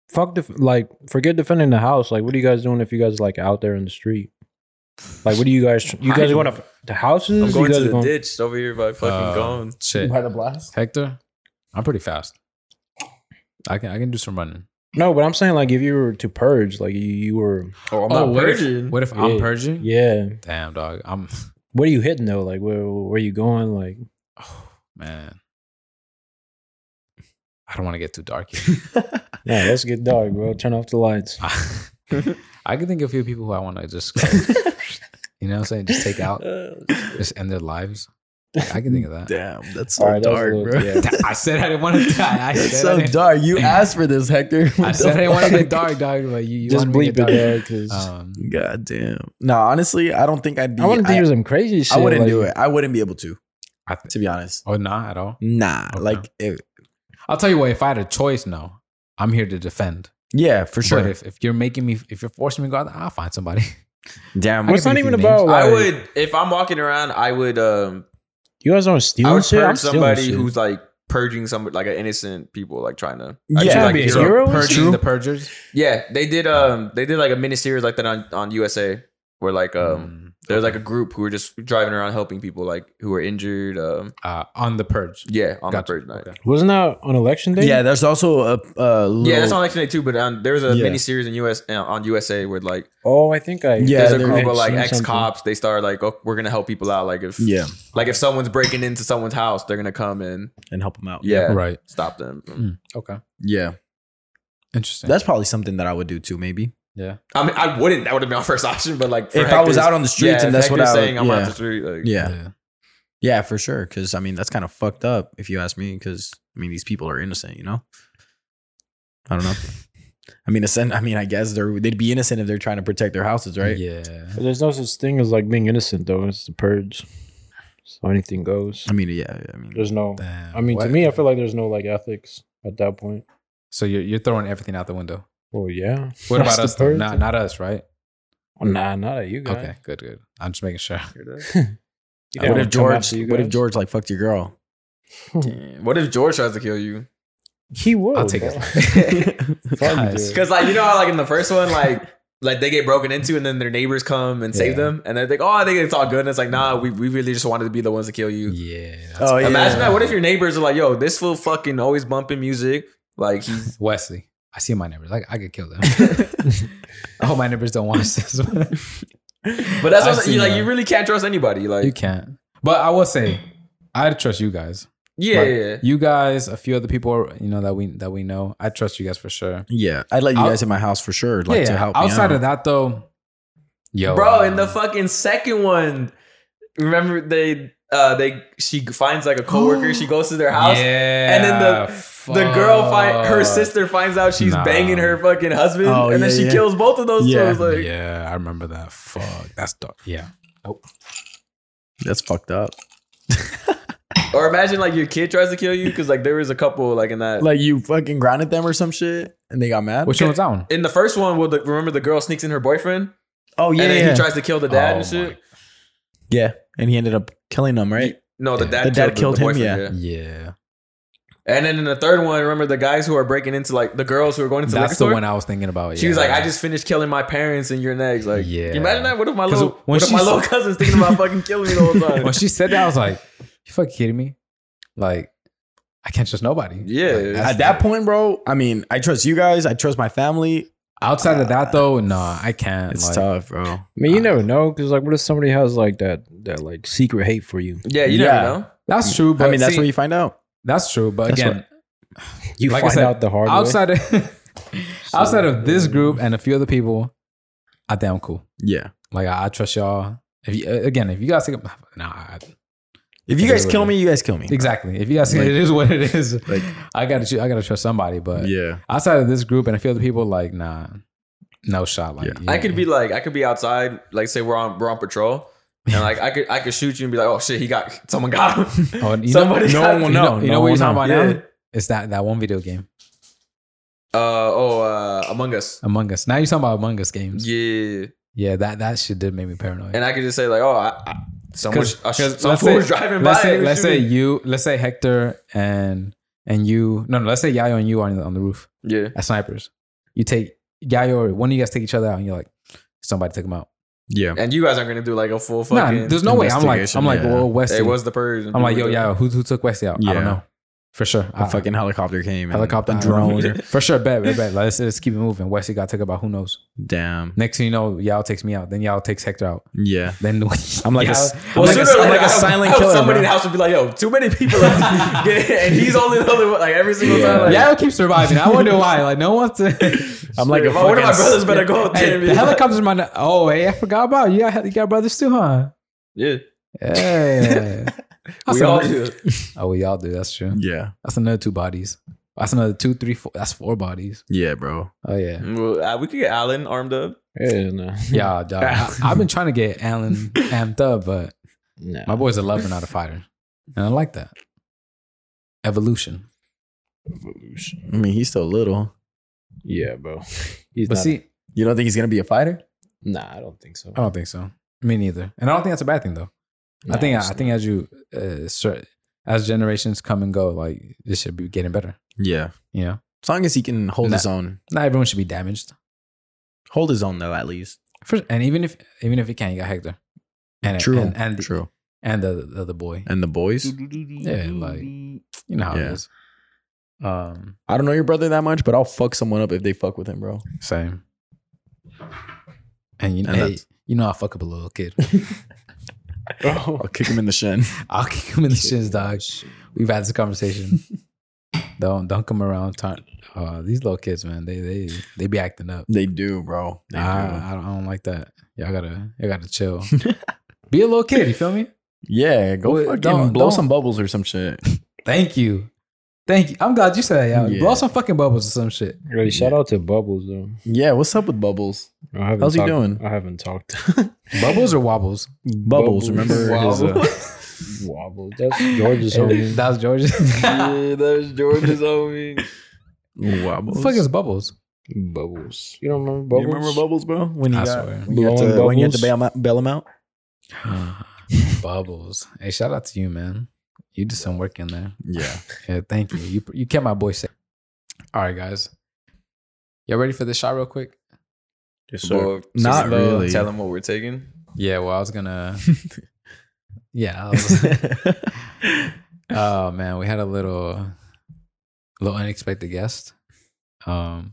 Speaker 3: fuck! Def- like, forget defending the house. Like, what are you guys doing if you guys like out there in the street? Like, what are you guys? You guys are going to the houses?
Speaker 4: I'm going
Speaker 3: you guys
Speaker 4: to
Speaker 3: are
Speaker 4: the
Speaker 3: going-
Speaker 4: ditch over here by fucking
Speaker 2: Uh,
Speaker 4: gone.
Speaker 2: Shit,
Speaker 1: <laughs> the blast.
Speaker 2: Hector, I'm pretty fast. I can I can do some running.
Speaker 3: No, but I'm saying like if you were to purge, like you, you were,
Speaker 4: Oh, I'm
Speaker 2: what if, what if I'm
Speaker 3: Yeah.
Speaker 2: purging?
Speaker 3: yeah.
Speaker 2: Damn, dog. I'm. <sighs>
Speaker 3: What are you hitting though? Like where where you going? Like
Speaker 2: Oh man. I don't want to get too dark. <laughs> Here.
Speaker 3: yeah, let's get dark, bro. Turn off the lights.
Speaker 2: I, I can think of a few people who I want to just, you know, what I'm saying, just take out, just end their lives. I can think of that.
Speaker 1: Damn, that's so
Speaker 3: All right, that was a
Speaker 1: dark,
Speaker 3: little-
Speaker 1: bro. <laughs>
Speaker 3: <laughs> yeah.
Speaker 2: <laughs> I said I didn't want to die. I
Speaker 1: That's
Speaker 2: said I
Speaker 1: so
Speaker 2: didn't-
Speaker 1: dark. You asked for this, Hector.
Speaker 2: <laughs> I
Speaker 1: <laughs> What the
Speaker 2: said I didn't want to
Speaker 1: fuck?
Speaker 2: get dark, dog. But you, you
Speaker 3: Just
Speaker 2: wanted me to
Speaker 3: bleep
Speaker 2: get
Speaker 3: it,
Speaker 2: dark.
Speaker 3: yeah, because
Speaker 2: Um,
Speaker 1: God damn. No, honestly, I don't think I'd be.
Speaker 3: I want to
Speaker 1: I,
Speaker 3: do some crazy shit.
Speaker 1: I wouldn't
Speaker 3: like-
Speaker 1: do it. I wouldn't be able to.
Speaker 2: I th-
Speaker 1: To be honest,
Speaker 2: or not at all.
Speaker 1: nah.
Speaker 2: Okay.
Speaker 1: Like, it,
Speaker 2: I'll tell you what. If I had a choice, no, I'm here to defend.
Speaker 1: yeah, for
Speaker 2: But
Speaker 1: sure.
Speaker 2: if, if you're making me, if you're forcing me to go out, I'll find somebody.
Speaker 1: Damn,
Speaker 2: I
Speaker 3: What's
Speaker 2: can
Speaker 3: not
Speaker 2: think of
Speaker 3: even
Speaker 2: names.
Speaker 3: about? Like,
Speaker 4: I would if I'm walking around, I would um
Speaker 3: You guys don't
Speaker 4: I
Speaker 3: steal
Speaker 4: would
Speaker 3: shit. I'm
Speaker 4: purge
Speaker 3: stealing
Speaker 4: somebody
Speaker 3: shit.
Speaker 4: who's like purging some like an innocent people like trying to
Speaker 1: Yeah,
Speaker 4: actually,
Speaker 1: Trying
Speaker 4: like,
Speaker 1: to be a hero.
Speaker 4: hero.
Speaker 2: Purging
Speaker 1: True.
Speaker 2: the purgers.
Speaker 4: yeah they did um they did like a mini series like that on on USA where
Speaker 1: Hmm,
Speaker 4: like um
Speaker 2: Mm,
Speaker 4: there's like a group who were just driving around helping people like who were injured um
Speaker 2: uh, on the purge.
Speaker 4: yeah on
Speaker 2: Gotcha.
Speaker 4: the purge night
Speaker 2: Okay.
Speaker 3: Wasn't that on election day?
Speaker 1: yeah, there's also a, a little,
Speaker 4: yeah that's on election day too but um, there was a
Speaker 1: Yeah.
Speaker 4: mini series in US uh, on USA where like
Speaker 3: Oh, I think I.
Speaker 1: Yeah,
Speaker 4: there's a
Speaker 1: there-
Speaker 4: group of
Speaker 3: I've
Speaker 4: like
Speaker 3: seen
Speaker 4: ex
Speaker 3: something.
Speaker 4: cops they start like oh, we're gonna help people out like if
Speaker 1: yeah,
Speaker 4: Like if someone's breaking into someone's house, they're gonna come and
Speaker 1: and help them out.
Speaker 4: yeah,
Speaker 2: Right.
Speaker 4: stop them.
Speaker 2: Mm, okay.
Speaker 1: yeah.
Speaker 2: Interesting.
Speaker 1: That's probably something that I would do too. Maybe
Speaker 2: yeah.
Speaker 4: I mean, I wouldn't. That would have been my <laughs> first option, but like for
Speaker 1: if I was
Speaker 4: Hector's-
Speaker 1: out on the streets
Speaker 4: yeah,
Speaker 1: and that's
Speaker 4: Hector's
Speaker 1: what I would.
Speaker 4: saying. I'm out
Speaker 1: yeah.
Speaker 4: the street. Like,
Speaker 1: yeah, Yeah, for sure. Because I mean, that's kind of fucked up if you ask me. Because I mean, these people are innocent. You know. I don't know. I mean, ascend, I mean, I guess they're they'd be innocent if they're trying to protect their houses, right?
Speaker 2: Yeah.
Speaker 3: But there's no such thing as like being innocent though. It's the purge, so anything goes.
Speaker 1: I mean, yeah. I mean,
Speaker 3: There's no.
Speaker 2: Damn.
Speaker 3: I mean,
Speaker 2: What-
Speaker 3: to me, I feel like there's no like ethics at that point.
Speaker 2: so you're you're throwing everything out the window.
Speaker 3: Well, yeah.
Speaker 2: What
Speaker 3: That's
Speaker 2: about
Speaker 3: the
Speaker 2: us? though?
Speaker 3: purge.
Speaker 2: Not not us, right?
Speaker 3: Oh, nah, not at you guys.
Speaker 2: Okay, good, good. I'm just making sure.
Speaker 1: <laughs>
Speaker 3: You
Speaker 1: what
Speaker 3: don't
Speaker 1: if
Speaker 3: come
Speaker 1: George?
Speaker 3: after you
Speaker 1: What if
Speaker 3: guys.
Speaker 1: George like fucked your girl?
Speaker 4: Damn. What if George tries to kill you?
Speaker 3: He would.
Speaker 2: I'll take it.
Speaker 3: <laughs> Probably
Speaker 2: Guys.
Speaker 3: do.
Speaker 4: Because like you know how like in the first one like like they get broken into and then their neighbors come and save
Speaker 2: Yeah.
Speaker 4: them and they think oh I think it's all good and it's like nah we, we really just wanted to be the ones to kill you.
Speaker 2: Yeah. that's
Speaker 1: Oh, yeah.
Speaker 4: Imagine that. What if your neighbors are like yo this little fucking always bumping music like he's
Speaker 2: Wesley. I see my neighbors. Like I could kill them. I hope my neighbors don't watch this.
Speaker 1: <laughs>
Speaker 4: but that's what you like you really can't trust anybody like
Speaker 2: you can't. But I will say, I trust you guys.
Speaker 4: yeah
Speaker 2: Like,
Speaker 4: yeah.
Speaker 2: You guys, a few other people, you know that we that we know. I trust you guys for sure.
Speaker 1: Yeah, I'd let you
Speaker 2: Out-
Speaker 1: guys in my house for sure. Like
Speaker 2: yeah.
Speaker 1: to help.
Speaker 2: outside of that though, yo,
Speaker 4: bro
Speaker 2: um,
Speaker 4: in the fucking second one remember they uh they she finds like a coworker she goes to their house
Speaker 2: yeah,
Speaker 4: and then the girl find her
Speaker 2: fuck.
Speaker 4: sister finds out she's
Speaker 2: Nah.
Speaker 4: banging her fucking husband
Speaker 1: Oh,
Speaker 4: and then
Speaker 1: yeah,
Speaker 4: she
Speaker 1: yeah.
Speaker 4: kills both of those
Speaker 1: Yeah.
Speaker 4: two It's like
Speaker 2: yeah, I remember that. Fuck, that's dark. Yeah,
Speaker 1: that's fucked up.
Speaker 4: or imagine like your kid tries to kill you because like there was a couple like in that
Speaker 1: Uh, Like you fucking grounded them or some shit, and they got mad.
Speaker 2: which one was that one?
Speaker 4: in the first one will the, remember the girl sneaks in her boyfriend
Speaker 1: oh yeah,
Speaker 4: and then
Speaker 1: yeah.
Speaker 4: he tries to kill the dad
Speaker 2: Oh,
Speaker 4: and shit
Speaker 1: yeah, and he ended up killing them, right?
Speaker 4: no the
Speaker 2: Yeah.
Speaker 4: dad
Speaker 1: The dad
Speaker 4: killed,
Speaker 1: killed him,
Speaker 4: the, boyfriend,
Speaker 2: my- Yeah,
Speaker 4: and then in the third one remember the guys who are breaking into like the girls who are going into
Speaker 2: that's
Speaker 4: the
Speaker 2: the
Speaker 4: liquor store?
Speaker 2: one I was thinking about.
Speaker 4: She was
Speaker 2: yeah.
Speaker 4: like, I just <laughs> finished killing my parents and your next. Like,
Speaker 2: Yeah.
Speaker 4: you imagine that? What if my
Speaker 2: 'Cause
Speaker 4: little,
Speaker 2: when
Speaker 4: what if my
Speaker 2: she's-
Speaker 4: little cousin's thinking about fucking killing me the whole time?
Speaker 2: when she said that, I was like, you fucking kidding me? Like, I can't trust nobody.
Speaker 4: Yeah.
Speaker 2: Like, that's-
Speaker 1: At that point, bro. I mean, I trust you guys. I trust my family.
Speaker 2: outside of that though, nah, I can't.
Speaker 1: It's
Speaker 2: like,
Speaker 1: tough, bro.
Speaker 3: I mean, you never know, because like, what if somebody has like that that like secret hate for you?
Speaker 4: yeah, you
Speaker 1: Yeah.
Speaker 4: never know.
Speaker 2: That's true, but
Speaker 1: I mean, that's
Speaker 2: see,
Speaker 1: where you find out.
Speaker 2: that's true. But
Speaker 1: That's
Speaker 2: again,
Speaker 3: You
Speaker 2: Like I
Speaker 3: find
Speaker 2: said,
Speaker 3: out the hard way.
Speaker 2: outside of outside of this group and a few other people, I think I'm cool.
Speaker 1: Yeah.
Speaker 2: Like I, I trust y'all. If you, uh, again, if you guys think nah, I,
Speaker 1: If you
Speaker 2: Okay,
Speaker 1: guys
Speaker 2: wait,
Speaker 1: kill
Speaker 2: wait.
Speaker 1: me, you guys kill me.
Speaker 2: <laughs> exactly. If you guys think
Speaker 1: Like-
Speaker 2: it is what it is,
Speaker 1: <laughs> like-
Speaker 2: I gotta choo- I gotta trust somebody. But
Speaker 1: Yeah.
Speaker 2: outside of this group and a few other people, like nah, no shot. Like
Speaker 1: Yeah.
Speaker 2: you-
Speaker 4: I could be like, I could be outside, like say we're on we're on patrol, and like I could I could shoot you and be like, oh shit, he got someone got him.
Speaker 2: Oh, and <laughs> you
Speaker 4: Somebody
Speaker 2: know, no
Speaker 4: got- <laughs>
Speaker 2: one will
Speaker 1: you
Speaker 2: know.
Speaker 1: know-
Speaker 2: You
Speaker 1: no
Speaker 2: know what you're
Speaker 1: one
Speaker 2: talking
Speaker 1: will
Speaker 2: about
Speaker 4: know.
Speaker 2: now? It's that that one video game,
Speaker 4: Uh oh, uh, Among Us.
Speaker 2: Among Us. Now you're talking about Among Us games. Yeah,
Speaker 4: Yeah,
Speaker 2: that that shit did make me paranoid.
Speaker 4: and I could just say like, oh, I, I, someone,
Speaker 2: 'Cause-
Speaker 4: I sh-
Speaker 2: 'cause
Speaker 4: some
Speaker 2: let's
Speaker 4: fool
Speaker 2: say-
Speaker 4: was driving by.
Speaker 2: let's say
Speaker 4: and
Speaker 2: let's say
Speaker 4: shooting.
Speaker 2: you let's say Hector and and you no no let's say Yayo and you are on the, on the roof
Speaker 4: yeah,
Speaker 2: as snipers. You take Yayo or one of you guys take each other out and you're like somebody took him out.
Speaker 1: Yeah.
Speaker 4: and you guys aren't gonna do like a full
Speaker 2: Nah,
Speaker 4: fucking.
Speaker 2: there's no way. I'm like
Speaker 1: investigation,
Speaker 2: I'm like
Speaker 1: yeah.
Speaker 2: well Wesley.
Speaker 4: it was the purge. and
Speaker 2: I'm like yo
Speaker 4: people do it.
Speaker 2: Yayo who who took Wesley out? I
Speaker 1: Yeah.
Speaker 2: don't know for sure.
Speaker 1: A fucking helicopter came. and
Speaker 2: helicopter
Speaker 1: a drone.
Speaker 2: drone for sure. Bet bet bet. Let's let's keep it moving. Wesley got taken about who knows.
Speaker 1: Damn.
Speaker 2: Next thing you know, Yao takes me out. Then Yao takes Hector out.
Speaker 1: Yeah.
Speaker 2: Then <laughs>
Speaker 1: I'm like a
Speaker 2: Yao-
Speaker 1: s-
Speaker 2: I'm
Speaker 4: Well,
Speaker 2: like a
Speaker 4: sooner
Speaker 2: s-
Speaker 4: or
Speaker 1: I'm
Speaker 4: later,
Speaker 1: like a
Speaker 4: I hope-
Speaker 1: silent
Speaker 4: I hope
Speaker 1: killer,
Speaker 4: Somebody in the
Speaker 1: bro.
Speaker 4: house would be like, "Yo, too many people," <laughs> are- and he's only the only one. Like every single
Speaker 1: Yeah.
Speaker 4: time, like,
Speaker 2: Yao keeps surviving. I wonder why. Like no one wants
Speaker 4: <laughs>
Speaker 2: to.
Speaker 1: I'm like a
Speaker 4: "Bro, one of
Speaker 1: fucking
Speaker 4: my brothers better go out there.
Speaker 2: Hey,
Speaker 4: and be
Speaker 2: the
Speaker 4: like-
Speaker 2: helicopters might not. Oh, hey, I forgot about you. You got, you got brothers too, huh?
Speaker 4: Yeah,
Speaker 2: Yeah.
Speaker 4: we all do.
Speaker 2: Oh, we all do. That's true.
Speaker 1: Yeah.
Speaker 2: That's another two bodies. That's another two, three, four. That's four bodies.
Speaker 1: Yeah, bro.
Speaker 2: Oh yeah.
Speaker 4: <laughs> Well, uh, we could get Alan armed up.
Speaker 3: Yeah, no.
Speaker 1: <laughs>
Speaker 2: Yeah, dog. I, I've been trying to get Alan amped up, but
Speaker 3: Nah.
Speaker 2: my boy's a lover, not a fighter, and I like that. Evolution.
Speaker 3: Evolution.
Speaker 1: I mean, he's still little.
Speaker 3: Yeah, bro. <laughs> He's
Speaker 2: But
Speaker 3: not,
Speaker 2: see,
Speaker 1: You don't think he's gonna be a fighter?
Speaker 3: nah, I don't think so.
Speaker 2: I don't think so. Me neither. And I don't think that's a bad thing though. I
Speaker 3: Nah,
Speaker 2: think Oh, I,
Speaker 3: it's-
Speaker 2: think as you uh, cer- as generations come and go, like this should be getting better.
Speaker 1: Yeah.
Speaker 2: You know,
Speaker 1: As long as he can hold
Speaker 2: Nah.
Speaker 1: his own.
Speaker 2: not everyone should be damaged.
Speaker 1: Hold his own though, at least.
Speaker 2: For, and even if even if he can, you got Hector. And
Speaker 1: True.
Speaker 2: And, and,
Speaker 1: True.
Speaker 2: and the, the other boy.
Speaker 1: And the boys.
Speaker 2: Yeah, like you know how it
Speaker 1: Yeah.
Speaker 2: is. Um,
Speaker 1: I don't know your brother that much, but I'll fuck someone up if they fuck with him, bro.
Speaker 2: same. And you know,
Speaker 1: And
Speaker 2: hey,
Speaker 1: that's-
Speaker 2: you know I fuck up a little kid. <laughs>
Speaker 3: Bro.
Speaker 1: I'll kick him in the shin.
Speaker 2: I'll kick him in the shins, dog. We've had this conversation. <laughs> don't don't come around. Tar- uh, these little kids, man, they they they be acting up.
Speaker 1: They do, bro. They <laughs>
Speaker 2: I, I, don't, I don't like that. Y'all gotta y'all gotta chill. be a little kid. You feel me?
Speaker 5: Yeah, go
Speaker 2: Wait,
Speaker 5: fucking
Speaker 2: don't-
Speaker 5: blow
Speaker 2: don't.
Speaker 5: some bubbles or some shit.
Speaker 2: Thank you. Thank you. I'm glad you said that. Yeah.
Speaker 5: Yeah.
Speaker 2: Blow some fucking bubbles or some shit.
Speaker 3: Really, shout out to Bubbles though.
Speaker 5: Yeah, what's up with bubbles?
Speaker 3: I haven't
Speaker 5: How's he
Speaker 3: talked-
Speaker 5: doing?
Speaker 3: I haven't talked.
Speaker 2: Bubbles or wobbles?
Speaker 5: Bubbles, remember?
Speaker 3: <laughs>
Speaker 4: Wow.
Speaker 5: his, uh,
Speaker 3: Wobble. That's George's homie.
Speaker 2: That was
Speaker 1: <laughs>
Speaker 2: George.
Speaker 5: yeah, that was George's
Speaker 4: <laughs>
Speaker 5: homie.
Speaker 2: What
Speaker 5: Wobbles.
Speaker 2: the fuck is bubbles?
Speaker 3: Bubbles. You don't remember
Speaker 5: you
Speaker 3: Bubbles?
Speaker 5: remember Bubbles, bro? When you
Speaker 2: I
Speaker 5: got,
Speaker 2: swear.
Speaker 5: when you had
Speaker 3: Blowing
Speaker 5: to, when you had to
Speaker 3: bubbles?
Speaker 5: bail him out, bail him out?
Speaker 2: <laughs> bubbles. Hey, shout out to you, man. You did some work in there.
Speaker 5: Yeah.
Speaker 2: Yeah, thank you. You you kept my boy safe. All right, guys. Y'all ready for this shot real quick?
Speaker 3: Yes,
Speaker 4: Well, since
Speaker 1: Not
Speaker 4: they'll
Speaker 1: really.
Speaker 2: <laughs>
Speaker 4: Tell them what we're taking.
Speaker 2: Yeah, well, I was gonna. <laughs> yeah. I <laughs> was-
Speaker 5: <laughs>
Speaker 2: oh man, we had a little, little unexpected guest. Um,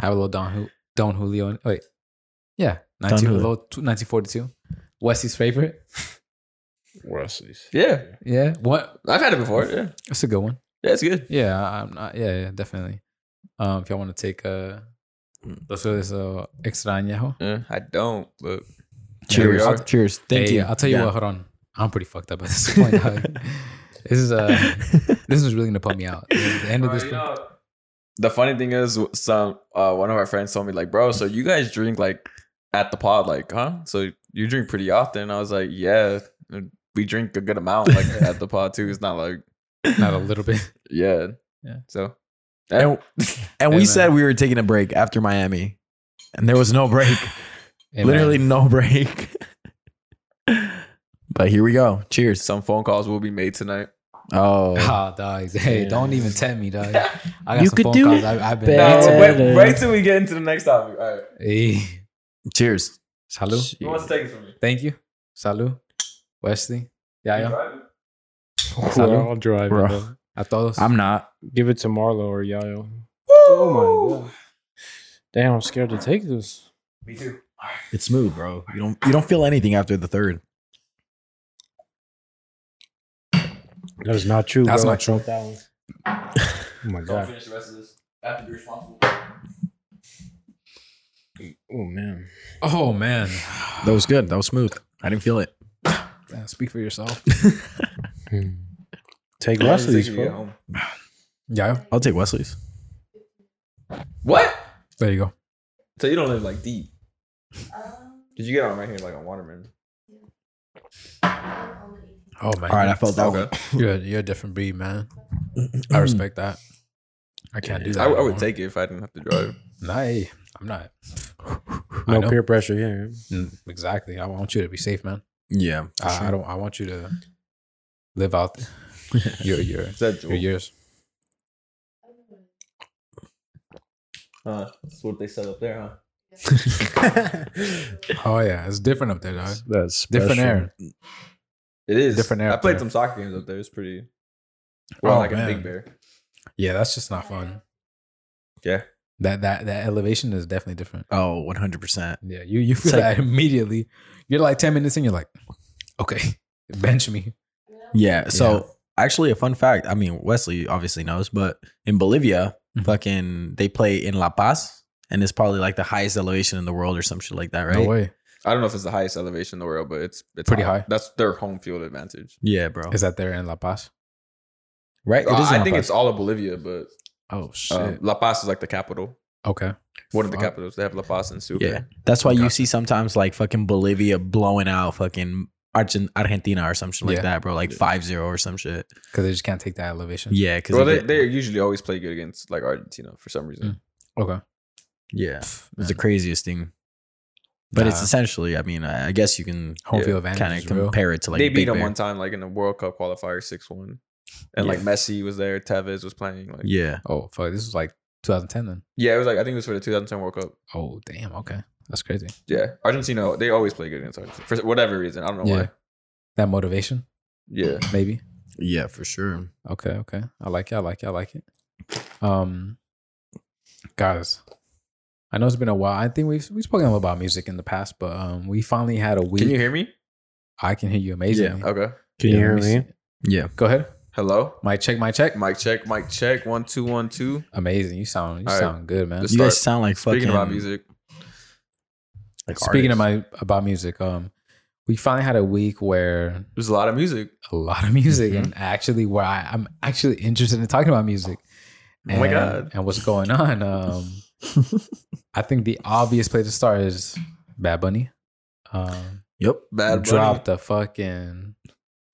Speaker 2: have a little Don Ju- Don Julio. Wait, yeah, 19,
Speaker 1: Julio.
Speaker 2: little tw- 1942. Wesley's favorite.
Speaker 3: Wesley's.
Speaker 4: Yeah,
Speaker 2: Yeah, what?
Speaker 4: I've had it before. Yeah,
Speaker 2: That's a good one.
Speaker 4: yeah, it's good.
Speaker 2: Yeah, I- I'm not. Yeah, yeah definitely. Um, if y'all want to take uh,
Speaker 1: Mm.
Speaker 2: los soles uh, extrañejo.
Speaker 4: Yeah, I don't, but Here we
Speaker 1: Cheers.
Speaker 4: are.
Speaker 1: Cheers. Thank
Speaker 2: Hey,
Speaker 1: you.
Speaker 2: I'll tell you
Speaker 5: <laughs>
Speaker 1: Yeah.
Speaker 2: what. Hold on. I'm pretty fucked up
Speaker 1: <laughs>
Speaker 2: at this point. dog. this is uh, this is really gonna put me out. The end of this.
Speaker 4: the funny thing is, some uh, one of our friends told me like, bro, so you guys drink like at the pod, like, huh? So you drink pretty often? I was like, yeah, we drink a good amount,
Speaker 2: <laughs>
Speaker 4: like at the pod too. It's not like,
Speaker 2: not a little
Speaker 1: <laughs>
Speaker 2: bit.
Speaker 4: yeah,
Speaker 2: Yeah.
Speaker 4: So
Speaker 1: And, and
Speaker 2: Hey,
Speaker 1: we
Speaker 2: man.
Speaker 1: said we were taking a break after Miami, and there was
Speaker 2: <laughs>
Speaker 1: no break.
Speaker 2: Hey, man.
Speaker 1: Literally no break. but here we go. Cheers.
Speaker 4: some phone calls will be made
Speaker 2: <laughs>
Speaker 4: tonight.
Speaker 1: Oh,
Speaker 2: <laughs> Ah, dogs. Hey,
Speaker 3: Yeah.
Speaker 2: don't even tempt me,
Speaker 1: <laughs>
Speaker 2: dog.
Speaker 4: <laughs>
Speaker 2: I got
Speaker 1: You
Speaker 2: some
Speaker 1: could
Speaker 2: phone
Speaker 1: do
Speaker 2: calls.
Speaker 1: it
Speaker 2: I, I've been.
Speaker 3: better.
Speaker 2: waiting.
Speaker 3: No, wait.
Speaker 4: wait, wait till we get into the next topic. All right,
Speaker 2: Hey.
Speaker 1: cheers.
Speaker 2: Salud.
Speaker 4: who wants to take it from me?
Speaker 2: Thank you. Salud. Wesley. Yaya.
Speaker 3: We're
Speaker 2: Salud.
Speaker 3: all driving.
Speaker 1: Bro.
Speaker 3: though.
Speaker 2: A todos.
Speaker 1: I'm not.
Speaker 3: Give it to Marlo or Yayo. Oh my god. Damn, I'm scared to take this.
Speaker 4: Me too.
Speaker 1: It's smooth, bro. You don't you don't feel anything after the third.
Speaker 3: That is not true.
Speaker 2: That's
Speaker 3: bro.
Speaker 2: not true.
Speaker 3: That one. Oh my god.
Speaker 4: finish the rest of this. I have to be responsible.
Speaker 3: Oh man.
Speaker 2: Oh man. <sighs>
Speaker 1: That was good. That was smooth. I didn't feel it.
Speaker 2: Man, Speak for yourself.
Speaker 3: Take Wesley's, bro.
Speaker 2: Yaya.
Speaker 1: I'll take Wesley's.
Speaker 4: What?
Speaker 2: There you go. Oh,
Speaker 4: So you don't live like deep. Did you get on right here like on Waterman?
Speaker 2: Oh man.
Speaker 1: All right, I felt that one.
Speaker 4: Okay.
Speaker 2: You're a, you're a different breed, man. I respect that. I can't do that.
Speaker 4: I, I would
Speaker 2: anymore.
Speaker 4: take it if I didn't have to drive.
Speaker 2: <clears throat> Nah, hey, I'm not. I
Speaker 3: No
Speaker 2: know.
Speaker 3: peer pressure here.
Speaker 2: Mm, Exactly. I want you to be safe, man.
Speaker 1: Yeah. for
Speaker 2: I, I
Speaker 1: sure.
Speaker 2: don't. I want you to live <laughs> out your your
Speaker 4: Is that Jewel?
Speaker 2: your years.
Speaker 4: Huh, that's what they set up there, huh?
Speaker 2: Oh yeah, it's different up there, dog.
Speaker 3: That's
Speaker 2: Different
Speaker 3: special.
Speaker 2: air.
Speaker 4: It is
Speaker 2: Different
Speaker 4: I
Speaker 2: era
Speaker 4: played
Speaker 2: there.
Speaker 4: some soccer games up there. It's pretty. Well,
Speaker 2: Oh,
Speaker 4: like
Speaker 2: man.
Speaker 4: a big bear.
Speaker 2: Yeah, that's just not fun.
Speaker 4: Yeah.
Speaker 2: That that that elevation is definitely different.
Speaker 1: Oh, 100%.
Speaker 2: Yeah, you you
Speaker 1: It's
Speaker 2: feel
Speaker 1: like-
Speaker 2: that <laughs> immediately. You're like ten minutes in, you're like, okay, <laughs> bench me.
Speaker 1: Yeah. So, actually, a fun fact I mean, Wesley obviously knows, but in Bolivia,
Speaker 2: Mhm.
Speaker 1: fucking, they play in La Paz, and it's probably like the highest elevation in the world or some shit like that, right?
Speaker 2: No way.
Speaker 4: I don't know if it's the highest elevation in the world, but it's it's
Speaker 2: Pretty high.
Speaker 4: That's their home field advantage.
Speaker 1: Yeah, bro.
Speaker 2: Is that there in La Paz?
Speaker 1: right?
Speaker 4: Uh,
Speaker 1: in
Speaker 4: I
Speaker 1: La
Speaker 4: think
Speaker 1: Paz.
Speaker 4: it's all of Bolivia, but
Speaker 2: Oh shit.
Speaker 4: um, La Paz is like the capital.
Speaker 2: okay.
Speaker 4: One of the
Speaker 2: Fuck.
Speaker 4: capitals. They have La Paz and Sucre.
Speaker 1: Yeah. That's why
Speaker 2: Okay.
Speaker 1: you see sometimes like fucking Bolivia blowing out fucking Argent- Argentina or some shit like
Speaker 2: Yeah.
Speaker 1: that, bro. Like 5 0 or some shit.
Speaker 2: Because they just can't take that elevation.
Speaker 1: Yeah. Cause
Speaker 4: Well,
Speaker 1: they
Speaker 4: they,
Speaker 1: get-
Speaker 4: they usually always play good against like Argentina for some reason.
Speaker 2: Okay.
Speaker 1: yeah. It's
Speaker 2: man.
Speaker 1: the craziest thing. But it's
Speaker 2: Nah.
Speaker 1: essentially, I mean, I I guess you can
Speaker 2: Home
Speaker 4: Yeah,
Speaker 2: field advantage
Speaker 1: kind
Speaker 2: kind
Speaker 1: of compare it to like
Speaker 4: they beat
Speaker 1: Big
Speaker 4: them
Speaker 1: Bear.
Speaker 4: one time, like in the World Cup qualifier, six one, and like
Speaker 1: Yeah.
Speaker 4: Messi was there, Tevez was playing. Like, yeah.
Speaker 1: Yeah.
Speaker 2: Oh fuck, this was like 2010 then.
Speaker 4: it was like I think it was for the 2010 World Cup.
Speaker 2: Oh damn. Okay, that's crazy.
Speaker 4: Yeah, Argentina, they always play good against Argentina for whatever reason. I don't know
Speaker 2: Yeah.
Speaker 4: why.
Speaker 2: That motivation,
Speaker 4: Yeah,
Speaker 2: maybe.
Speaker 1: Yeah, for sure.
Speaker 2: Okay, okay. I like it. I like it. I like it. Um, guys, I know it's been a while. I think we've we've spoken a little about music in the past, but um, we finally had a week.
Speaker 4: can you hear me?
Speaker 2: I can hear you amazing.
Speaker 4: Okay,
Speaker 3: Can you hear me?
Speaker 1: Yeah.
Speaker 2: Go ahead.
Speaker 4: hello,
Speaker 2: Mic check. Mic check.
Speaker 4: mic check, mic check, one two one two.
Speaker 2: Amazing. You sound. You
Speaker 4: All right.
Speaker 2: sound good, man.
Speaker 4: Let's
Speaker 1: You guys
Speaker 4: start.
Speaker 1: sound like
Speaker 4: Speaking
Speaker 1: fucking.
Speaker 4: about music,
Speaker 1: like
Speaker 2: Speaking of
Speaker 1: artists.
Speaker 2: my about music, um, we finally had a week where
Speaker 4: There's a lot of music.
Speaker 2: a lot of music
Speaker 4: Mm-hmm.
Speaker 2: and actually where I, I'm actually interested in talking about music.
Speaker 4: Oh my
Speaker 2: and-
Speaker 4: God.
Speaker 2: And what's going on.
Speaker 4: <laughs>
Speaker 2: Um I think the obvious place to start is Bad Bunny. Um
Speaker 1: Yep.
Speaker 4: Bad
Speaker 2: dropped the fucking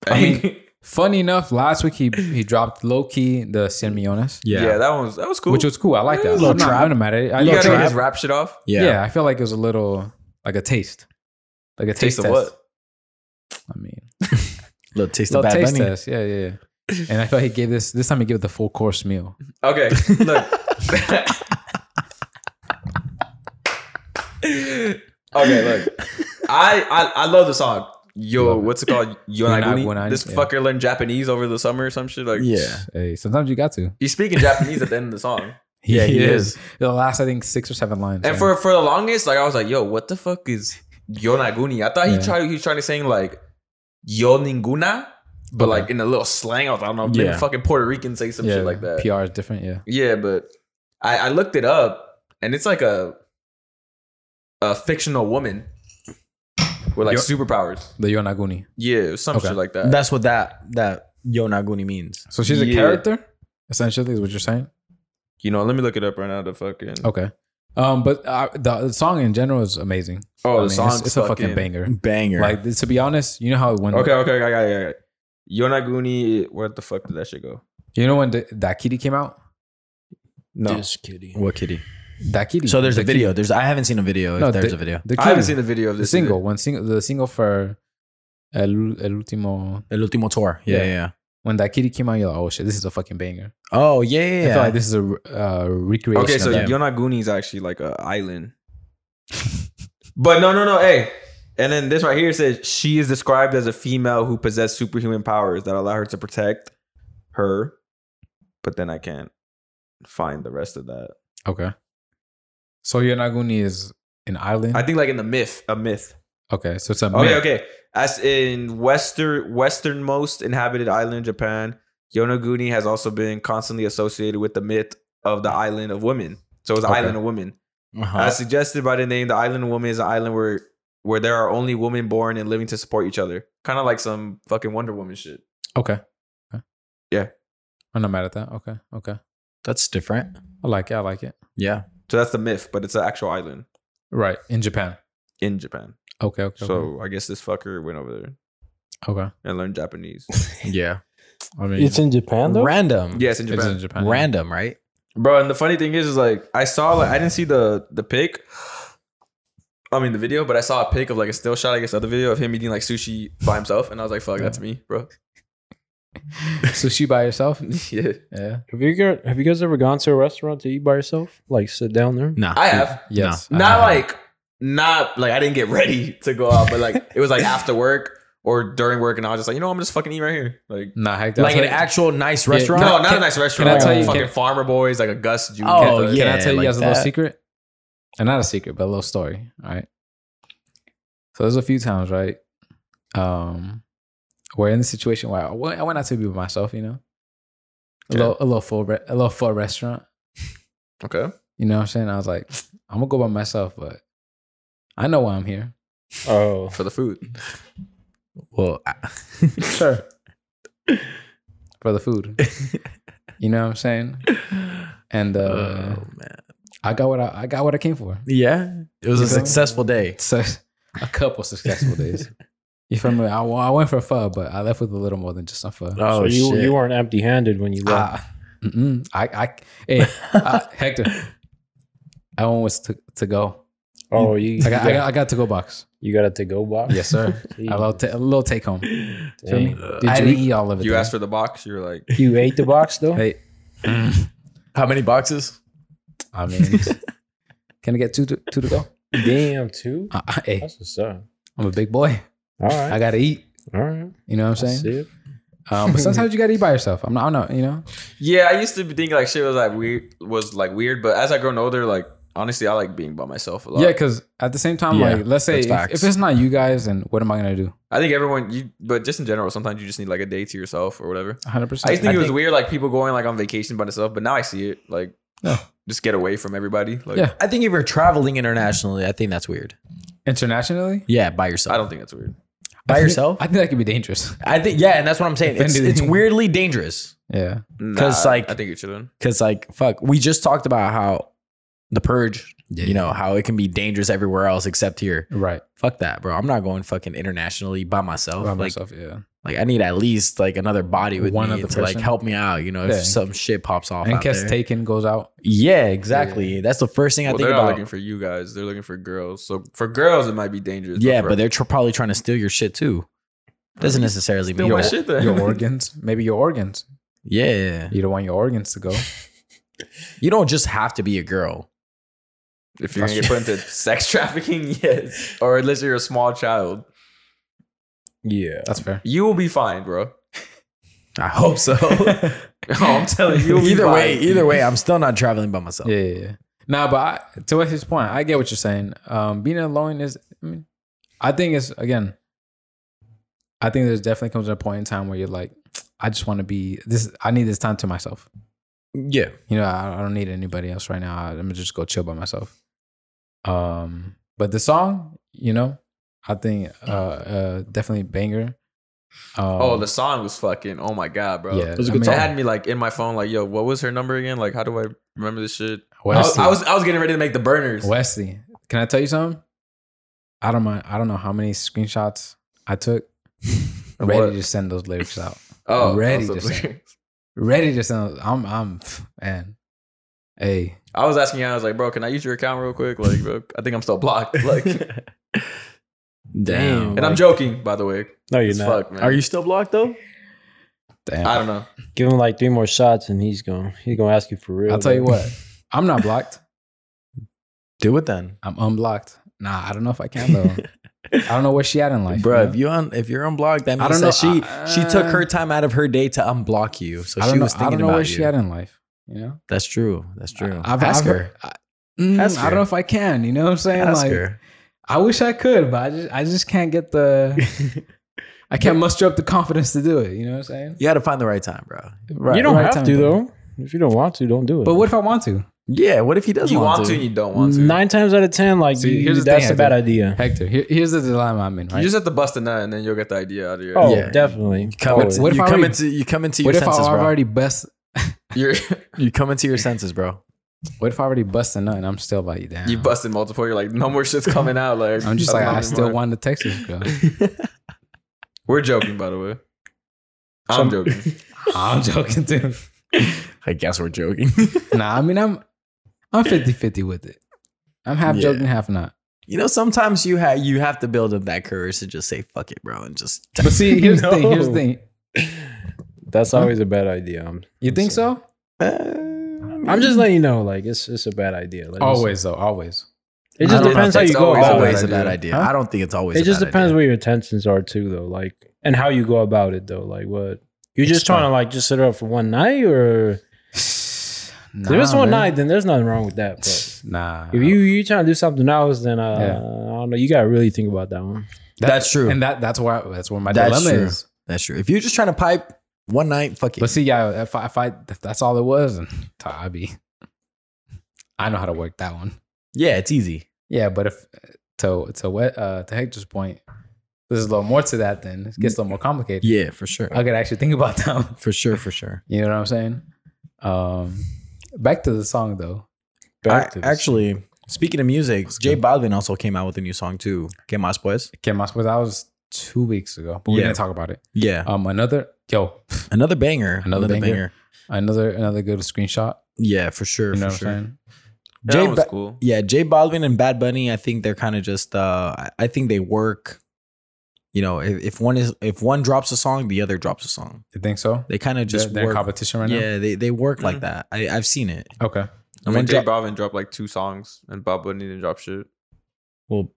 Speaker 4: Bunny.
Speaker 2: funny enough, last week he he dropped low key the San Miones,
Speaker 4: <laughs> yeah.
Speaker 1: Yeah.
Speaker 4: that one was that was cool.
Speaker 2: which was cool. I like
Speaker 4: Yeah,
Speaker 2: that.
Speaker 4: little
Speaker 2: I'm not,
Speaker 1: trap.
Speaker 2: I'm not mad at it. I
Speaker 4: you
Speaker 2: little
Speaker 4: gotta get
Speaker 2: trap.
Speaker 4: his rap shit off.
Speaker 1: Yeah.
Speaker 2: yeah. I feel like it was a little like a taste. Like a taste,
Speaker 4: Taste of
Speaker 2: test.
Speaker 4: what?
Speaker 2: I mean
Speaker 1: Little taste
Speaker 2: little
Speaker 1: of Bad
Speaker 2: taste
Speaker 1: Bunny.
Speaker 2: test. Yeah, yeah, yeah. And I felt he gave this this time he gave it the full course
Speaker 1: <laughs>
Speaker 2: meal.
Speaker 4: Okay, look. okay, look. I, I I love the song. Yo,
Speaker 2: Love it.
Speaker 4: what's it called? Yo,
Speaker 2: Yonaguni,
Speaker 4: Yonaguni? This
Speaker 2: yeah.
Speaker 4: fucker learned Japanese over the summer or some shit. Like,
Speaker 1: Yeah.
Speaker 2: Hey, sometimes you got to.
Speaker 4: he's speaking Japanese at the end of the
Speaker 2: <laughs>
Speaker 4: song.
Speaker 1: Yeah, he is.
Speaker 2: The last I think six or seven lines.
Speaker 4: And
Speaker 2: yeah.
Speaker 4: for for the longest, like I was like, yo, what the fuck is Yonaguni? I thought he
Speaker 2: Yeah.
Speaker 4: tried he was trying to sing like Yo Ninguna, but
Speaker 2: Okay.
Speaker 4: like in a little slang. I, was, I don't know, maybe
Speaker 1: Yeah.
Speaker 4: fucking Puerto Rican say some
Speaker 2: yeah,
Speaker 4: shit like that.
Speaker 2: PR is different. Yeah.
Speaker 4: Yeah, but I, I looked it up, and it's like a a fictional woman with like
Speaker 2: Yo-
Speaker 4: superpowers.
Speaker 2: The Yonaguni.
Speaker 4: Yeah, some
Speaker 2: Okay.
Speaker 4: shit like that.
Speaker 1: That's what that that Yo Naguni means.
Speaker 2: So she's a
Speaker 4: Yeah.
Speaker 2: character, essentially, is what you're saying.
Speaker 4: you know, let me look it up right now. The fucking
Speaker 2: Okay. Um, but uh, the, the song in general is amazing.
Speaker 4: oh,
Speaker 2: I
Speaker 4: the
Speaker 2: mean, it's-
Speaker 4: song's
Speaker 2: it's, a fucking banger.
Speaker 1: Banger.
Speaker 2: Like th- to be honest, you know how when
Speaker 4: Okay, okay, okay, okay, okay. Yonaguni, where the fuck did that shit go?
Speaker 2: you know when the, that kitty came out.
Speaker 4: No,
Speaker 3: This kitty.
Speaker 1: what kitty?
Speaker 2: That kitty.
Speaker 1: So there's
Speaker 2: the
Speaker 1: a video. There's I haven't seen a video.
Speaker 2: No,
Speaker 1: if there's
Speaker 2: the-
Speaker 1: a video.
Speaker 2: Kitty, the
Speaker 4: I haven't
Speaker 2: kitty,
Speaker 4: seen the video of
Speaker 2: the
Speaker 4: this.
Speaker 2: single.
Speaker 4: either.
Speaker 2: One single. The single for El, El último.
Speaker 1: El último tour. Yeah,
Speaker 2: Yeah.
Speaker 1: yeah. yeah.
Speaker 2: When that kitty came out, you're like, oh shit, this is a fucking banger.
Speaker 1: Oh yeah, yeah.
Speaker 2: I
Speaker 1: yeah.
Speaker 2: feel like this is a uh, recreation.
Speaker 4: Okay,
Speaker 2: of
Speaker 4: so
Speaker 2: that.
Speaker 4: Yonaguni is actually like a island. <laughs> but no, no, no. Hey, and then this right here says she is described as a female who possessed superhuman powers that allow her to protect her. But then I can't find the rest of that.
Speaker 2: Okay. So Yonaguni is an island.
Speaker 4: I think like in the myth, a myth.
Speaker 2: okay, so it's a
Speaker 4: Okay,
Speaker 2: myth.
Speaker 4: okay. As in western westernmost inhabited island in Japan, Yonaguni has also been constantly associated with the myth of the island of women. So it's the
Speaker 2: Okay.
Speaker 4: island of women.
Speaker 1: Uh-huh.
Speaker 4: As suggested by the name, the island woman is an island where where there are only women born and living to support each other. Kind of like some fucking Wonder Woman shit.
Speaker 2: okay. Okay.
Speaker 4: Yeah.
Speaker 2: I'm not mad at that. Okay. Okay.
Speaker 1: That's different.
Speaker 2: I like it. I like it.
Speaker 1: Yeah.
Speaker 4: So that's the myth, but it's an actual island
Speaker 2: Right. In Japan.
Speaker 4: in Japan.
Speaker 2: Okay. Okay.
Speaker 4: So I guess this fucker went over there
Speaker 2: okay. okay.
Speaker 4: and
Speaker 2: <laughs>
Speaker 4: learned Japanese.
Speaker 1: Yeah.
Speaker 2: I mean,
Speaker 3: It's in Japan though.
Speaker 1: Random.
Speaker 4: yes, in
Speaker 2: it's
Speaker 4: Japan.
Speaker 2: in Japan.
Speaker 1: Random, right?
Speaker 4: Bro, and the funny thing is, is like I saw like I didn't see the the pic. I mean the video, but I saw a pic of like a still shot, I guess, other video of him eating like sushi by himself, and I was like, "Fuck, that's me, bro."
Speaker 2: <laughs>
Speaker 4: <laughs>
Speaker 2: Sushi by yourself.
Speaker 4: yeah,
Speaker 2: Yeah.
Speaker 3: Have you got, Have you guys ever gone to a restaurant to eat by yourself? Like sit down there.
Speaker 1: Nah.
Speaker 4: I have.
Speaker 2: Yes. Uh, I
Speaker 4: not
Speaker 1: Uh-huh.
Speaker 2: have.
Speaker 4: like not like I didn't get ready to go out, but like
Speaker 1: <laughs>
Speaker 4: it was like after work or during work, and I was just like, you know, I'm just fucking eating right here. Like,
Speaker 2: Nah, heck, that's
Speaker 1: like an
Speaker 2: what-
Speaker 1: actual nice
Speaker 2: Yeah.
Speaker 1: restaurant.
Speaker 4: no, not a nice restaurant.
Speaker 2: can
Speaker 3: I tell
Speaker 4: like
Speaker 3: you-
Speaker 4: fucking
Speaker 2: can-
Speaker 4: Farmer Boys, like a Gus June?
Speaker 1: Oh,
Speaker 4: type of-
Speaker 2: Can I
Speaker 1: yeah,
Speaker 2: tell you
Speaker 1: like
Speaker 2: guys a little
Speaker 1: that.
Speaker 2: secret? And not a secret, but a little story. All right. So there's a few times, right? Um, we're in the situation where I went, I went out to be with myself, you know, a
Speaker 4: Yeah.
Speaker 2: little, a little full, re- a little full restaurant.
Speaker 4: Okay,
Speaker 2: You know what I'm saying? I was like, <sniffs> I'm gonna go by myself, but I know why I'm here.
Speaker 3: Oh,
Speaker 4: for the food.
Speaker 1: Well, I-
Speaker 2: Sure. For
Speaker 1: <laughs>
Speaker 2: the food. You know what I'm saying? And uh,
Speaker 1: Oh, man.
Speaker 2: I got what I, I got what I came for.
Speaker 1: Yeah. It was
Speaker 2: You
Speaker 1: a
Speaker 2: know?
Speaker 1: successful day.
Speaker 2: so a couple successful days. <laughs> You feel me? I, well, I went for pho, but I left with a little more than just some pho.
Speaker 1: Oh
Speaker 3: so you
Speaker 1: shit.
Speaker 3: you weren't empty handed when you left.
Speaker 2: Ah, mm-mm. I, I, hey,
Speaker 4: <laughs>
Speaker 2: uh, Hector, I went with to, to go.
Speaker 3: oh, you
Speaker 2: I got,
Speaker 3: you
Speaker 2: I got, I got to go box.
Speaker 3: you got a to go box.
Speaker 2: Yes,
Speaker 3: <laughs>
Speaker 2: sir. a little, ta- a little take home. Feel me?
Speaker 3: Dang.
Speaker 2: I
Speaker 3: Did
Speaker 2: didn't
Speaker 3: you
Speaker 2: eat all of it.
Speaker 4: You
Speaker 2: though.
Speaker 4: asked for the box, you were like,
Speaker 3: you ate the box though?
Speaker 2: Hey, mm,
Speaker 1: How many boxes?
Speaker 2: I
Speaker 4: <laughs>
Speaker 2: mean, can I get two to, two to go?
Speaker 3: Damn, two.
Speaker 2: Uh, uh, hey,
Speaker 3: That's what's up.
Speaker 2: I'm a big boy.
Speaker 3: All right,
Speaker 2: I gotta eat.
Speaker 3: all right.
Speaker 2: You know what I'm
Speaker 3: I
Speaker 2: saying?
Speaker 3: see it.
Speaker 2: Um, but sometimes you gotta eat by yourself. I'm not, I'm not. You know?
Speaker 4: yeah. I used to think like shit was like weird, was like weird, but as I grown older, like honestly, I like being by myself a lot.
Speaker 2: Yeah, because at the same time,
Speaker 1: Yeah,
Speaker 2: like, let's say
Speaker 1: that's
Speaker 2: if,
Speaker 1: facts.
Speaker 2: if it's not you guys, then what am I gonna do?
Speaker 4: I think everyone, you, but just in general, sometimes you just need like a day to yourself or whatever.
Speaker 2: hundred
Speaker 4: I used to
Speaker 2: percent.
Speaker 4: think
Speaker 1: I
Speaker 4: it was
Speaker 1: think-
Speaker 4: weird, like people going like on vacation by themselves, but now I see it. Like,
Speaker 2: No.
Speaker 4: just get away from everybody. Like,
Speaker 2: Yeah.
Speaker 1: I think if you're traveling internationally, I think that's weird.
Speaker 2: Internationally,
Speaker 1: Yeah, by yourself.
Speaker 4: I don't think that's weird.
Speaker 1: by yourself.
Speaker 2: I think that could be dangerous. <laughs>
Speaker 1: I think yeah, and that's what I'm saying. It's,
Speaker 2: Offended.
Speaker 1: it's weirdly dangerous
Speaker 2: Yeah.
Speaker 1: 'Cause,
Speaker 4: Nah,
Speaker 1: like-
Speaker 4: I think you shouldn't.
Speaker 1: because like fuck, we just talked about how the purge,
Speaker 2: Yeah.
Speaker 1: you know, how it can be dangerous everywhere else except here.
Speaker 2: Right.
Speaker 1: Fuck that, bro. I'm not going fucking internationally by myself.
Speaker 2: By
Speaker 1: like,
Speaker 2: myself. Yeah.
Speaker 1: like I need at least like another body with
Speaker 2: One
Speaker 1: me
Speaker 2: other
Speaker 1: to like
Speaker 2: person.
Speaker 1: help me out. You know, if
Speaker 2: Yeah.
Speaker 1: some shit pops off.
Speaker 2: And
Speaker 1: out
Speaker 2: Kes
Speaker 1: there.
Speaker 2: Taken goes
Speaker 1: <laughs>
Speaker 2: out.
Speaker 1: yeah, exactly. That's the first thing I
Speaker 4: Well,
Speaker 1: think
Speaker 4: they're not
Speaker 1: about.
Speaker 4: looking for you guys. They're looking for girls. So for girls, it might be dangerous.
Speaker 1: yeah,
Speaker 4: for-
Speaker 1: but they're tr- probably trying to steal your shit too. Doesn't necessarily
Speaker 4: Steal
Speaker 1: mean
Speaker 4: my
Speaker 1: you're-
Speaker 4: shit then.
Speaker 2: Your organs. Maybe your organs.
Speaker 1: Yeah,
Speaker 2: You don't want your organs to go.
Speaker 1: you don't just have to be a girl.
Speaker 4: <laughs> If you're gonna get put
Speaker 1: <laughs>
Speaker 4: into sex trafficking, yes, or unless you're a small child,
Speaker 3: Yeah.
Speaker 2: That's fair.
Speaker 1: <laughs>
Speaker 4: you will be fine, bro.
Speaker 1: I hope
Speaker 4: <laughs>
Speaker 1: so.
Speaker 4: No, I'm telling you, you'll be
Speaker 1: either way,
Speaker 4: fine.
Speaker 1: either way, I'm still not traveling by myself.
Speaker 2: Yeah, yeah, yeah. Nah, but I, to his point, I get what you're saying. Um, being alone is, I mean, I think it's again. I think there's definitely comes a point in time where you're like, I just want to be this. I need this time to myself.
Speaker 1: Yeah.
Speaker 2: You know, I, I don't need anybody else right now. I, am gonna just go chill by myself. Um, but the song, you know, I think uh, uh definitely banger. Um,
Speaker 4: Mm. Oh, the song was fucking. Oh my god, bro.
Speaker 2: yeah,
Speaker 4: Yeah,
Speaker 1: it was a good
Speaker 4: it
Speaker 1: song.
Speaker 4: had me like in my phone, like, yo, what was her number again? Like, how do I remember this shit? I was,
Speaker 2: Wesley,
Speaker 4: I was I was getting ready to make the burners.
Speaker 2: Wesley, can I tell you something? I don't mind. I don't know how many screenshots I
Speaker 4: <laughs>
Speaker 2: took. Ready
Speaker 4: What?
Speaker 2: to send those lyrics out.
Speaker 4: Oh,
Speaker 2: Ready
Speaker 4: also-
Speaker 2: to send. Ready to send. Those, I'm. I'm. pff, Man. Hey.
Speaker 4: <laughs> I was asking, I was like, bro, can I use your account real quick? Like, bro, I think I'm still blocked. Like, and
Speaker 1: Damn.
Speaker 4: I'm joking, by the way.
Speaker 3: No, you're
Speaker 4: As
Speaker 3: not.
Speaker 4: fuck, man.
Speaker 1: Are you still blocked though?
Speaker 2: Damn.
Speaker 4: I
Speaker 2: I
Speaker 4: don't know.
Speaker 3: Give him like three more shots and he's going he's gonna ask you for real.
Speaker 2: will tell you
Speaker 3: bro.
Speaker 2: what. I'm not
Speaker 4: <laughs>
Speaker 2: blocked.
Speaker 1: Do it then,
Speaker 2: I'm unblocked. Nah. I don't know if I can though. I don't know where she
Speaker 1: <laughs>
Speaker 2: at in life,
Speaker 1: bro.
Speaker 2: you know?
Speaker 1: If you un- if you're unblocked, that
Speaker 2: I
Speaker 1: means
Speaker 2: don't
Speaker 1: that
Speaker 2: know,
Speaker 1: she
Speaker 2: I-
Speaker 1: she took her time out of her day to unblock you. So
Speaker 2: I
Speaker 1: she
Speaker 2: don't know.
Speaker 1: was
Speaker 2: I don't
Speaker 1: thinking
Speaker 2: know
Speaker 1: about
Speaker 2: where
Speaker 1: you.
Speaker 2: she at in life. You know.
Speaker 1: That's true. That's true.
Speaker 2: I've,
Speaker 1: Ask
Speaker 2: I've
Speaker 1: her.
Speaker 2: heard- I, Mm,
Speaker 1: Ask
Speaker 2: I
Speaker 1: her.
Speaker 2: don't know if I can. You know what I'm saying?
Speaker 1: Ask
Speaker 2: like,
Speaker 1: her.
Speaker 2: I wish I could, but I just I just can't
Speaker 1: <laughs>
Speaker 2: get the I can't muster up the confidence to do it. You know what I'm saying?
Speaker 1: You got to find the right time, bro.
Speaker 2: Right,
Speaker 3: you don't
Speaker 2: right
Speaker 3: have
Speaker 2: time,
Speaker 3: to
Speaker 2: bro.
Speaker 3: though. If you don't want to, don't do it.
Speaker 2: But what if I want to?
Speaker 1: Yeah. What if he doesn't
Speaker 4: You
Speaker 1: want, to?
Speaker 4: and you don't want to.
Speaker 3: nine times out of ten, like
Speaker 2: See,
Speaker 3: you-
Speaker 2: here's the
Speaker 3: that's
Speaker 2: thing,
Speaker 3: a bad
Speaker 2: Hector.
Speaker 3: idea.
Speaker 2: Hector, here, here's the dilemma I'm in,
Speaker 4: You
Speaker 2: right?
Speaker 4: just have to bust a nut, and then you'll get the idea out of your.
Speaker 3: Oh,
Speaker 1: Yeah.
Speaker 3: definitely. Oh,
Speaker 1: Come
Speaker 3: Always.
Speaker 1: into,
Speaker 2: What if
Speaker 1: you
Speaker 2: I
Speaker 1: come
Speaker 2: already-
Speaker 1: into you come into your
Speaker 2: what if I,
Speaker 1: senses,
Speaker 2: I've
Speaker 1: bro.
Speaker 2: already bust
Speaker 4: <laughs> You're,
Speaker 1: you come into your senses, bro.
Speaker 2: what if I already bust a nut and I'm still like, damn.
Speaker 4: you busted multiple. You're like, no more shit's coming out.
Speaker 1: <laughs>
Speaker 4: Like
Speaker 2: I'm just like,
Speaker 4: not
Speaker 2: I still
Speaker 4: anymore.
Speaker 2: want to text this girl.
Speaker 4: We're joking, by the way. I'm joking.
Speaker 2: I'm joking too.
Speaker 1: I guess we're joking. <laughs>
Speaker 2: Nah, I mean I'm I'm 50-50 with it. I'm half
Speaker 1: Yeah.
Speaker 2: joking, half not.
Speaker 1: you know, sometimes you have you have to build up that courage to just say fuck it, bro, and just
Speaker 2: But see, here's the
Speaker 1: <laughs>
Speaker 2: thing. Here's the
Speaker 3: No.
Speaker 2: thing.
Speaker 3: That's always a bad idea. I'm,
Speaker 2: You think so?
Speaker 3: I'm just letting you know, like it's it's a bad idea. Like, it's-
Speaker 2: though, <sighs> always.
Speaker 3: It
Speaker 1: I don't
Speaker 3: just
Speaker 1: know if
Speaker 3: depends how
Speaker 4: that's
Speaker 3: you go
Speaker 4: always a
Speaker 3: about
Speaker 1: always
Speaker 3: it.
Speaker 1: a bad idea.
Speaker 2: idea.
Speaker 1: I don't think it's always.
Speaker 3: It
Speaker 1: a
Speaker 3: just
Speaker 1: bad
Speaker 3: depends
Speaker 1: idea.
Speaker 3: what your intentions are too, though. Like and how you go about it, though. Like what you just trying to like just sit up for one night, or
Speaker 2: Nah,
Speaker 3: if it's
Speaker 2: man.
Speaker 3: one night, then there's nothing wrong with that. But
Speaker 2: Nah.
Speaker 3: if you you trying to do something else, then uh,
Speaker 2: Yeah.
Speaker 3: I don't know. You gotta really think about that one.
Speaker 1: That's true.
Speaker 2: And that that's where that's where my
Speaker 1: That's
Speaker 2: dilemma
Speaker 1: true.
Speaker 2: is.
Speaker 1: That's true. If you're just trying to pipe one night, fuck
Speaker 2: But
Speaker 1: it.
Speaker 2: see, yeah, if I, if I if that's all it was, <laughs> and I'd be. I know how to work that one.
Speaker 1: Yeah, it's easy.
Speaker 2: Yeah, but if to to what uh, to Hector's point, there's a little more to that. Then it gets a little more complicated.
Speaker 1: Yeah, for sure.
Speaker 2: I could actually think about <laughs> that. One.
Speaker 1: For sure. For sure.
Speaker 2: You know what I'm saying? Um, back to the song though.
Speaker 1: I,
Speaker 3: Back to this.
Speaker 1: actually, speaking of music, Jay Balvin also came out with a new song too. Que más pues?
Speaker 2: Came out that was two weeks ago, but we
Speaker 1: Yeah.
Speaker 2: didn't talk about it.
Speaker 1: Yeah,
Speaker 2: Um, another yo,
Speaker 1: another banger.
Speaker 2: Another banger. another another good screenshot.
Speaker 1: Yeah, for sure.
Speaker 2: You know
Speaker 1: for
Speaker 2: what
Speaker 1: sure.
Speaker 2: I'm saying?
Speaker 4: That
Speaker 1: Jay
Speaker 4: one was
Speaker 1: Ba-
Speaker 4: cool.
Speaker 1: yeah, Jay Balvin and Bad Bunny, I think they're kind of just uh I- I think they work. You know, if, if one is if one drops a song, the other drops a song.
Speaker 2: You think so?
Speaker 1: They kind of just
Speaker 2: Just they're, they're in
Speaker 1: work.
Speaker 2: competition right
Speaker 1: yeah, they, they work like
Speaker 4: Mhm.
Speaker 1: that. I, I've seen it.
Speaker 2: now. Okay.
Speaker 4: I
Speaker 1: One
Speaker 4: mean, Jay
Speaker 1: drop-
Speaker 4: Balvin dropped like two songs, and Bob Bunny didn't drop shit.
Speaker 1: well,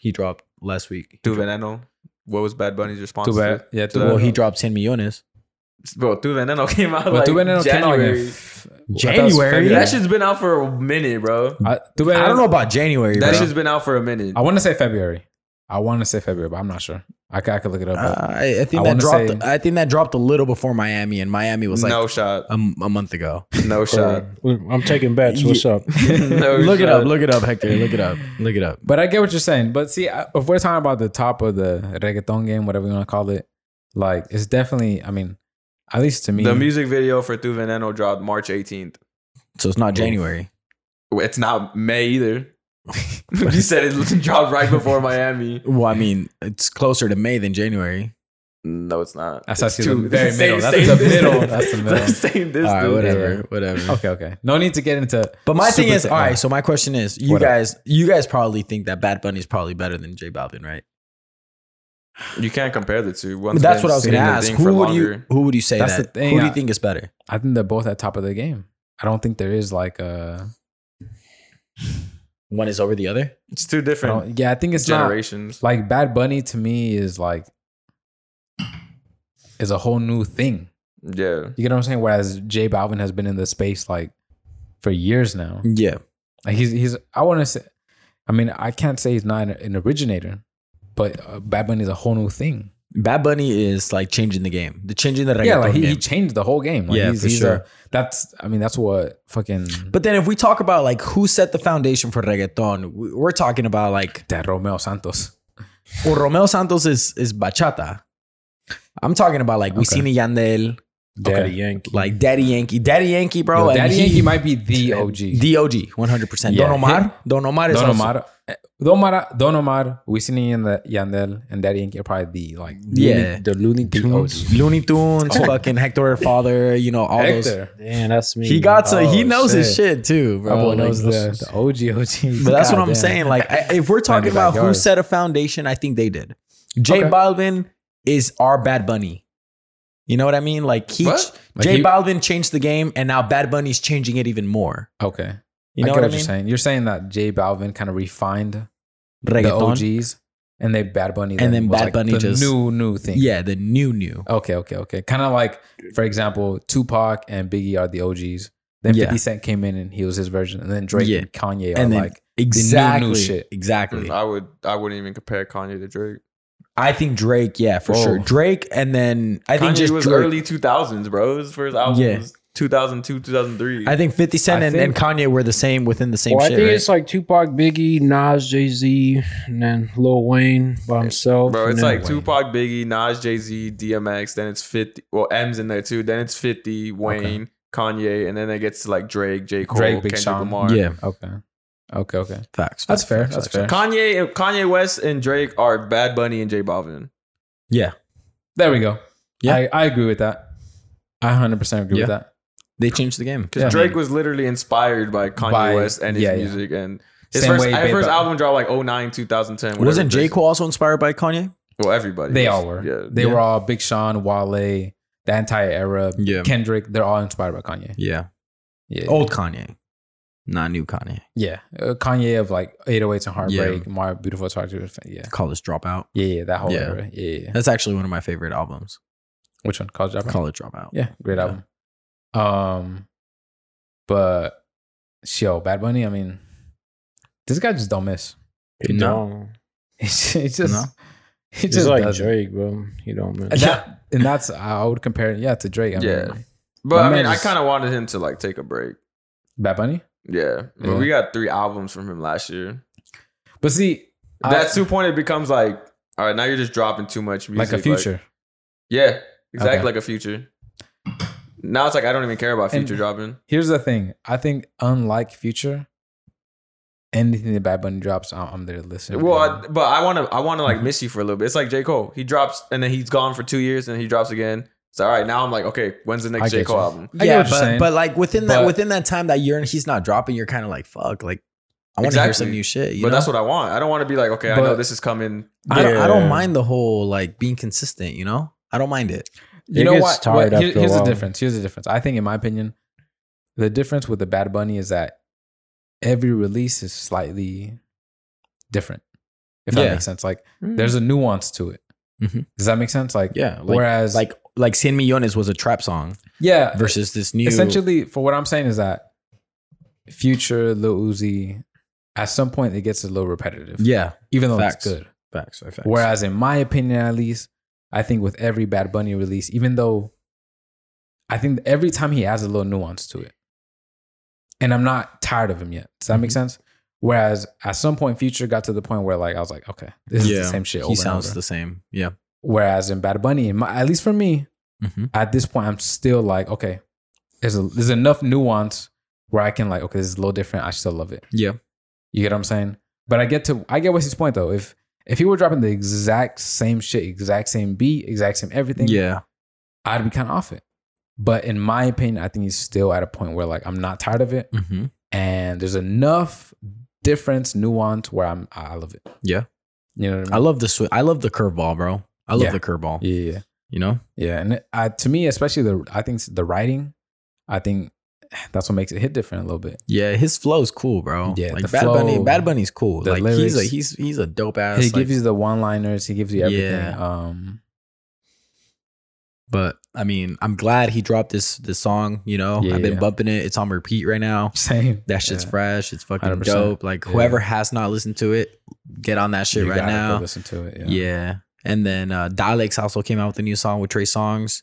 Speaker 1: he dropped last week.
Speaker 4: Tu Veneno. What was Bad Bunny's response?
Speaker 2: Too bad.
Speaker 4: To?
Speaker 2: Yeah. Too
Speaker 4: Well,
Speaker 1: Well,
Speaker 2: bad.
Speaker 1: he dropped 10 millones.
Speaker 4: Bro, Tu Veneno came out
Speaker 2: Well,
Speaker 4: like
Speaker 2: Tu Veneno came out in
Speaker 4: January.
Speaker 2: f- I thought it was
Speaker 1: January?
Speaker 2: February.
Speaker 4: That shit's been out for a minute, bro.
Speaker 2: I, Tu
Speaker 1: I
Speaker 2: Veneno-
Speaker 1: don't know about January,
Speaker 4: That
Speaker 1: bro.
Speaker 4: shit's been out for a minute.
Speaker 2: I want to say February. I want to say February, but I'm not sure. I could, I could look it up. but-
Speaker 1: Uh, I, I think that
Speaker 2: I wanna
Speaker 1: dropped.
Speaker 2: say-
Speaker 1: I think that dropped a little before Miami, and Miami was like
Speaker 4: no shot.
Speaker 1: <laughs> a, m- a month ago. <laughs>
Speaker 4: No shot.
Speaker 3: I'm taking bets. What's up?
Speaker 4: No
Speaker 1: look it up.
Speaker 4: shot.
Speaker 1: Look it up, Hector. Look it up. Look it up.
Speaker 2: But I get what you're saying. But see, I- if we're talking about the top of the reggaeton game, whatever you want to call it, like it's definitely. I mean, at least to me,
Speaker 4: The music video for Tu Veneno dropped March 18th.
Speaker 1: So it's not January. <laughs>
Speaker 4: It's not May either. <laughs> you said it <laughs> dropped right before Miami.
Speaker 1: Well, I mean, it's closer to May than January.
Speaker 4: No, it's not.
Speaker 2: That's
Speaker 4: It's
Speaker 2: actually the
Speaker 4: <laughs> two-
Speaker 2: very
Speaker 4: it's the
Speaker 2: middle. That's
Speaker 4: same-
Speaker 2: the
Speaker 4: same
Speaker 2: middle.
Speaker 4: distance. <laughs>
Speaker 2: That's the
Speaker 4: It's
Speaker 2: middle.
Speaker 4: same distance.
Speaker 1: All right, whatever, whatever.
Speaker 2: Okay, okay. No need to get into.
Speaker 1: But my
Speaker 2: Super
Speaker 1: thing is,
Speaker 2: thick,
Speaker 1: all
Speaker 2: yeah.
Speaker 1: right. So my question is, you
Speaker 2: What up?
Speaker 1: guys, you guys probably think that Bad Bunny is probably better than J Balvin, right?
Speaker 4: You can't compare the two.
Speaker 1: But
Speaker 4: One's
Speaker 1: that's
Speaker 4: been
Speaker 1: what I was going to
Speaker 4: singing the
Speaker 1: ask.
Speaker 4: thing
Speaker 1: Who
Speaker 4: for
Speaker 1: would you
Speaker 4: longer.
Speaker 1: who would you say
Speaker 2: That's
Speaker 1: that?
Speaker 2: the thing,
Speaker 1: who do you
Speaker 2: I-
Speaker 1: think is better?
Speaker 2: I think they're both at top of the game. I don't think there is like a.
Speaker 1: One is over the other.
Speaker 4: It's two
Speaker 2: I
Speaker 4: different
Speaker 2: don't, yeah, I think it's not
Speaker 4: generations.
Speaker 2: like Bad Bunny to me is like is a whole new thing.
Speaker 4: yeah.
Speaker 2: You get what I'm saying? Whereas J Balvin has been in the space like for years now.
Speaker 1: Yeah,
Speaker 2: Like he's he's I want to say, I mean I can't say he's not an, an originator, but uh, Bad Bunny is a whole new thing.
Speaker 1: Bad Bunny is like changing the game. The changing the
Speaker 2: yeah,
Speaker 1: reggaeton
Speaker 2: like he, he
Speaker 1: game.
Speaker 2: changed the whole game. Like
Speaker 1: Yeah,
Speaker 2: he's,
Speaker 1: for
Speaker 2: he's
Speaker 1: sure.
Speaker 2: A, that's I mean that's what fucking.
Speaker 1: But then if we talk about like who set the foundation for reggaeton, we- we're talking about like
Speaker 2: that Romeo Santos.
Speaker 1: well, Romeo Santos is is bachata. I'm talking about like
Speaker 2: Okay.
Speaker 1: Wisin and Yandel,
Speaker 3: Daddy
Speaker 2: Yeah.
Speaker 3: Yankee.
Speaker 1: like Daddy Yankee, Daddy Yankee, bro.
Speaker 2: Yo,
Speaker 1: Oh, and
Speaker 2: Daddy
Speaker 1: he-
Speaker 2: Yankee might
Speaker 1: <laughs>
Speaker 2: be the OG.
Speaker 1: The OG, 100%.
Speaker 2: Yeah.
Speaker 1: Don Omar, Don Omar is
Speaker 2: Don
Speaker 1: also-
Speaker 2: Omar, eh, Don Omar, Don Omar, Wisin and the- Yandel, and Daddy Yankee are probably the like
Speaker 1: Yeah.
Speaker 3: The Looney
Speaker 2: the
Speaker 3: Tunes.
Speaker 2: OG.
Speaker 1: Looney Tunes, fucking Hector
Speaker 2: <laughs>
Speaker 1: her father, you know, all those.
Speaker 2: Oh. Hector.
Speaker 3: Damn, that's me.
Speaker 1: He got to, he
Speaker 2: Oh,
Speaker 1: knows his
Speaker 2: shit.
Speaker 1: shit too,
Speaker 2: That
Speaker 1: bro.
Speaker 2: boy
Speaker 1: Like,
Speaker 2: knows the,
Speaker 1: those-
Speaker 2: the OG OG.
Speaker 1: but that's what I'm
Speaker 2: Goddamn.
Speaker 1: saying. Like, I, if we're talking
Speaker 2: Tiny
Speaker 1: about who
Speaker 2: backyard.
Speaker 1: set a foundation, I think they did. J
Speaker 2: Okay.
Speaker 1: Balvin is our Bad Bunny. You know what I mean? Like, he,
Speaker 4: What?
Speaker 2: Like
Speaker 1: J
Speaker 2: you-
Speaker 1: Balvin changed the game, and now Bad Bunny's changing it even more.
Speaker 2: Okay.
Speaker 1: You know what,
Speaker 2: I get what,
Speaker 1: I
Speaker 2: you're
Speaker 1: mean?
Speaker 2: saying. You're saying that J Balvin kind of refined
Speaker 1: Reggaeton.
Speaker 2: the OGs, and they Bad Bunny,
Speaker 1: And then
Speaker 2: was,
Speaker 1: Bad
Speaker 2: like,
Speaker 1: Bunny
Speaker 2: the
Speaker 1: just-
Speaker 2: new new thing.
Speaker 1: Yeah, the new, new.
Speaker 2: Okay. Okay. Okay. Kind of like, for example, Tupac and Biggie are the OGs. Then
Speaker 1: Yeah.
Speaker 2: 50 Cent came in and he was his version, and then Drake
Speaker 1: Yeah.
Speaker 2: and Kanye
Speaker 1: And
Speaker 2: are
Speaker 1: then-
Speaker 2: like
Speaker 1: Exactly.
Speaker 2: shit.
Speaker 1: Exactly.
Speaker 4: I would. I wouldn't even compare Kanye to Drake.
Speaker 1: I think Drake, yeah, for
Speaker 2: Whoa.
Speaker 1: sure. Drake, and then I think
Speaker 4: Kanye
Speaker 1: just
Speaker 4: was
Speaker 1: Drake.
Speaker 4: early 2000s, bro. His first album
Speaker 1: Yeah.
Speaker 4: was 2002, 2003.
Speaker 1: I think Fifty Cent
Speaker 2: I
Speaker 1: and, and
Speaker 2: think-
Speaker 1: Kanye were the same within the same
Speaker 3: well, I
Speaker 1: shit.
Speaker 3: think
Speaker 1: right?
Speaker 3: it's like Tupac, Biggie, Nas, Jay Z, and then Lil Wayne by himself.
Speaker 4: Bro,
Speaker 3: and
Speaker 4: it's
Speaker 3: then-
Speaker 4: like Tupac, Biggie, Nas, Jay Z, DMX. Then it's fifty. Well, M's in there too. Then it's fifty, Wayne, Kanye, and then it gets to like Drake, J. Cole,
Speaker 2: Drake, Big
Speaker 4: Kendrick
Speaker 2: Sean.
Speaker 4: Lamar.
Speaker 1: yeah,
Speaker 2: Okay. Okay. Okay.
Speaker 1: facts.
Speaker 2: That's
Speaker 1: facts,
Speaker 2: fair,
Speaker 1: facts,
Speaker 2: that's
Speaker 1: facts,
Speaker 2: fair.
Speaker 1: facts.
Speaker 4: Kanye, Kanye West, and Drake are Bad Bunny and J. Balvin.
Speaker 1: Yeah,
Speaker 2: There we go.
Speaker 1: Yeah.
Speaker 2: Yeah. I, I agree with that. I 100% agree
Speaker 1: Yeah.
Speaker 2: with that.
Speaker 1: they changed the game.
Speaker 4: Because
Speaker 2: Yeah.
Speaker 4: Drake was literally inspired by Kanye
Speaker 2: By-
Speaker 4: West and his
Speaker 2: yeah, yeah.
Speaker 4: music and. His
Speaker 2: Same
Speaker 4: first,
Speaker 2: way
Speaker 4: his
Speaker 2: Bad
Speaker 4: first
Speaker 2: Bunny-
Speaker 4: album dropped like 09, 2010. whatever
Speaker 1: Wasn't J
Speaker 4: Drake's-
Speaker 1: Cole also inspired by Kanye?
Speaker 4: Well, everybody.
Speaker 2: They
Speaker 4: was.
Speaker 2: all were.
Speaker 4: Yeah.
Speaker 2: They were all Big Sean, Wale, the entire era,
Speaker 1: Yeah,
Speaker 2: Kendrick. They're all inspired by Kanye.
Speaker 1: yeah.
Speaker 2: Yeah.
Speaker 1: Old Kanye, not new Kanye.
Speaker 2: Yeah. Uh, Kanye of like 808s and
Speaker 1: Yeah.
Speaker 2: Heartbreak, My Beautiful Target. Yeah.
Speaker 1: College Dropout.
Speaker 2: Yeah. Yeah. That whole
Speaker 1: Yeah.
Speaker 2: era. Yeah, Yeah. yeah.
Speaker 1: That's actually one of my favorite albums.
Speaker 2: Which one? College Dropout?
Speaker 1: College Dropout.
Speaker 2: Yeah. Great
Speaker 1: Yeah.
Speaker 2: album. Um, But, yo, Bad Bunny, I mean, this guy just don't miss. <laughs>
Speaker 3: He
Speaker 1: No.
Speaker 3: don't.
Speaker 2: It's just, it's
Speaker 1: No.
Speaker 2: just, <laughs> he
Speaker 3: He's
Speaker 2: just
Speaker 3: like
Speaker 2: doesn't.
Speaker 3: Drake, bro. He don't
Speaker 2: And,
Speaker 3: miss.
Speaker 2: that, and that's I would compare it, yeah, to Drake. I
Speaker 4: Yeah.
Speaker 2: mean,
Speaker 4: But
Speaker 2: My
Speaker 4: I mean,
Speaker 2: man
Speaker 4: I
Speaker 2: is-
Speaker 4: kind of wanted him to like take a break.
Speaker 2: Bad Bunny.
Speaker 4: Yeah. But
Speaker 2: Yeah.
Speaker 4: we got three albums from him last year.
Speaker 2: But see, I-
Speaker 4: That's two point it becomes like, all right, now you're just dropping too much music.
Speaker 2: like a future.
Speaker 4: yeah. Exactly
Speaker 2: Okay.
Speaker 4: like a future. Now it's like I don't even care about
Speaker 2: And-
Speaker 4: future dropping.
Speaker 2: Here's the thing. I think unlike Future, anything that Bad Bunny drops, I'm, I'm there to listen.
Speaker 4: Well, I, but I want to, I want to like miss you for a little bit. It's like J Cole. He drops and then he's gone for two years and he drops again. It's all right. Now I'm like, okay, when's the
Speaker 2: I
Speaker 4: next J
Speaker 2: get
Speaker 4: Cole
Speaker 2: you.
Speaker 4: album?
Speaker 2: I get
Speaker 1: yeah,
Speaker 2: what you're
Speaker 1: but,
Speaker 2: saying.
Speaker 1: but like within that
Speaker 2: But-
Speaker 1: within that time that year and he's not dropping, you're kind of like fuck. Like I want to hear some
Speaker 4: Exactly.
Speaker 1: new shit. You
Speaker 4: but
Speaker 1: know?
Speaker 4: that's what I want. I don't want to be like, okay, I know
Speaker 2: But-
Speaker 4: this is coming.
Speaker 1: I don't, I don't
Speaker 3: Yeah.
Speaker 1: mind the whole like being consistent. You know, I don't mind it.
Speaker 2: you
Speaker 3: It
Speaker 2: know
Speaker 3: gets
Speaker 2: what?
Speaker 3: tired
Speaker 2: Wait, here-
Speaker 3: after a
Speaker 2: here's the
Speaker 3: while.
Speaker 2: difference. Here's the difference. I think, in my opinion, the difference with the Bad Bunny is that every release is slightly different. If that
Speaker 1: Yeah.
Speaker 2: makes sense, like there's a nuance to it.
Speaker 1: Mhm.
Speaker 2: Does that make sense? Like,
Speaker 1: Yeah, like-
Speaker 2: whereas,
Speaker 1: like like Cien Millones was a trap song
Speaker 2: yeah,
Speaker 1: versus this new
Speaker 2: essentially for what I'm saying is that Future Lil Uzi, at some point it gets a little repetitive.
Speaker 1: yeah
Speaker 2: even though
Speaker 1: facts.
Speaker 2: it's good.
Speaker 1: Facts. Facts. facts.
Speaker 2: Whereas, in my opinion, at least, I think with every Bad Bunny release, even though I think every time he adds a little nuance to it, and I'm not tired of him yet. Does that make
Speaker 1: Mm-hmm.
Speaker 2: sense? Whereas at some point, Future got to the point where like I was like, okay, this is
Speaker 1: Yeah.
Speaker 2: the same shit. Over
Speaker 1: he
Speaker 2: and
Speaker 1: sounds
Speaker 2: over.
Speaker 1: the same. Yeah.
Speaker 2: Whereas in Bad Bunny, in my, at least for me,
Speaker 1: Mhm.
Speaker 2: at this point, I'm still like, okay, there's a, there's enough nuance where I can like, okay, this is a little different. I still love it.
Speaker 1: Yeah.
Speaker 2: You get what I'm saying? But I get to I get what's his point though. If if he were dropping the exact same shit, exact same beat, exact same everything,
Speaker 1: Yeah.
Speaker 2: I'd be kind of off it. But in my opinion, I think he's still at a point where like I'm not tired of it,
Speaker 1: Mm-hmm.
Speaker 2: and there's enough difference, nuance where I'm I love it.
Speaker 1: Yeah.
Speaker 2: you know what I
Speaker 1: I
Speaker 2: mean.
Speaker 1: love the swi I love the curveball, bro. I love
Speaker 2: Yeah.
Speaker 1: the curveball.
Speaker 2: yeah, yeah,
Speaker 1: You know.
Speaker 2: yeah. And it- I, to me, especially the I think the writing, I think <sighs> that's what makes it hit different a little bit.
Speaker 1: Yeah, his flow's cool, bro.
Speaker 2: Yeah,
Speaker 1: like
Speaker 2: the
Speaker 1: Bad Bunny.
Speaker 2: flow,
Speaker 1: Bad Bunny's cool.
Speaker 2: the
Speaker 1: Like he's a
Speaker 2: lyrics.
Speaker 1: he's he's a dope ass.
Speaker 2: He
Speaker 1: like-
Speaker 2: gives you the one-liners. He gives you everything.
Speaker 1: Yeah.
Speaker 2: Um, <laughs>
Speaker 1: but I mean, I'm glad he dropped this this song. You know,
Speaker 2: Yeah,
Speaker 1: I've been
Speaker 2: yeah.
Speaker 1: bumping it. It's on repeat right now.
Speaker 2: same.
Speaker 1: That shit's
Speaker 2: Yeah.
Speaker 1: fresh. It's fucking
Speaker 2: 100%.
Speaker 1: dope. Like
Speaker 2: Yeah.
Speaker 1: whoever has not listened to it, get on that shit
Speaker 2: You
Speaker 1: right
Speaker 2: gotta go
Speaker 1: now.
Speaker 2: Listen to it.
Speaker 1: Yeah. And then uh Daleks also came out with a new song with Trey Songs.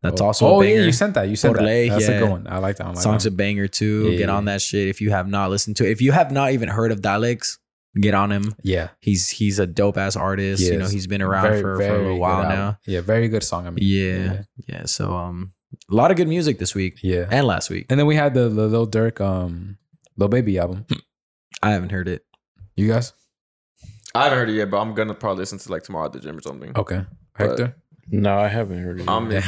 Speaker 1: That's
Speaker 2: oh,
Speaker 1: also a
Speaker 2: Oh
Speaker 1: banger.
Speaker 2: yeah, you sent that. You sent
Speaker 1: Orle,
Speaker 2: that. That's
Speaker 1: yeah.
Speaker 2: a good one. I like that one. I like um,
Speaker 1: Song's
Speaker 2: that
Speaker 1: a
Speaker 2: one.
Speaker 1: banger too.
Speaker 2: Yeah,
Speaker 1: get
Speaker 2: yeah,
Speaker 1: on that shit. If you have not listened to it, if you have not even heard of Daleks, get on him.
Speaker 2: yeah.
Speaker 1: He's he's a dope ass artist. You know,
Speaker 2: Yes.
Speaker 1: he's been around
Speaker 2: Very,
Speaker 1: for, for
Speaker 2: very
Speaker 1: a little
Speaker 2: good
Speaker 1: while
Speaker 2: album.
Speaker 1: now.
Speaker 2: Yeah, very good song. I mean,
Speaker 1: Yeah. Yeah. So um a lot of good music this week
Speaker 2: yeah.
Speaker 1: and last week.
Speaker 2: And then we had the, the Lil Durk, um, Lil Baby album.
Speaker 1: Hmm. I haven't heard it.
Speaker 2: You guys?
Speaker 4: I haven't heard it yet, but I'm gonna probably listen to like tomorrow at the gym or something.
Speaker 2: Okay.
Speaker 4: But-
Speaker 2: Hector?
Speaker 3: No, I haven't heard it.
Speaker 4: I'm
Speaker 3: yet.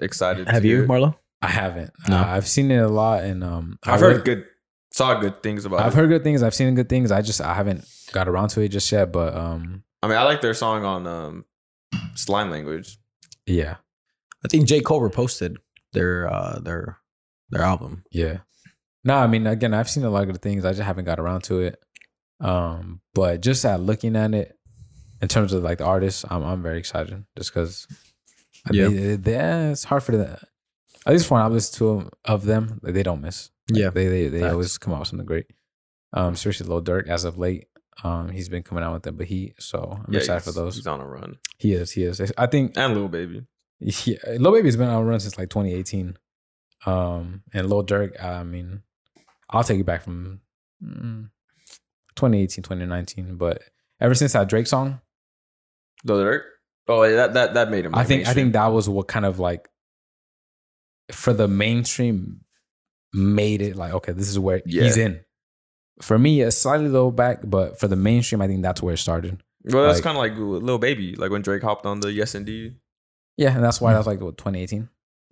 Speaker 4: excited.
Speaker 1: <laughs>
Speaker 4: to
Speaker 1: Have
Speaker 4: hear
Speaker 1: you,
Speaker 4: it.
Speaker 1: Marlo?
Speaker 2: I haven't.
Speaker 1: No.
Speaker 2: Uh, I've seen it a lot, and um, I
Speaker 4: I've heard
Speaker 2: would-
Speaker 4: good, saw good things about
Speaker 2: I've
Speaker 4: it.
Speaker 2: heard good things. I've seen good things. I just I haven't got around to it just yet. But um,
Speaker 4: I mean, I like their song on um, Slime Language.
Speaker 2: yeah,
Speaker 1: I think J. Cole reposted their uh their their album.
Speaker 2: yeah. No, I mean, again, I've seen a lot of good things. I just haven't got around to it. Um, but just at looking at it, in terms of like the artists, I'm I'm very excited just because.
Speaker 1: Yeah.
Speaker 2: yeah, it's hard for the at least when I listen to 'em- of them, like, they don't miss. Like,
Speaker 1: Yeah.
Speaker 2: they they, they
Speaker 1: Facts.
Speaker 2: always come out with something great. Um, especially Lil Durk as of late, um, he's been coming out with them, but he so I'm
Speaker 4: Yeah,
Speaker 2: excited for
Speaker 4: he's-
Speaker 2: those.
Speaker 4: He's on a run.
Speaker 2: He is, he is. I think
Speaker 4: And Lil Baby.
Speaker 2: yeah, Lil Baby's been on a run since like 2018. Um, and Lil Durk, I mean, I'll take it back from mm, 2018, 2019, but ever since that Drake song,
Speaker 4: Lil Durk. Oh, yeah, that, that, that made him.
Speaker 2: I
Speaker 4: like,
Speaker 2: think I
Speaker 4: mainstream.
Speaker 2: think that was what kind of like for the mainstream made it like okay, this is where he's in. For me, it's slightly low back, but for the mainstream, I think that's where it started.
Speaker 4: Well, that's
Speaker 2: like-
Speaker 4: kind of like Lil Baby, like when Drake hopped on the Yes Indeed.
Speaker 2: Yeah, and that's why that's like what 2018.
Speaker 4: Hmm.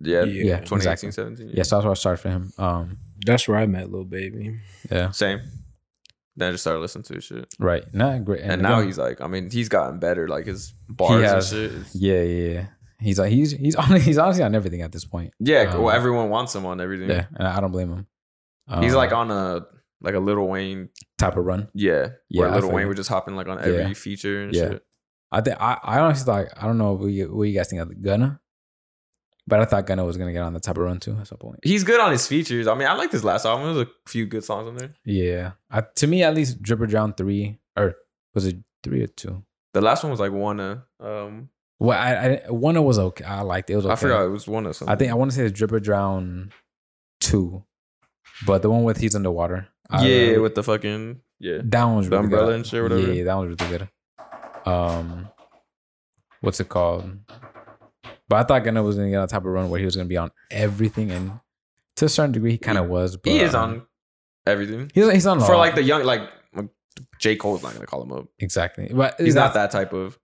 Speaker 4: Yeah,
Speaker 3: Yeah,
Speaker 2: Yeah,
Speaker 4: 2018,
Speaker 2: exactly.
Speaker 4: 17.
Speaker 2: Yeah, so that's where I started for him. Um,
Speaker 3: That's where I met Lil Baby. <laughs>
Speaker 2: yeah,
Speaker 4: Same. Then I just started listening to his shit.
Speaker 2: right. Not great.
Speaker 4: And, now he's like, I mean, he's gotten better. Like his
Speaker 2: He
Speaker 4: bars and
Speaker 2: has.
Speaker 4: shit. is-
Speaker 2: Yeah, yeah, yeah. He's like he's he's <laughs> on he's honestly on everything at this point.
Speaker 4: Yeah,
Speaker 2: Um,
Speaker 4: well, everyone wants him on everything.
Speaker 2: Yeah, and I don't blame him.
Speaker 4: He's
Speaker 2: Um,
Speaker 4: like on a like a Little Wayne.
Speaker 2: type of run.
Speaker 4: Yeah,
Speaker 2: Yeah,
Speaker 4: where
Speaker 2: I
Speaker 4: Little
Speaker 2: feel
Speaker 4: Wayne
Speaker 2: you.
Speaker 4: would just hop in like on every
Speaker 2: Yeah.
Speaker 4: feature and
Speaker 2: Yeah.
Speaker 4: shit.
Speaker 2: I think I, I honestly like I don't know what you, what you guys think of Gunna, but I thought Gunna was gonna get on the type of run too at some point.
Speaker 4: He's good on his features. I mean, I like his last album. There's a few good songs on there.
Speaker 2: Yeah, I, to me at least, Dripper Drown three or was it three or two?
Speaker 4: The last one was like Wanna. Um,
Speaker 2: Well, I, I one was okay. I liked it. It was okay.
Speaker 4: I forgot it was Wanna. Something.
Speaker 2: I think I want to say it's Dripper Drown two, but the one with he's underwater. I-
Speaker 4: yeah, with the fucking yeah.
Speaker 2: That one was
Speaker 4: The
Speaker 2: really
Speaker 4: umbrella
Speaker 2: good.
Speaker 4: and shit, whatever.
Speaker 2: Yeah, that one was really good. Um, what's it called? But I thought Gunna was gonna get on top of run where he was gonna be on everything, and to a certain degree, he kind of was. But
Speaker 4: He is
Speaker 2: um,
Speaker 4: on everything
Speaker 2: He's, he's on a
Speaker 4: for
Speaker 2: lot.
Speaker 4: like the young like. J Cole's not gonna call him up.
Speaker 2: exactly, but
Speaker 4: He's not
Speaker 2: that,
Speaker 4: that type of.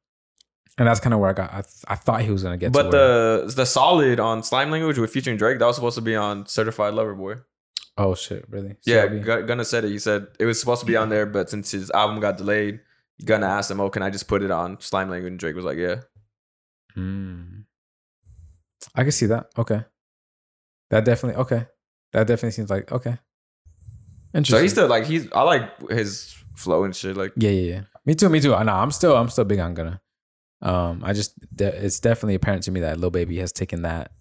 Speaker 2: and that's kind of where I got. I, th- I thought he was gonna get. to
Speaker 4: But
Speaker 2: where-
Speaker 4: the the solid on slime language with featuring Drake that was supposed to be on Certified Lover Boy.
Speaker 2: oh shit, really?
Speaker 4: Yeah,
Speaker 2: CLB.
Speaker 4: Gun- Gunna said it. He said it was supposed to be on there, but since his album got delayed, Gunna asked him, "Oh, can I just put it on Slime Language?" And Drake was like, "Yeah."
Speaker 2: Mm. I can see that. Okay, that definitely. Okay, that definitely seems like okay. Interesting.
Speaker 4: So he's still like he's. I like his flow and shit. Like
Speaker 2: Yeah, yeah, yeah. Me too, me too. I know. I'm still, I'm still big on Gunna. Um, I just, de- it's definitely apparent to me that Lil Baby has taken that.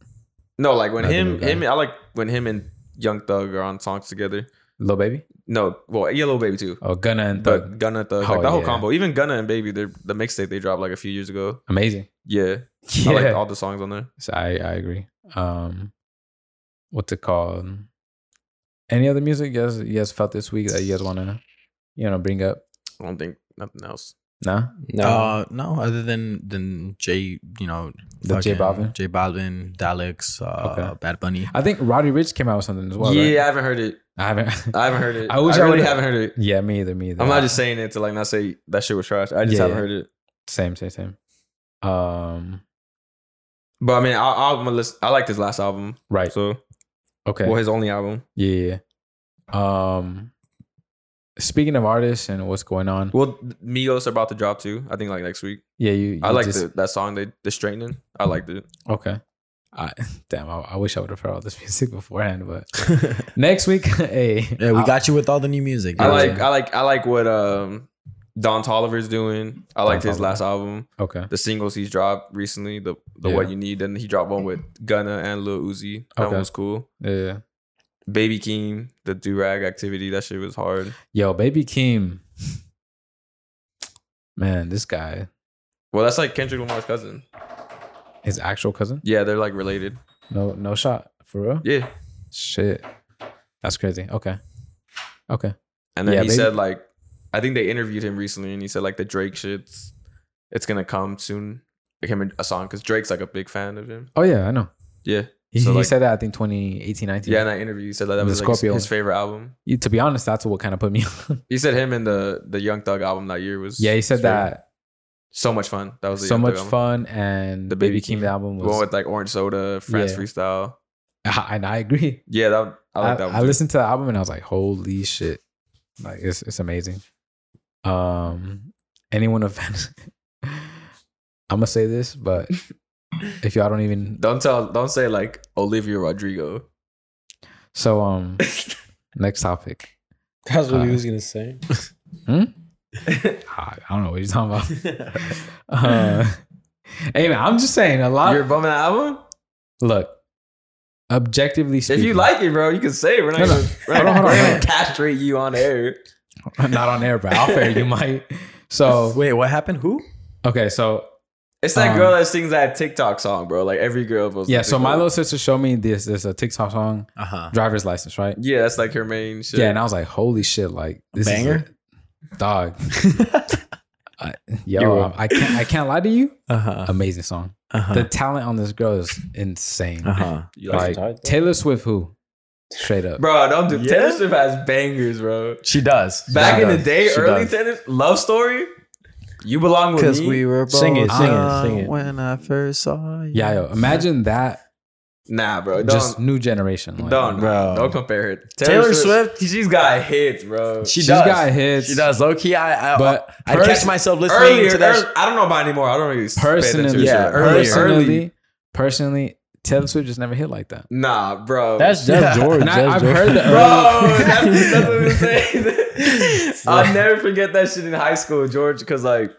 Speaker 4: no, like when
Speaker 2: Nothing
Speaker 4: him
Speaker 2: about
Speaker 4: him
Speaker 2: it.
Speaker 4: I like when him and Young Thug are on songs together.
Speaker 2: Lil Baby,
Speaker 4: No, well, yeah, Lil Baby too.
Speaker 2: Oh, Gunna and Thug.
Speaker 4: But Gunna Thug,
Speaker 2: Oh,
Speaker 4: like the whole
Speaker 2: yeah.
Speaker 4: combo. Even Gunna and Baby, they're the mixtape they dropped like a few years ago.
Speaker 2: Amazing.
Speaker 4: Yeah, <laughs> I like all the songs on there.
Speaker 2: So I, I agree. Um, what's it called? Any other music you guys you guys felt this week that you guys want to, you know, bring up?
Speaker 4: I don't think nothing else.
Speaker 2: Nah,
Speaker 3: No.
Speaker 1: Uh, no, other than than Jay, you know,
Speaker 2: The J
Speaker 1: fucking
Speaker 2: Balvin?
Speaker 1: J Balvin, Daleks, uh,
Speaker 2: Okay.
Speaker 1: Bad Bunny.
Speaker 2: I think Roddy Rich came out with something as well.
Speaker 4: yeah,
Speaker 2: right?
Speaker 4: I haven't heard it.
Speaker 2: I haven't.
Speaker 4: <laughs> I haven't heard
Speaker 2: <laughs>
Speaker 4: it.
Speaker 2: I wish I
Speaker 4: really
Speaker 2: would've-
Speaker 4: haven't heard it.
Speaker 2: yeah, me either. Me either.
Speaker 4: I'm not just saying it to like not say that shit was trash. I just
Speaker 2: Yeah,
Speaker 4: haven't
Speaker 2: yeah.
Speaker 4: heard it.
Speaker 2: same, same, same. Um,
Speaker 4: But I mean, I, I'll, I'm gonna listen. I liked his last album,
Speaker 2: right.
Speaker 4: so
Speaker 2: Okay.
Speaker 4: well, his only album.
Speaker 2: Yeah. yeah. Um, speaking of artists and what's going on,
Speaker 4: Well, Migos are about to drop too. I think like next week.
Speaker 2: yeah, you. you
Speaker 4: I like
Speaker 2: just-
Speaker 4: the, that song they the straightening. I liked it.
Speaker 2: Okay. I <laughs> damn. I, I wish I would have heard all this <laughs> music beforehand, but next week, <laughs> hey,
Speaker 1: <laughs> Yeah, we
Speaker 2: I-
Speaker 1: got you with all the new music.
Speaker 4: I
Speaker 2: Yeah.
Speaker 4: like I like I like what um Don Tolliver's doing. I liked
Speaker 2: Don
Speaker 4: his
Speaker 2: Toliver.
Speaker 4: last album.
Speaker 2: Okay.
Speaker 4: The singles he's dropped recently, the the
Speaker 2: Yeah.
Speaker 4: what you need, and he dropped one with Gunna and Lil Uzi. That
Speaker 2: Okay.
Speaker 4: one was cool.
Speaker 2: Yeah.
Speaker 4: Baby Keem, the do rag activity, that shit was hard.
Speaker 2: Yo, baby Keem. Man, this guy,
Speaker 4: Well, that's like Kendrick Lamar's cousin.
Speaker 2: his actual cousin.
Speaker 4: Yeah, they're like related.
Speaker 2: No, no shot for real.
Speaker 4: Yeah,
Speaker 2: Shit, that's crazy. Okay. Okay.
Speaker 4: and then
Speaker 2: Yeah,
Speaker 4: he
Speaker 2: Baby-
Speaker 4: said like, I think they interviewed him recently, and he said like the Drake shits, it's gonna come soon. Like him and a song because Drake's like a big fan of him.
Speaker 2: Oh yeah, I know.
Speaker 4: Yeah,
Speaker 2: He,
Speaker 4: So,
Speaker 2: he
Speaker 4: like-
Speaker 2: said that I think 2018, 19.
Speaker 4: yeah. In that interview, he said that that
Speaker 2: The
Speaker 4: was like his-
Speaker 2: Scorpio.
Speaker 4: his favorite album.
Speaker 2: Yeah, to be honest, that's what kind of put me <laughs> on.
Speaker 4: He said him and the the Young Thug album that year was
Speaker 2: yeah, he said
Speaker 4: his favorite.
Speaker 2: that
Speaker 4: so much fun. That was the
Speaker 2: so
Speaker 4: Young Thug
Speaker 2: much
Speaker 4: album.
Speaker 2: fun, and the Baby Keem album
Speaker 4: The one
Speaker 2: was.
Speaker 4: with like orange soda, France
Speaker 2: Yeah.
Speaker 4: freestyle.
Speaker 2: And <laughs> I agree.
Speaker 4: Yeah, that I like that one.
Speaker 2: I
Speaker 4: too.
Speaker 2: listened to the album and I was like, holy shit. Like it's it's amazing. Um anyone <laughs> offended I'm gonna say this,
Speaker 4: <laughs>
Speaker 2: but if y'all don't even
Speaker 4: Don't tell. Don't say like Olivia Rodrigo.
Speaker 2: so um next topic.
Speaker 3: That's what
Speaker 2: uh,
Speaker 3: he was gonna say.
Speaker 2: I, I don't know what you're talking about.
Speaker 4: <laughs>
Speaker 2: uh, hey man, I'm just saying a lot
Speaker 4: You're bumming the album.
Speaker 2: look, objectively
Speaker 4: If
Speaker 2: speaking
Speaker 4: you like it, bro, you can say it. We're not
Speaker 2: No, no.
Speaker 4: gonna, we're not,
Speaker 2: Hold on, hold on,
Speaker 4: we're not
Speaker 2: hold
Speaker 4: gonna
Speaker 2: on.
Speaker 4: castrate you on air.
Speaker 2: <laughs> not on air, but I'll fair you
Speaker 4: <laughs>
Speaker 2: might. So
Speaker 1: Oh, Wait, what happened? Who?
Speaker 2: okay, so
Speaker 4: It's that
Speaker 2: Um,
Speaker 4: girl that sings that TikTok song, bro. Like every girl was.
Speaker 2: yeah, so my little sister showed me this this a TikTok song,
Speaker 1: Uh huh.
Speaker 2: driver's license, right?
Speaker 4: Yeah, that's like her main shit.
Speaker 2: Yeah, and I was like, holy shit, like this
Speaker 1: Banger?
Speaker 2: is a <laughs> dog. I,
Speaker 1: You're
Speaker 2: yo,
Speaker 1: welcome.
Speaker 2: I, I can't I can't lie to you.
Speaker 1: Uh huh.
Speaker 2: Amazing song.
Speaker 1: Uh
Speaker 2: The
Speaker 1: huh.
Speaker 2: talent on this girl is insane.
Speaker 3: Uh-huh.
Speaker 1: Uh huh.
Speaker 4: You like
Speaker 2: Like
Speaker 4: it?
Speaker 2: Taylor Swift, who straight up,
Speaker 4: bro, don't do.
Speaker 1: Yeah?
Speaker 4: Taylor Swift has bangers, bro.
Speaker 1: She does.
Speaker 4: Back
Speaker 1: She
Speaker 4: in the
Speaker 1: does.
Speaker 4: day,
Speaker 1: She
Speaker 4: early
Speaker 1: does.
Speaker 4: Taylor love story. You belong with
Speaker 5: Because
Speaker 4: me.
Speaker 5: we were both
Speaker 1: Sing it, sing it,
Speaker 5: young
Speaker 1: sing it.
Speaker 5: when I first saw you.
Speaker 2: yeah, yo, imagine that.
Speaker 4: nah, bro. Don't,
Speaker 2: Just new generation. Like,
Speaker 4: don't,
Speaker 1: Bro.
Speaker 4: don't compare it.
Speaker 1: Taylor
Speaker 4: she's got hits, bro.
Speaker 1: She
Speaker 2: she's
Speaker 1: does.
Speaker 2: got hits.
Speaker 1: She does. Low key, I, I
Speaker 2: But
Speaker 1: I
Speaker 4: pers-
Speaker 1: catch myself listening
Speaker 4: earlier,
Speaker 1: to that.
Speaker 4: ear- I don't know about anymore. I don't really pay attention to
Speaker 2: Personally,
Speaker 4: this
Speaker 1: yeah,
Speaker 4: shit.
Speaker 1: earlier.
Speaker 2: personally, personally, Taylor Swift just never hit like that.
Speaker 4: Nah, bro.
Speaker 3: That's that's
Speaker 1: Yeah.
Speaker 3: George.
Speaker 2: And I,
Speaker 3: That's
Speaker 2: I've
Speaker 3: George.
Speaker 2: heard
Speaker 3: <laughs>
Speaker 2: the
Speaker 4: bro.
Speaker 2: <laughs> early-
Speaker 4: That's, that's what I'm saying. I'll never forget that shit in high school, George. Because like,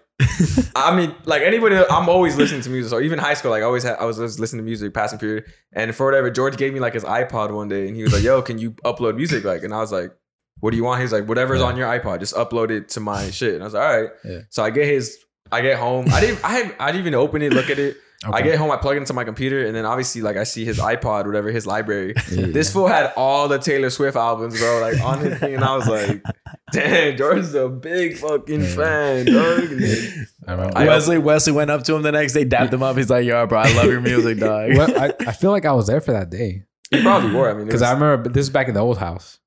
Speaker 4: I mean, like anybody, I'm always listening to music. So even high school, like I always had, I was just listening to music, passing period. And for whatever, George gave me like his iPod one day, and he was like, "Yo, can you upload music?" Like, and I was like. What do you want? He's like, whatever's
Speaker 2: Yeah.
Speaker 4: on your iPod, just upload it to my shit. And I was like, all right.
Speaker 2: Yeah.
Speaker 4: So I get his, I get home. I didn't, I, had- I didn't even open it, look at it. I
Speaker 2: Okay.
Speaker 4: get home, I plug it into my computer, and then obviously, like, I see his iPod, whatever, his library.
Speaker 2: Yeah.
Speaker 4: This fool had all the Taylor Swift albums, bro. Like, on his thing, and I
Speaker 1: <laughs>
Speaker 4: was like, damn, Jordan's a big fucking
Speaker 2: Yeah.
Speaker 4: fan, dog.
Speaker 1: <laughs>
Speaker 2: I remember-
Speaker 4: I-
Speaker 1: Wesley Wesley went up to him the next day, dapped him up. He's like, "Yo, bro, I love your <laughs> music, dog."
Speaker 2: Well, I, I feel like I was there for that day
Speaker 4: He probably were. I mean,
Speaker 2: because I
Speaker 4: I,
Speaker 2: remember but this is back in the old house.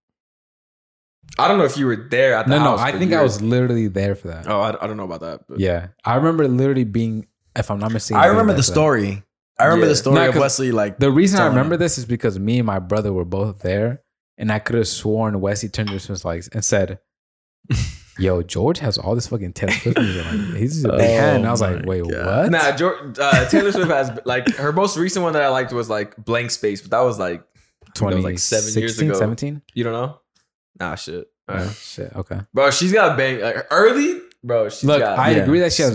Speaker 4: I don't know if you were there at the
Speaker 2: No, no,
Speaker 4: house,
Speaker 2: I
Speaker 4: but
Speaker 2: think
Speaker 4: you
Speaker 2: I
Speaker 4: were-
Speaker 2: was literally there for that.
Speaker 4: Oh, I, I don't know about that. But.
Speaker 2: Yeah, I remember literally being, if I'm not mistaken,
Speaker 1: <laughs> I
Speaker 2: there
Speaker 1: remember
Speaker 2: for
Speaker 1: the
Speaker 2: that.
Speaker 1: story. I remember
Speaker 4: Yeah.
Speaker 1: the story
Speaker 2: Nah,
Speaker 1: of
Speaker 2: 'cause
Speaker 1: Wesley. Like,
Speaker 2: The reason I
Speaker 1: Telling
Speaker 2: remember
Speaker 1: it.
Speaker 2: this is because me and my brother were both there, and I could have sworn Wesley turned to us and was like and said, "Yo, George has all this fucking Taylor Swift music. Like, he's just a big
Speaker 1: Oh
Speaker 2: hand." And I was
Speaker 1: my
Speaker 2: like, "Wait,
Speaker 1: God.
Speaker 2: what?"
Speaker 4: Nah, George, uh, Taylor Swift has, like, her most recent one that I liked was, like, Blank Space, but that was, like,
Speaker 2: Twenty
Speaker 4: like, seven years ago.
Speaker 2: 17?
Speaker 4: you don't know? Nah, shit. All right.
Speaker 2: Oh, shit. Okay.
Speaker 4: Bro, she's got bang like early. Bro, she's
Speaker 2: Look,
Speaker 4: got
Speaker 2: I
Speaker 1: yeah.
Speaker 2: agree that she has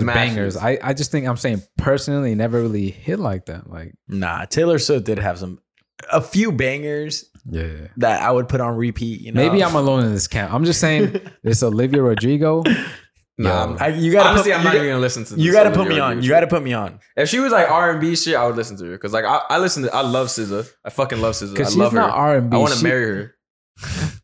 Speaker 2: bangers.
Speaker 4: smashes.
Speaker 2: I, I just think I'm saying personally, it never really hit like that. Like
Speaker 1: nah, Taylor Swift did have some, a few bangers,
Speaker 2: Yeah, yeah, yeah.
Speaker 1: that I would put on repeat. You know,
Speaker 2: Maybe I'm alone in this camp. I'm just
Speaker 4: <laughs>
Speaker 2: saying it's Olivia Rodrigo.
Speaker 4: Nah,
Speaker 2: Yo.
Speaker 4: I'm-
Speaker 1: I, you gotta
Speaker 4: Honestly,
Speaker 1: put,
Speaker 4: I'm
Speaker 1: you
Speaker 4: not
Speaker 1: got-
Speaker 4: even gonna listen to.
Speaker 1: you
Speaker 4: this
Speaker 1: gotta
Speaker 4: other
Speaker 1: put me
Speaker 4: Rodrigo
Speaker 1: on. You
Speaker 4: shit.
Speaker 1: gotta put me on.
Speaker 4: If she was like R and B shit, I would listen to her because like I, I listen to I love SZA. I fucking love SZA. I
Speaker 2: Because she's
Speaker 4: love her.
Speaker 2: not R and B.
Speaker 4: I want to marry her.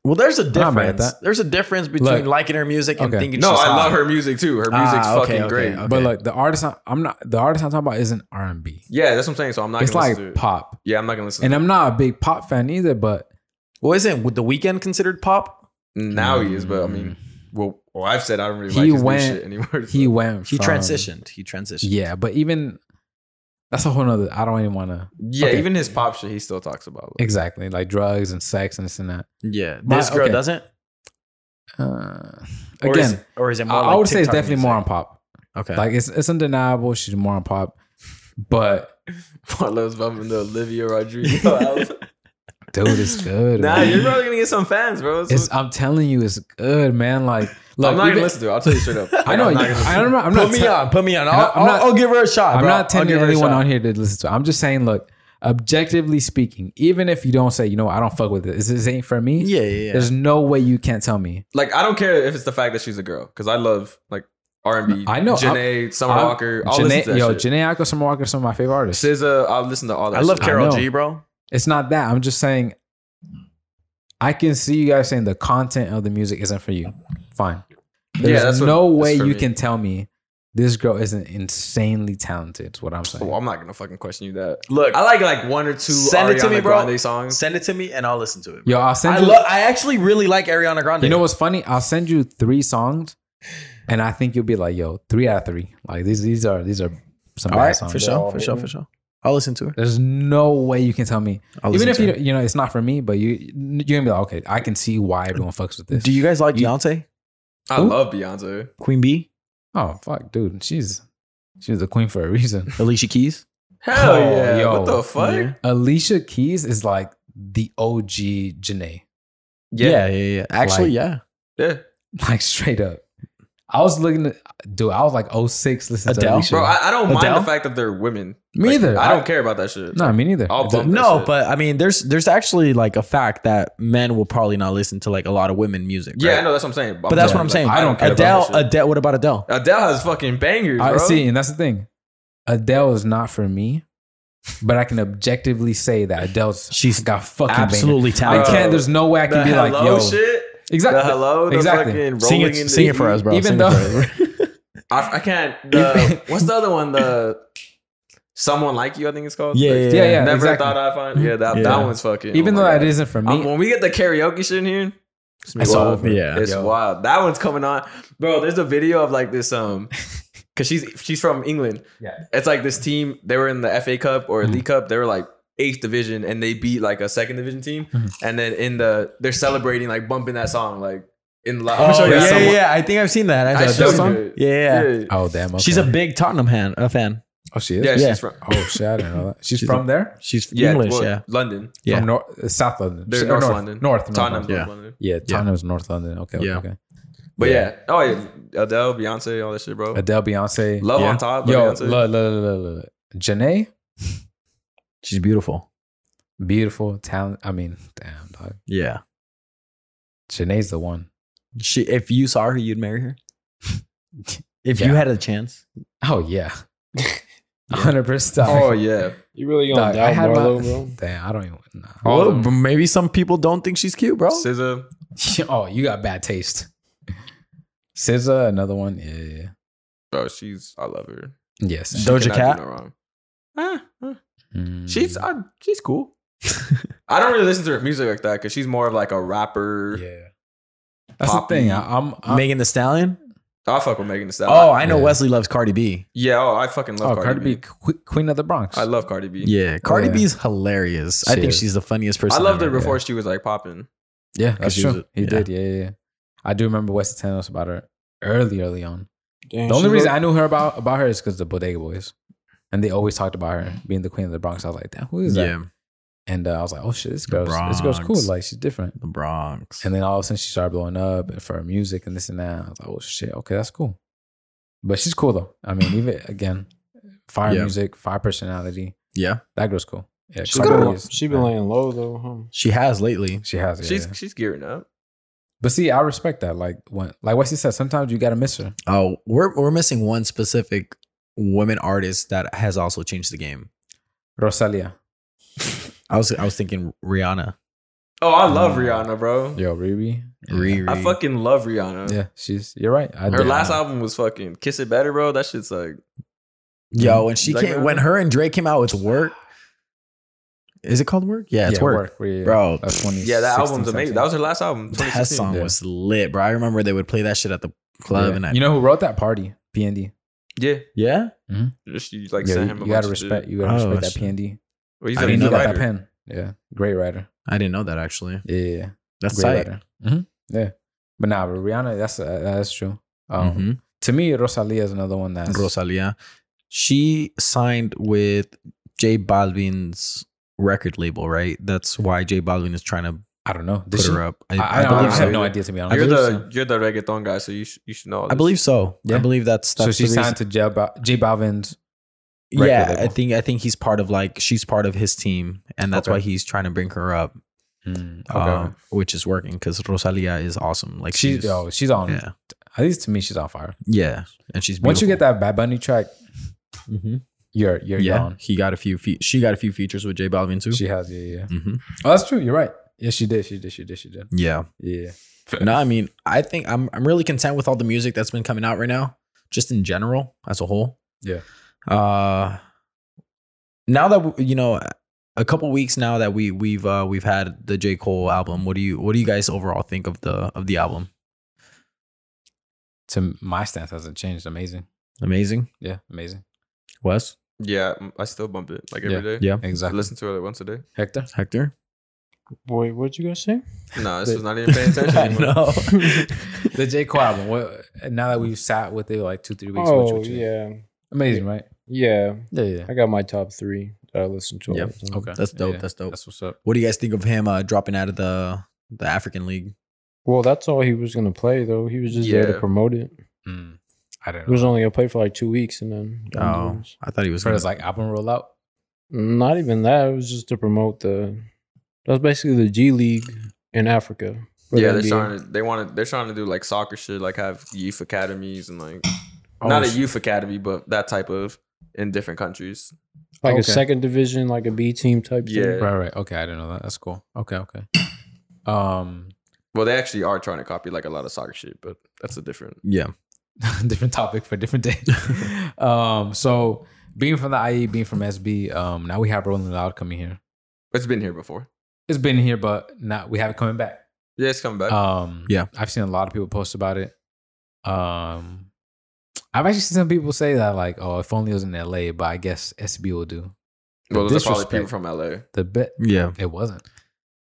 Speaker 1: Well, there's a
Speaker 2: not mad at
Speaker 1: difference.
Speaker 2: that.
Speaker 1: There's a difference between
Speaker 2: Look.
Speaker 1: liking her music and
Speaker 2: Okay.
Speaker 1: thinking
Speaker 4: No,
Speaker 1: she's
Speaker 4: I
Speaker 1: hot.
Speaker 4: love her music too. Her music's
Speaker 1: Ah, okay,
Speaker 4: fucking
Speaker 1: okay,
Speaker 4: great.
Speaker 1: okay.
Speaker 2: But look, the artist I- I'm not the artist I'm talking about isn't R and B.
Speaker 4: Yeah, that's what I'm saying. So I'm not.
Speaker 2: It's
Speaker 4: gonna
Speaker 2: like
Speaker 4: listen to it.
Speaker 2: pop,
Speaker 4: Yeah, I'm not gonna listen.
Speaker 2: and I'm not a big pop fan either. But
Speaker 1: Well, isn't with the weekend considered pop?
Speaker 4: to it. now he is, but I mean, well, well I've said I don't really
Speaker 2: Mm. He
Speaker 4: like his
Speaker 2: went-
Speaker 4: new shit anymore.
Speaker 2: Mm, he went.
Speaker 1: He
Speaker 2: from-
Speaker 1: transitioned. He transitioned.
Speaker 2: Yeah, but even that's a whole nother. I don't even want to
Speaker 4: yeah,
Speaker 2: okay.
Speaker 4: even his pop shit, he still talks about. Like,
Speaker 2: exactly like drugs and sex and this and that.
Speaker 1: yeah.
Speaker 2: But-
Speaker 1: This girl
Speaker 2: okay.
Speaker 1: doesn't.
Speaker 2: Uh,
Speaker 1: Or
Speaker 2: again,
Speaker 1: is, or is it
Speaker 2: I,
Speaker 1: more?
Speaker 2: I
Speaker 1: like
Speaker 2: would say it's
Speaker 1: TikTok
Speaker 2: definitely
Speaker 1: music?
Speaker 2: more on pop.
Speaker 1: Okay.
Speaker 2: Like it's it's undeniable she's more on pop, but
Speaker 4: <laughs> Marlo's bumping the Olivia Rodrigo.
Speaker 2: <laughs>
Speaker 4: album.
Speaker 2: dude, it's good.
Speaker 4: nah,
Speaker 2: man.
Speaker 4: you're probably gonna get some fans, bro. It's-
Speaker 2: It's, I'm telling you, it's good, man. Like, look,
Speaker 4: I'm not
Speaker 2: even-
Speaker 4: gonna listen to it. I'll tell you straight up.
Speaker 2: <laughs>
Speaker 4: Like,
Speaker 2: I know.
Speaker 4: I'm
Speaker 2: you-
Speaker 4: not gonna
Speaker 2: I
Speaker 4: listen
Speaker 2: don't. know, I'm
Speaker 1: put
Speaker 2: not.
Speaker 1: me
Speaker 2: tell-
Speaker 1: on. Put me on. I'll,
Speaker 2: I'm not-
Speaker 1: I'll, I'll give her a shot.
Speaker 2: I'm
Speaker 1: bro.
Speaker 2: not
Speaker 1: I'll
Speaker 2: telling
Speaker 1: give her a
Speaker 2: anyone
Speaker 1: shot.
Speaker 2: on here to listen to. it. I'm just saying, look, objectively speaking, even if you don't say, you know, I don't fuck with it, this, this ain't for me.
Speaker 1: Yeah, yeah, yeah.
Speaker 2: There's no way you can't tell me.
Speaker 4: like I don't care if it's the fact that she's a girl because I love like R and B.
Speaker 2: I know,
Speaker 4: Janae, Summer
Speaker 2: I'm-
Speaker 4: Walker. I'll listen
Speaker 2: Janae,
Speaker 4: to that
Speaker 2: yo,
Speaker 4: shit.
Speaker 2: Janae Aiko, Summer Walker, some of my favorite artists.
Speaker 4: SZA, I'll listen to all that.
Speaker 1: I love
Speaker 4: shit.
Speaker 1: Carol
Speaker 2: know.
Speaker 1: G, bro.
Speaker 2: It's not that. I'm just saying. I can see you guys saying the content of the music isn't for you. Fine. There's
Speaker 4: Yeah, that's what-
Speaker 2: no
Speaker 4: that's
Speaker 2: way
Speaker 4: for
Speaker 2: you
Speaker 4: me.
Speaker 2: can tell me this girl isn't insanely talented. Is what I'm saying.
Speaker 4: Well, I'm not gonna fucking question you that.
Speaker 1: Look,
Speaker 4: I like like one or two
Speaker 1: Send it to
Speaker 4: Ariana
Speaker 1: me, bro.
Speaker 4: Grande songs.
Speaker 1: send it to me and I'll listen to it.
Speaker 2: Yo, I'll send
Speaker 1: I
Speaker 2: you.
Speaker 1: love. I actually really like Ariana Grande.
Speaker 2: you know what's funny? I'll send you three songs, and I think you'll be like, "Yo, three out of three. Like these, these are these are some
Speaker 1: All
Speaker 2: bad
Speaker 1: right,
Speaker 2: songs."
Speaker 1: for sure, for sure, for sure. I'll listen to her.
Speaker 2: There's no way you can tell me,
Speaker 1: I'll listen
Speaker 2: even if
Speaker 1: to
Speaker 2: you
Speaker 1: her.
Speaker 2: don't- you know it's not for me, but you you're gonna be like, "Okay, I can see why everyone fucks with this."
Speaker 1: Do you guys like Beyonce?
Speaker 4: I
Speaker 2: Who?
Speaker 4: love Beyonce.
Speaker 1: Queen Bee,
Speaker 2: Oh fuck, dude, she's she's a queen for a reason.
Speaker 1: Alicia Keys.
Speaker 4: Hell
Speaker 2: Oh,
Speaker 4: yeah!
Speaker 2: yo.
Speaker 4: What the fuck?
Speaker 1: Yeah.
Speaker 2: Alicia Keys is like the OG Janae, <laughs>
Speaker 1: Yeah, yeah, yeah. Actually,
Speaker 2: Like-
Speaker 1: yeah.
Speaker 4: yeah.
Speaker 2: like straight up. I was looking, at, dude. I was like 06 listening to
Speaker 1: Adele?
Speaker 2: Alicia.
Speaker 4: Bro, I, I don't mind
Speaker 1: Adele?
Speaker 4: the fact that they're women.
Speaker 2: Me
Speaker 4: Like,
Speaker 2: either.
Speaker 4: I don't
Speaker 2: I-
Speaker 4: care about that shit.
Speaker 2: no, me neither.
Speaker 4: I'll bump that
Speaker 1: No,
Speaker 4: shit.
Speaker 1: but I mean, there's there's actually like a fact that men will probably not listen to like a lot of women music.
Speaker 4: yeah,
Speaker 1: right?
Speaker 4: I know that's what I'm saying.
Speaker 1: but that's
Speaker 2: Yeah,
Speaker 1: what I'm
Speaker 2: like,
Speaker 1: saying.
Speaker 2: I don't care about
Speaker 1: Adele,
Speaker 4: Adele.
Speaker 1: Adele. What about Adele?
Speaker 4: Adele has fucking bangers, bro.
Speaker 2: I see, and that's the thing. Adele is not for me, but I can objectively say that Adele's
Speaker 1: She's
Speaker 2: got fucking
Speaker 1: Absolutely
Speaker 2: absolutely. I
Speaker 1: talented.
Speaker 4: Bro,
Speaker 2: can't. There's no way I
Speaker 4: the
Speaker 2: can be like,
Speaker 4: hello
Speaker 2: yo,
Speaker 4: shit.
Speaker 2: exactly.
Speaker 1: <laughs>
Speaker 4: The hello. The
Speaker 2: Exactly.
Speaker 4: fucking rolling
Speaker 1: Sing
Speaker 4: in
Speaker 1: it,
Speaker 4: the
Speaker 1: sing it for us, bro.
Speaker 2: Even
Speaker 1: Sing it
Speaker 2: though-
Speaker 1: for us.
Speaker 4: I, I can't.
Speaker 1: <laughs>
Speaker 4: The, what's the other one? The someone like you, I think it's called.
Speaker 1: Yeah,
Speaker 4: Like,
Speaker 1: yeah,
Speaker 2: yeah, yeah.
Speaker 4: Never
Speaker 2: exactly.
Speaker 4: thought I'd find. Yeah, that, that
Speaker 1: Yeah.
Speaker 4: one's fucking.
Speaker 2: Even
Speaker 4: oh
Speaker 2: though
Speaker 4: my
Speaker 2: that
Speaker 4: God.
Speaker 2: isn't for me,
Speaker 4: Um, when we get the karaoke shit in here, it's
Speaker 1: It's
Speaker 4: wild,
Speaker 1: all-
Speaker 4: bro.
Speaker 1: yeah.
Speaker 4: it's
Speaker 2: Yo.
Speaker 4: wild. That one's coming on, bro. There's a video of like this, um, because she's she's from England.
Speaker 2: Yeah.
Speaker 4: it's like this team. They were in the FA Cup or
Speaker 2: Mhm.
Speaker 4: League Cup. They were like eighth division, and they beat like a second division team.
Speaker 2: Mhm.
Speaker 4: And then in the they're celebrating like bumping that song like in live.
Speaker 1: Oh,
Speaker 2: you
Speaker 1: yeah,
Speaker 2: someone-
Speaker 1: yeah, yeah. I think I've seen that. I,
Speaker 4: I
Speaker 1: saw
Speaker 4: showed
Speaker 1: that song.
Speaker 4: you.
Speaker 1: Yeah, yeah. yeah.
Speaker 4: Yeah,
Speaker 2: oh damn, okay.
Speaker 1: She's a big Tottenham fan. A fan.
Speaker 2: oh she is.
Speaker 4: yeah,
Speaker 1: Yeah.
Speaker 4: she's from
Speaker 2: Oh shit, I didn't know that. She's,
Speaker 1: She's
Speaker 2: from
Speaker 1: a-
Speaker 2: there.
Speaker 1: She's
Speaker 4: yeah,
Speaker 1: English.
Speaker 4: well,
Speaker 1: yeah.
Speaker 4: London.
Speaker 1: Yeah.
Speaker 2: from North, uh, South London.
Speaker 4: They're
Speaker 2: Or
Speaker 4: North London.
Speaker 2: North, North
Speaker 4: Tottenham's
Speaker 2: London.
Speaker 4: North
Speaker 1: Yeah.
Speaker 4: London.
Speaker 2: Yeah, Tottenham's North London. Okay, okay,
Speaker 1: Yeah.
Speaker 2: okay.
Speaker 4: But
Speaker 2: Yeah.
Speaker 4: yeah. oh yeah, Adele, Beyonce, all that shit, bro.
Speaker 2: Adele, Beyonce,
Speaker 4: Love
Speaker 1: Yeah.
Speaker 4: on top,
Speaker 2: yo,
Speaker 4: Beyonce.
Speaker 2: look, look, look, look, look. Janae,
Speaker 1: She's beautiful.
Speaker 2: beautiful talent. I mean, damn, dog.
Speaker 1: Yeah.
Speaker 2: Janae's the one.
Speaker 1: She. If you saw her, you'd marry her. <laughs> If you
Speaker 2: Yeah.
Speaker 1: had a chance.
Speaker 2: Oh
Speaker 1: <laughs>
Speaker 2: yeah, hundred percent.
Speaker 4: Oh yeah,
Speaker 3: You really
Speaker 2: Dog,
Speaker 3: gonna
Speaker 2: I
Speaker 3: doubt
Speaker 2: had my- <laughs>
Speaker 3: Marlo, bro?
Speaker 2: Damn, I don't even. Nah.
Speaker 4: All
Speaker 1: Well,
Speaker 4: of
Speaker 1: but maybe some people don't think she's cute, bro.
Speaker 4: SZA.
Speaker 2: <laughs> Oh, you got bad taste. SZA, another one. Yeah, yeah, yeah.
Speaker 4: Bro, she's I love her.
Speaker 2: Yes.
Speaker 1: Doja
Speaker 4: Cannot do
Speaker 1: Cat?
Speaker 4: no wrong. Ah, ah.
Speaker 2: Mm.
Speaker 4: she's
Speaker 1: uh,
Speaker 4: I, she's cool. I don't really listen to her music like that because she's more of like a rapper.
Speaker 2: yeah. That's
Speaker 4: Poppy.
Speaker 2: the thing. I, I'm. I'm
Speaker 1: Megan the Stallion.
Speaker 4: I fuck with Megan Thee Stallion.
Speaker 1: Oh, I know
Speaker 2: Yeah.
Speaker 1: Wesley loves Cardi B.
Speaker 4: yeah. Oh, I fucking
Speaker 2: oh,
Speaker 4: love
Speaker 2: Cardi,
Speaker 4: Cardi,
Speaker 2: B,
Speaker 4: B.
Speaker 2: Qu- Queen of the Bronx.
Speaker 4: I love Cardi B.
Speaker 1: Yeah, Cardi
Speaker 2: yeah.
Speaker 1: B's hilarious. I
Speaker 2: She
Speaker 1: think
Speaker 2: is.
Speaker 1: she's the funniest person.
Speaker 4: I loved her
Speaker 1: ever.
Speaker 4: before she was like popping.
Speaker 2: Yeah,
Speaker 1: 'cause
Speaker 2: that's
Speaker 1: she was
Speaker 2: true.
Speaker 1: a-
Speaker 2: he
Speaker 1: yeah.
Speaker 2: did. Yeah, yeah, yeah. I do remember Wesley telling us about her early, early on.
Speaker 3: Damn,
Speaker 2: The only
Speaker 3: she's
Speaker 2: reason
Speaker 3: look-
Speaker 2: I knew her about about her is because the Bodega Boys, and they always talked about her being the queen of the Bronx. I was like, "Damn, who is that?"
Speaker 1: Yeah,
Speaker 2: And uh, I was like, "Oh shit, this
Speaker 1: The
Speaker 2: girl's this girl's cool.
Speaker 1: Bronx.
Speaker 2: Like she's different."
Speaker 1: the Bronx.
Speaker 2: And then all of a sudden, she started blowing up and for her music and this and that. I was like, "Oh shit, okay, that's cool." But she's cool though. I mean, even again, fire
Speaker 1: Yeah.
Speaker 2: music, fire personality.
Speaker 1: yeah,
Speaker 2: That girl's cool. Yeah,
Speaker 3: She
Speaker 2: couple
Speaker 3: been,
Speaker 2: years.
Speaker 3: she been laying low though, huh?
Speaker 1: She has lately.
Speaker 2: She has. Yeah,
Speaker 4: She's
Speaker 2: yeah.
Speaker 4: she's gearing up.
Speaker 2: But see, I respect that. Like when, like Wesley said, sometimes you gotta miss her.
Speaker 1: Oh, we're we're missing one specific women artist that has also changed the game.
Speaker 2: Rosalia.
Speaker 1: I was I was thinking Rihanna.
Speaker 4: Oh, I love
Speaker 2: Mm.
Speaker 4: Rihanna, bro.
Speaker 2: Yo, Riri. Yeah.
Speaker 1: Riri.
Speaker 4: I fucking love Rihanna.
Speaker 2: Yeah, she's. You're right. I
Speaker 4: Her
Speaker 2: did.
Speaker 4: last album was fucking Kiss It Better, bro. That shit's like
Speaker 1: Yo, when she
Speaker 4: Like
Speaker 1: came, when
Speaker 4: Rihanna?
Speaker 1: her and Drake came out with Work. Is it called Work? Yeah, it's
Speaker 2: Yeah,
Speaker 1: Work.
Speaker 2: Yeah,
Speaker 1: Bro.
Speaker 2: That's when he's
Speaker 4: yeah, that
Speaker 2: 16,
Speaker 4: album's
Speaker 2: 17.
Speaker 4: amazing. That was her last album.
Speaker 1: That
Speaker 4: 2016.
Speaker 1: song
Speaker 2: Yeah.
Speaker 1: was lit, bro. I remember they would play that shit at the club, and
Speaker 2: Yeah.
Speaker 1: I,
Speaker 2: You know who wrote that party? PND.
Speaker 4: Yeah,
Speaker 1: yeah,
Speaker 4: just you like
Speaker 2: yeah,
Speaker 4: sent
Speaker 2: you,
Speaker 4: him. A
Speaker 2: you gotta
Speaker 4: bunch of shit.
Speaker 2: respect. You gotta
Speaker 1: Oh,
Speaker 2: respect that
Speaker 1: shit.
Speaker 2: PND.
Speaker 4: Well, he's
Speaker 1: I
Speaker 4: a-
Speaker 2: I
Speaker 1: didn't
Speaker 2: mean,
Speaker 4: he's a
Speaker 1: know
Speaker 2: he got that
Speaker 4: writer.
Speaker 2: pen. Yeah, great writer.
Speaker 1: I didn't know that actually.
Speaker 2: Yeah, yeah, yeah.
Speaker 1: That's
Speaker 2: great
Speaker 1: tight.
Speaker 2: writer. hmm
Speaker 1: Mm-hmm.
Speaker 2: Yeah, but nah, but Rihanna. That's uh, that's true. Um,
Speaker 1: Mhm.
Speaker 2: To me, Rosalia is another one that's
Speaker 1: Rosalia, she signed with J Balvin's record label, right? That's why J Balvin is trying to
Speaker 2: I don't know. Did
Speaker 1: put
Speaker 2: she?
Speaker 1: her up.
Speaker 2: I, I, don't,
Speaker 4: believe
Speaker 2: I
Speaker 4: so.
Speaker 2: have no idea to be honest.
Speaker 4: You're
Speaker 1: I believe
Speaker 4: the you're the reggaeton guy, so you sh- you should know. all
Speaker 1: I
Speaker 4: this.
Speaker 1: believe so.
Speaker 2: Yeah.
Speaker 1: I believe that's that's
Speaker 2: so she
Speaker 1: the reason-
Speaker 2: signed to J, ba- J Balvin's. record
Speaker 1: Yeah, I
Speaker 2: label.
Speaker 1: think I think he's part of like she's part of his team, and that's
Speaker 2: Okay.
Speaker 1: why he's trying to bring her up,
Speaker 2: Mm, okay.
Speaker 1: uh, which is working because Rosalia is awesome. Like
Speaker 2: she's
Speaker 1: she's,
Speaker 2: yo, she's on.
Speaker 1: yeah,
Speaker 2: At least to me, she's on fire.
Speaker 1: yeah, and she's Mm-hmm.
Speaker 2: Once you get that Bad Bunny track, you're you're
Speaker 1: yeah,
Speaker 2: gone.
Speaker 1: he got a few feet. She got a few features with J Balvin too.
Speaker 2: She has, yeah, yeah. yeah.
Speaker 1: hmm
Speaker 2: Oh, that's true. You're right. Yeah, she did. She did. She did. She did.
Speaker 1: Yeah,
Speaker 2: Yeah.
Speaker 1: no, I mean, I think I'm I'm really content with all the music that's been coming out right now, just in general as a whole.
Speaker 2: Yeah.
Speaker 1: Uh, now that w- you know, a couple weeks now that we we've uh, we've had the J Cole album. What do you what do you guys overall think of the of the album?
Speaker 2: To my stance hasn't changed. Amazing.
Speaker 1: Amazing,
Speaker 2: Yeah, amazing.
Speaker 1: Wes,
Speaker 4: Yeah, m- I still bump it like every day.
Speaker 1: Yeah.
Speaker 4: I
Speaker 2: Exactly.
Speaker 4: listen to it like once
Speaker 1: <laughs>
Speaker 4: a day.
Speaker 2: Hector.
Speaker 1: Hector.
Speaker 3: Wait, what'd you guys say?
Speaker 4: Nah, this was not even paying
Speaker 1: <laughs>
Speaker 4: attention.
Speaker 1: I
Speaker 4: anymore. <laughs>
Speaker 1: know.
Speaker 2: The J Cole album. What? Now that we've sat with it like two, three weeks. what you-
Speaker 3: Oh
Speaker 2: what you-
Speaker 3: yeah,
Speaker 2: Amazing, right?
Speaker 3: yeah.
Speaker 2: Yeah, yeah.
Speaker 3: I got my top three. That I listened to. all
Speaker 1: Yep.
Speaker 3: the time.
Speaker 2: Okay.
Speaker 1: That's dope.
Speaker 2: Yeah,
Speaker 1: That's dope.
Speaker 2: That's what's up.
Speaker 1: what do you guys think of him uh, dropping out of the the African League?
Speaker 3: Well, that's all he was gonna play though. He was just there
Speaker 4: Yeah.
Speaker 3: to promote it.
Speaker 2: Mm, I don't
Speaker 3: It was
Speaker 2: know.
Speaker 3: only gonna play for like two weeks and then.
Speaker 1: Oh, I thought he was.
Speaker 2: For
Speaker 1: Gonna,
Speaker 2: his like album rollout.
Speaker 3: Not even that. It was just to promote the. That was basically the G League in Africa. for
Speaker 4: Yeah, they're
Speaker 3: the NBA.
Speaker 4: trying to they want to they're trying to do like soccer shit, like have youth academies and like
Speaker 2: Oh,
Speaker 4: not a
Speaker 2: sh-
Speaker 4: youth academy, but that type of in different countries.
Speaker 3: like
Speaker 2: Okay.
Speaker 3: a second division, like a B team type.
Speaker 4: Yeah.
Speaker 3: Thing.
Speaker 2: Right, right. Okay, I didn't know that. That's cool. Okay, okay. Um, <laughs>
Speaker 4: Well, they actually are trying to copy like a lot of soccer shit, but that's a different.
Speaker 1: yeah,
Speaker 2: different topic for a different <laughs> day. um, so being from the IE, being from SB, um, now we have Rolling Loud coming here.
Speaker 4: It's been here before.
Speaker 2: It's been here, but not we have it coming back.
Speaker 4: Yeah, it's coming back.
Speaker 1: Uh,
Speaker 2: Um,
Speaker 1: Yeah.
Speaker 2: I've seen a lot of people post about it. Um, I've actually seen some people say that like, oh, if only it was in LA, but I guess SB will do the
Speaker 4: well, there's probably
Speaker 2: disrespect.
Speaker 4: people from LA.
Speaker 2: the bit.
Speaker 1: yeah.
Speaker 2: It wasn't.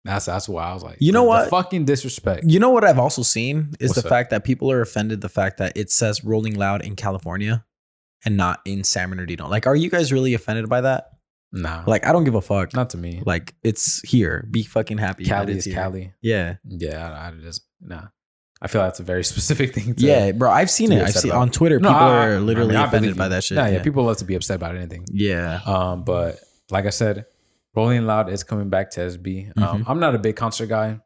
Speaker 2: That's that's why I was like,
Speaker 1: You know
Speaker 2: the
Speaker 1: what?
Speaker 2: fucking disrespect.
Speaker 1: You know what I've also seen is
Speaker 2: What's
Speaker 1: the
Speaker 2: that?
Speaker 1: fact that people are offended the fact that it says Rolling Loud in California and not in San Bernardino. Like, are you guys really offended by that?
Speaker 2: Nah,
Speaker 1: Like, I don't give a fuck.
Speaker 2: not to me. Like,
Speaker 1: Like, it's here. Be fucking happy. that
Speaker 2: Cali
Speaker 1: it's
Speaker 2: is
Speaker 1: here.
Speaker 2: Cali.
Speaker 1: Yeah.
Speaker 2: Yeah, I, I just nah. I feel that's a very <laughs> specific thing. To,
Speaker 1: Yeah, bro. I've seen
Speaker 2: to be
Speaker 1: it. I've
Speaker 2: upset
Speaker 1: seen
Speaker 2: about.
Speaker 1: on Twitter.
Speaker 2: No,
Speaker 1: people
Speaker 2: I- I
Speaker 1: are
Speaker 2: mean,
Speaker 1: literally
Speaker 2: I
Speaker 1: offended
Speaker 2: believe
Speaker 1: by
Speaker 2: you.
Speaker 1: that shit.
Speaker 2: Nah, yeah,
Speaker 1: yeah.
Speaker 2: people love to be upset about anything.
Speaker 1: Yeah.
Speaker 2: Um, but like I said, Rolling Loud is coming back to SB. Um, I'm not a big concert guy.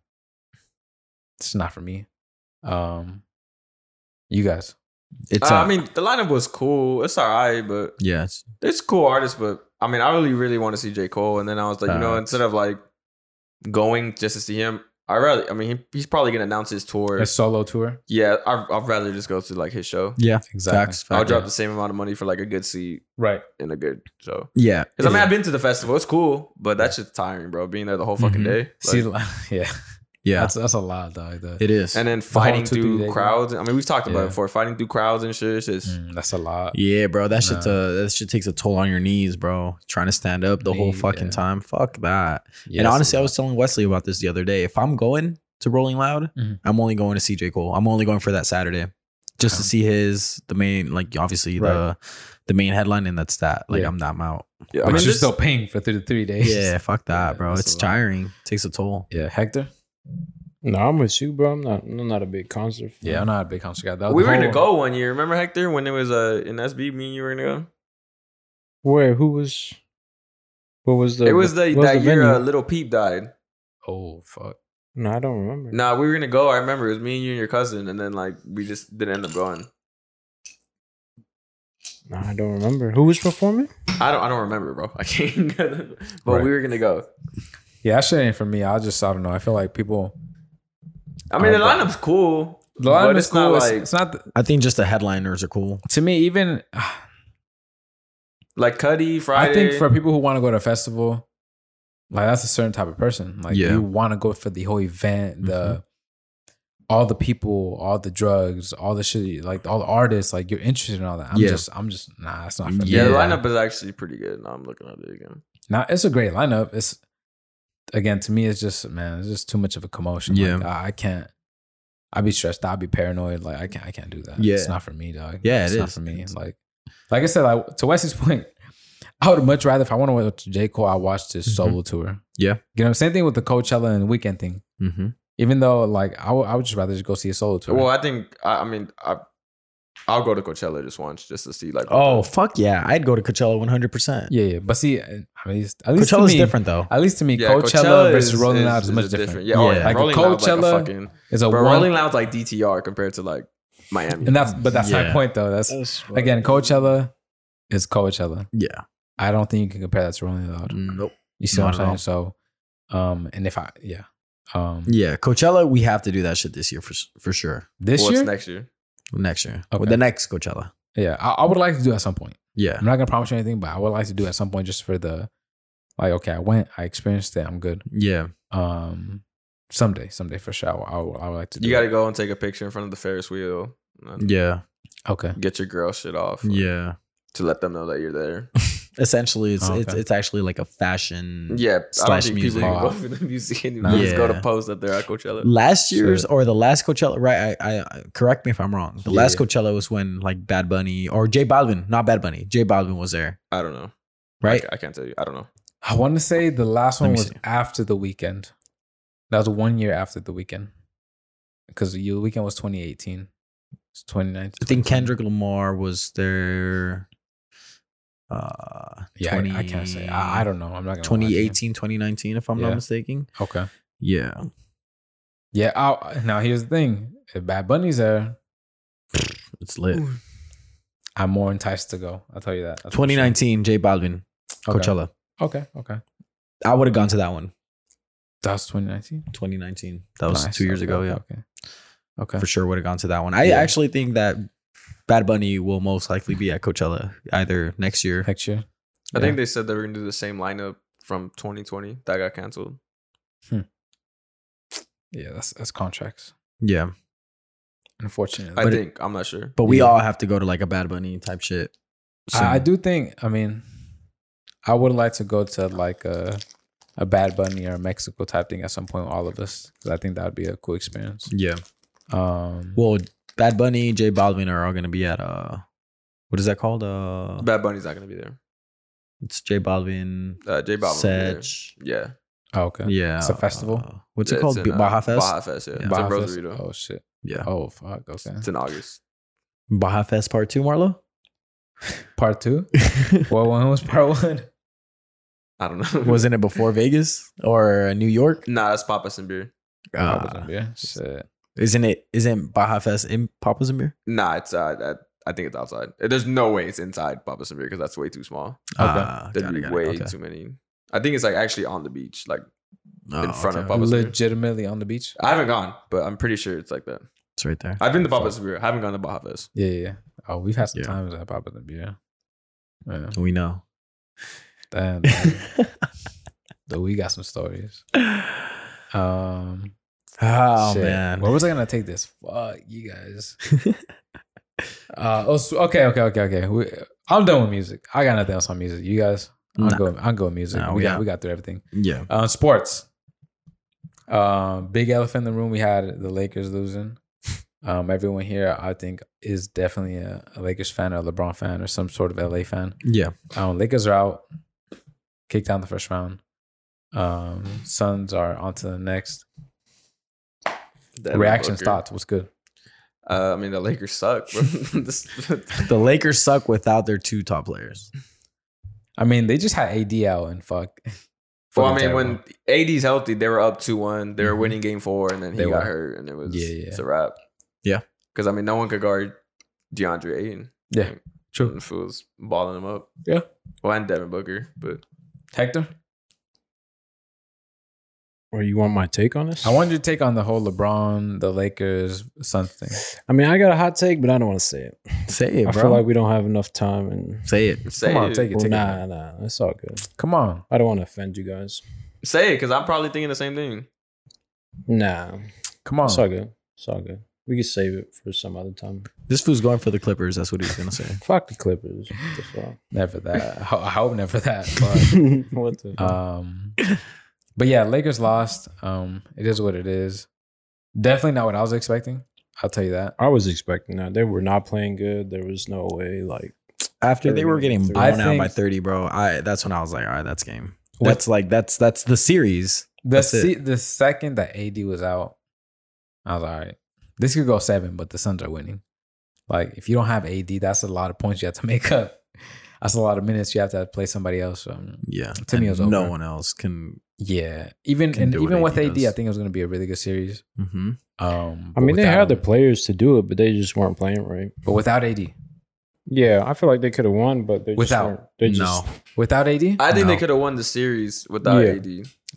Speaker 2: It's not for me. Um, you guys,
Speaker 1: It's.
Speaker 4: Uh,
Speaker 1: uh,
Speaker 4: I mean, the lineup was cool. It's all right, but
Speaker 1: yeah. it's-
Speaker 4: it's cool artists. But I mean, I really, really want to see J. Cole. And then I was like, you know,
Speaker 1: Facts.
Speaker 4: instead of like going just to see him, I rather, I mean, he, he's probably going to announce his tour.
Speaker 2: a solo tour.
Speaker 4: Yeah, I, I'd rather just go to like his show.
Speaker 1: yeah.
Speaker 2: Exactly.
Speaker 1: Facts.
Speaker 4: I'll
Speaker 1: Facts.
Speaker 4: drop the same amount of money for like a good seat
Speaker 2: Right.
Speaker 4: and a good show.
Speaker 1: Yeah.
Speaker 4: Because I mean, I've been to the festival. It's cool, but that's just tiring, bro. Being there the whole fucking
Speaker 1: Mhm.
Speaker 4: day. Like,
Speaker 2: Mm-hmm. See, <laughs> yeah,
Speaker 1: Yeah.
Speaker 2: that's that's a lot, dog. The-
Speaker 1: It is.
Speaker 4: and then
Speaker 2: whole
Speaker 4: fighting
Speaker 2: two, three
Speaker 4: through
Speaker 2: days, yeah.
Speaker 4: crowds. I mean, we've talked about
Speaker 2: Yeah.
Speaker 4: it before. Fighting through crowds and shit. It's just
Speaker 2: Mm, that's a lot.
Speaker 1: Yeah, bro, that shit's
Speaker 2: Nah.
Speaker 1: a that shit takes a toll on your knees, bro. Trying to stand up the whole
Speaker 2: Knee,
Speaker 1: fucking
Speaker 2: yeah.
Speaker 1: time, fuck that.
Speaker 2: Yeah,
Speaker 1: and
Speaker 2: that's a
Speaker 1: honestly, I
Speaker 2: lot.
Speaker 1: was telling Wesley about this the other day. If I'm going to Rolling Loud,
Speaker 2: Mhm.
Speaker 1: I'm only going to see J Cole. I'm only going for that Saturday, just to
Speaker 2: Okay.
Speaker 1: see his the main like obviously the the main headline, and that's that. Like
Speaker 2: Yeah.
Speaker 1: I'm not I'm <laughs> out.
Speaker 4: yeah. I
Speaker 2: but
Speaker 4: mean,
Speaker 2: you're
Speaker 4: this-
Speaker 2: still paying for three three days.
Speaker 1: Yeah, fuck that,
Speaker 2: Yeah,
Speaker 1: bro. It's
Speaker 2: that's a lot.
Speaker 1: tiring, takes a toll.
Speaker 2: <laughs> yeah. Hector.
Speaker 3: No, I'm with you, bro. I'm not. I'm not a big concert. fan.
Speaker 2: Yeah, I'm not a big concert guy. That was
Speaker 4: we
Speaker 2: the
Speaker 4: were gonna
Speaker 2: whole-
Speaker 4: go one year. Remember Hector when it was uh, in SB? Me and you were gonna go.
Speaker 3: Where? Who was? What was the?
Speaker 4: it was the
Speaker 3: what was
Speaker 4: that year
Speaker 3: venue?
Speaker 4: uh, Little Peep died.
Speaker 2: Oh fuck.
Speaker 3: no, I don't remember.
Speaker 4: Nah, we were gonna go. I remember it was me and you and your cousin, and then like we just didn't end up going.
Speaker 3: No, I don't remember. Who was performing?
Speaker 4: I don't. I don't remember, bro. <laughs> I can't. but
Speaker 2: Right.
Speaker 4: we were gonna go.
Speaker 2: Yeah, that shit ain't for me. I just I don't know. I feel like people
Speaker 4: I mean, the
Speaker 2: Alright,
Speaker 4: lineup's cool.
Speaker 2: the lineup
Speaker 4: But
Speaker 2: is
Speaker 4: it's
Speaker 2: cool.
Speaker 4: not
Speaker 2: it's,
Speaker 4: like-
Speaker 2: it's not th-
Speaker 1: I think just the headliners are cool.
Speaker 2: to me even.
Speaker 4: Like Cuddy Friday.
Speaker 2: I think for people who want to go to a festival, like that's a certain type of person. Like
Speaker 1: Yeah.
Speaker 2: you want to go for the whole event, the all the people, all the drugs, all the shit, like all the artists. Like you're interested in all that. I'm
Speaker 1: Yeah.
Speaker 2: just, I'm just, nah, it's not for me.
Speaker 4: yeah, the
Speaker 1: Yeah.
Speaker 4: lineup is actually pretty good. Now I'm looking at it again.
Speaker 2: Now it's a great lineup. It's again to me, it's just man, it's just too much of a commotion.
Speaker 1: Yeah.
Speaker 2: Like, I, I can't. I'd be stressed. I'd be paranoid. Like I can't. I can't do that.
Speaker 1: Yeah.
Speaker 2: it's not for me, dog.
Speaker 1: Yeah,
Speaker 2: it's
Speaker 1: it
Speaker 2: not
Speaker 1: is.
Speaker 2: for me.
Speaker 1: It's-
Speaker 2: Like, like I said, like to Wesley's point, <laughs> I would much rather if I want to watch J Cole, I watch this
Speaker 1: Mhm.
Speaker 2: solo tour.
Speaker 1: Yeah.
Speaker 2: you know, same thing with the Coachella and weekend thing.
Speaker 1: Mm-hmm.
Speaker 2: Even though, like, I would- I would just rather just go see a solo tour.
Speaker 4: Well, I think I, I mean I, I'll go to Coachella just once just to see like. what
Speaker 1: Oh
Speaker 4: the-
Speaker 1: fuck yeah! I'd go to Coachella 100. percent
Speaker 2: yeah, yeah, but see, I mean, at least to
Speaker 1: Coachella's
Speaker 2: me,
Speaker 1: different though.
Speaker 2: At least to me,
Speaker 4: yeah,
Speaker 2: Coachella, versus
Speaker 4: is-
Speaker 2: Rolling
Speaker 4: is-
Speaker 2: Loud is, much
Speaker 4: a
Speaker 2: different.
Speaker 4: Yeah, oh,
Speaker 1: Yeah.
Speaker 4: yeah.
Speaker 2: Like,
Speaker 4: Rolling
Speaker 2: the
Speaker 4: Loud's like a
Speaker 2: Coachella-
Speaker 4: fucking.
Speaker 2: It's a
Speaker 4: But
Speaker 2: one,
Speaker 4: Rolling Loud's like DTR compared to like Miami.
Speaker 2: and that's but that's my
Speaker 1: Yeah.
Speaker 2: point though. That's Again, Coachella is Coachella.
Speaker 1: Yeah.
Speaker 2: I don't think you can compare that to Rolling Loud.
Speaker 1: Nope.
Speaker 2: You see
Speaker 1: Mm, Not
Speaker 2: what I'm
Speaker 1: at
Speaker 2: saying? So, um, and if I yeah, um,
Speaker 1: Yeah, Coachella. We have to do that shit this year for for sure.
Speaker 2: this
Speaker 4: Well, it's
Speaker 2: year,
Speaker 4: next year?
Speaker 1: Next year,
Speaker 2: Okay.
Speaker 1: Well, the next Coachella.
Speaker 2: yeah, I, I would like to do at some point.
Speaker 1: Yeah,
Speaker 2: I'm not gonna promise you anything, but I would like to do at some point just for the like. Okay, I went, I experienced it, I'm good.
Speaker 1: yeah.
Speaker 2: Um, someday, someday for sure, I, would- I, would- I would like to. Do
Speaker 4: You got to
Speaker 2: it.
Speaker 4: go and take a picture in front of the Ferris wheel. And
Speaker 1: Yeah,
Speaker 2: Okay,
Speaker 4: Get your girl shit off.
Speaker 1: yeah.
Speaker 4: To let them know that you're
Speaker 1: <laughs>
Speaker 4: there.
Speaker 1: Essentially, it's
Speaker 2: Oh,
Speaker 1: it's
Speaker 2: okay.
Speaker 1: it's actually like a fashion.
Speaker 4: Yeah, I don't
Speaker 1: Slash
Speaker 4: think
Speaker 1: music.
Speaker 4: people
Speaker 2: Wow.
Speaker 4: even go <laughs> for the music anymore.
Speaker 2: Nah.
Speaker 4: You just go to
Speaker 1: Yeah.
Speaker 4: post that they're at Coachella.
Speaker 1: Last year's
Speaker 2: Shit.
Speaker 1: or the last Coachella, right? I, I correct me if I'm wrong. The
Speaker 4: Yeah.
Speaker 1: last Coachella was when like Bad Bunny or J Balvin, not Bad Bunny, J Balvin was there,
Speaker 4: I don't know. I,
Speaker 1: right?
Speaker 4: ca- I can't tell you. I don't know.
Speaker 2: I want to say the last
Speaker 1: Let
Speaker 2: one
Speaker 1: me
Speaker 2: was
Speaker 1: see.
Speaker 2: after the weekend. That was one year after the weekend, because the weekend was 2018. It's 2019.
Speaker 1: I think Kendrick Lamar was there. Uh,
Speaker 2: Yeah, I- I, can't say. I, I don't know. I'm not gonna. lie to you.
Speaker 1: 2018, 2019, if I'm
Speaker 2: Yeah.
Speaker 1: not mistaken.
Speaker 2: Okay.
Speaker 1: Yeah.
Speaker 2: Yeah. I, now here's the thing: if Bad Bunny's there,
Speaker 1: It's lit.
Speaker 2: I'm more enticed to go. I'll tell you that. That's for sure.
Speaker 1: 2019, J Balvin,
Speaker 2: Okay.
Speaker 1: Coachella.
Speaker 2: Okay. Okay.
Speaker 1: I would have gone to that one.
Speaker 2: That's 2019.
Speaker 1: 2019. That was
Speaker 2: Nice.
Speaker 1: two years
Speaker 2: Okay,
Speaker 1: ago.
Speaker 2: okay,
Speaker 1: Yeah.
Speaker 2: Okay. Okay.
Speaker 1: For sure would have gone to that one. I
Speaker 2: Yeah.
Speaker 1: actually think that Bad Bunny will most likely be at Coachella either next year.
Speaker 2: Next year.
Speaker 4: I think they said they were gonna do the same lineup from 2020 that got canceled.
Speaker 2: yeah. That's that's contracts.
Speaker 1: Yeah.
Speaker 2: Unfortunately,
Speaker 4: I
Speaker 1: But it-
Speaker 4: think I'm not sure.
Speaker 1: But we
Speaker 2: Yeah.
Speaker 1: all have to go to like a Bad Bunny type shit. soon.
Speaker 2: I, I do think. I mean, I would like to go to like a a Bad Bunny or a Mexico type thing at some point. All of us, 'cause I think that would be a cool experience.
Speaker 1: Yeah.
Speaker 2: Um,
Speaker 1: Well, Bad Bunny, J Balvin are all going to be at, uh, what is that called? Uh,
Speaker 4: Bad Bunny's not gonna be there.
Speaker 1: it's J Balvin,
Speaker 4: Uh, J Balvin. will be there.
Speaker 1: Sedge.
Speaker 4: Yeah,
Speaker 2: oh, okay.
Speaker 1: Yeah.
Speaker 2: It's a festival?
Speaker 1: uh, what's
Speaker 4: Yeah,
Speaker 1: it called?
Speaker 4: in, uh,
Speaker 1: Baja Fest?
Speaker 4: Baja Fest. Yeah,
Speaker 1: Yeah.
Speaker 4: it's in
Speaker 2: Baja Fest?
Speaker 4: Rosarito.
Speaker 2: Oh shit.
Speaker 1: Yeah.
Speaker 2: Oh fuck. Okay.
Speaker 4: It's in August.
Speaker 1: Baja Fest part two,
Speaker 2: <laughs>
Speaker 1: Marlo?
Speaker 2: Part two. well, when was part <laughs> one?
Speaker 4: I don't know.
Speaker 1: Wasn't it before Vegas or New York?
Speaker 4: <laughs> Nah, that's Papas and beer.
Speaker 2: Papa's
Speaker 1: Uh,
Speaker 2: and beer. Shit.
Speaker 1: Isn't it? Isn't Baja Fest in Papa's and beer?
Speaker 4: Nah, it's uh, that, I think it's outside. Eh, There's no way it's inside Papas and beer because that's way too small.
Speaker 1: Ah,
Speaker 4: There'd
Speaker 1: got it,
Speaker 4: be
Speaker 1: got it,
Speaker 4: way
Speaker 1: okay.
Speaker 4: too many. I think it's like actually on the beach. Like
Speaker 1: Oh,
Speaker 4: in front of Papa's and beer.
Speaker 2: Legitimately on the beach.
Speaker 4: I haven't gone, but I'm pretty sure it's like that.
Speaker 1: It's right there.
Speaker 4: I've been to Papa's and beer. I haven't gone to Baja Fest.
Speaker 2: Yeah, yeah. yeah. Oh, we've had some
Speaker 1: Yeah.
Speaker 2: times at Papa's and beer. Yeah.
Speaker 1: We know.
Speaker 2: <laughs>
Speaker 4: <laughs>
Speaker 2: Damn. <laughs> damn. Though we got some stories. Um.
Speaker 1: oh
Speaker 2: shit.
Speaker 1: man.
Speaker 2: Where was I gonna take this? Fuck you
Speaker 1: <laughs>
Speaker 2: guys. uh. Oh. so- Okay. Okay. Okay. Okay. We, I'm done with music. I got nothing else on music. You guys. I'm
Speaker 1: Nah.
Speaker 2: going. I'm going music.
Speaker 1: Nah,
Speaker 2: we
Speaker 1: we
Speaker 2: got.
Speaker 1: out.
Speaker 2: We got through everything.
Speaker 1: Yeah.
Speaker 2: Uh, sports. Um, big elephant in the room. We had the Lakers losing. Um, everyone here, I think, is definitely a, a Lakers fan or a LeBron fan or some sort of LA fan.
Speaker 1: Yeah.
Speaker 2: Um, Lakers are out, kicked down the first round. Um, Suns are on to the next.
Speaker 4: Devin
Speaker 2: Reactions,
Speaker 4: Booker.
Speaker 2: thoughts, what's good?
Speaker 4: Uh, I mean, the Lakers suck, bro. <laughs> This-
Speaker 1: The Lakers suck without their two top players.
Speaker 2: I mean, they just had AD out and fuck. <laughs>
Speaker 4: Well, I
Speaker 2: Fucking
Speaker 4: mean, when
Speaker 2: terrible.
Speaker 4: AD's healthy, they were up two one. They were
Speaker 2: Mhm.
Speaker 4: winning game four, and then he
Speaker 2: They
Speaker 4: got
Speaker 2: were.
Speaker 4: hurt, and it was
Speaker 2: Yeah, yeah.
Speaker 4: it's a wrap.
Speaker 1: Yeah.
Speaker 4: because I mean, no one could guard DeAndre Ayton.
Speaker 2: Yeah, true.
Speaker 4: And fools balling him up.
Speaker 2: Yeah.
Speaker 4: well, and Devin Booker, but
Speaker 2: Hector,
Speaker 3: Or you want my take on this?
Speaker 2: I wanted your take on the whole LeBron, the Lakers, something.
Speaker 3: I mean, I got a hot take, but I don't want to say it.
Speaker 1: Say it,
Speaker 3: I
Speaker 1: bro.
Speaker 3: feel like we don't have enough time, and
Speaker 1: Say it.
Speaker 4: say
Speaker 2: Come on,
Speaker 4: it.
Speaker 2: take it,
Speaker 3: Well,
Speaker 2: take
Speaker 3: nah,
Speaker 2: it.
Speaker 3: nah, that's all good.
Speaker 2: Come on.
Speaker 3: I don't want to offend you guys.
Speaker 4: say it, because I'm probably thinking the same thing.
Speaker 3: Nah,
Speaker 2: Come on.
Speaker 3: it's all good. It's all good. We can save it for some other time.
Speaker 1: This fool's going for the Clippers. That's what he's gonna say.
Speaker 3: Fuck the Clippers. What the fuck?
Speaker 2: Never that. I ho- I hope never that. But,
Speaker 3: <laughs> what the?
Speaker 2: um, but yeah, Lakers lost. Um, it is what it is. Definitely not what I was expecting. I'll tell you that.
Speaker 3: I was expecting that they were not playing good. There was no way. Like,
Speaker 1: <laughs> After they were getting
Speaker 3: 30.
Speaker 1: blown
Speaker 2: I
Speaker 1: out by
Speaker 2: think-
Speaker 1: thirty, bro. I that's when I was like, all right, that's game.
Speaker 2: What-
Speaker 1: That's like that's that's the series.
Speaker 2: The
Speaker 1: That's it.
Speaker 2: se- the second that AD was out, I was like, all right. This could go seven, but the Suns are winning. Like if you don't have AD, that's a lot of points you have to <laughs> make up. That's a lot of minutes you have to play somebody else. Um,
Speaker 1: Yeah,
Speaker 2: To me,
Speaker 1: And
Speaker 2: it was over.
Speaker 1: no one else can.
Speaker 2: yeah, even
Speaker 1: Can
Speaker 2: and
Speaker 1: do what
Speaker 2: even with
Speaker 1: AD
Speaker 2: AD, I
Speaker 1: does.
Speaker 2: think it was going to be a really good series.
Speaker 1: Mhm.
Speaker 2: Um,
Speaker 3: I
Speaker 2: but
Speaker 3: mean, they
Speaker 2: without
Speaker 3: had the
Speaker 2: him-
Speaker 3: players to do it, but they just weren't playing right.
Speaker 2: but without AD,
Speaker 3: Yeah, I feel like they could have won, but they
Speaker 2: Without-
Speaker 3: just weren't- they just,
Speaker 1: no,
Speaker 2: without AD,
Speaker 4: I think
Speaker 1: No.
Speaker 4: they could have won the series without
Speaker 3: Yeah.
Speaker 4: AD.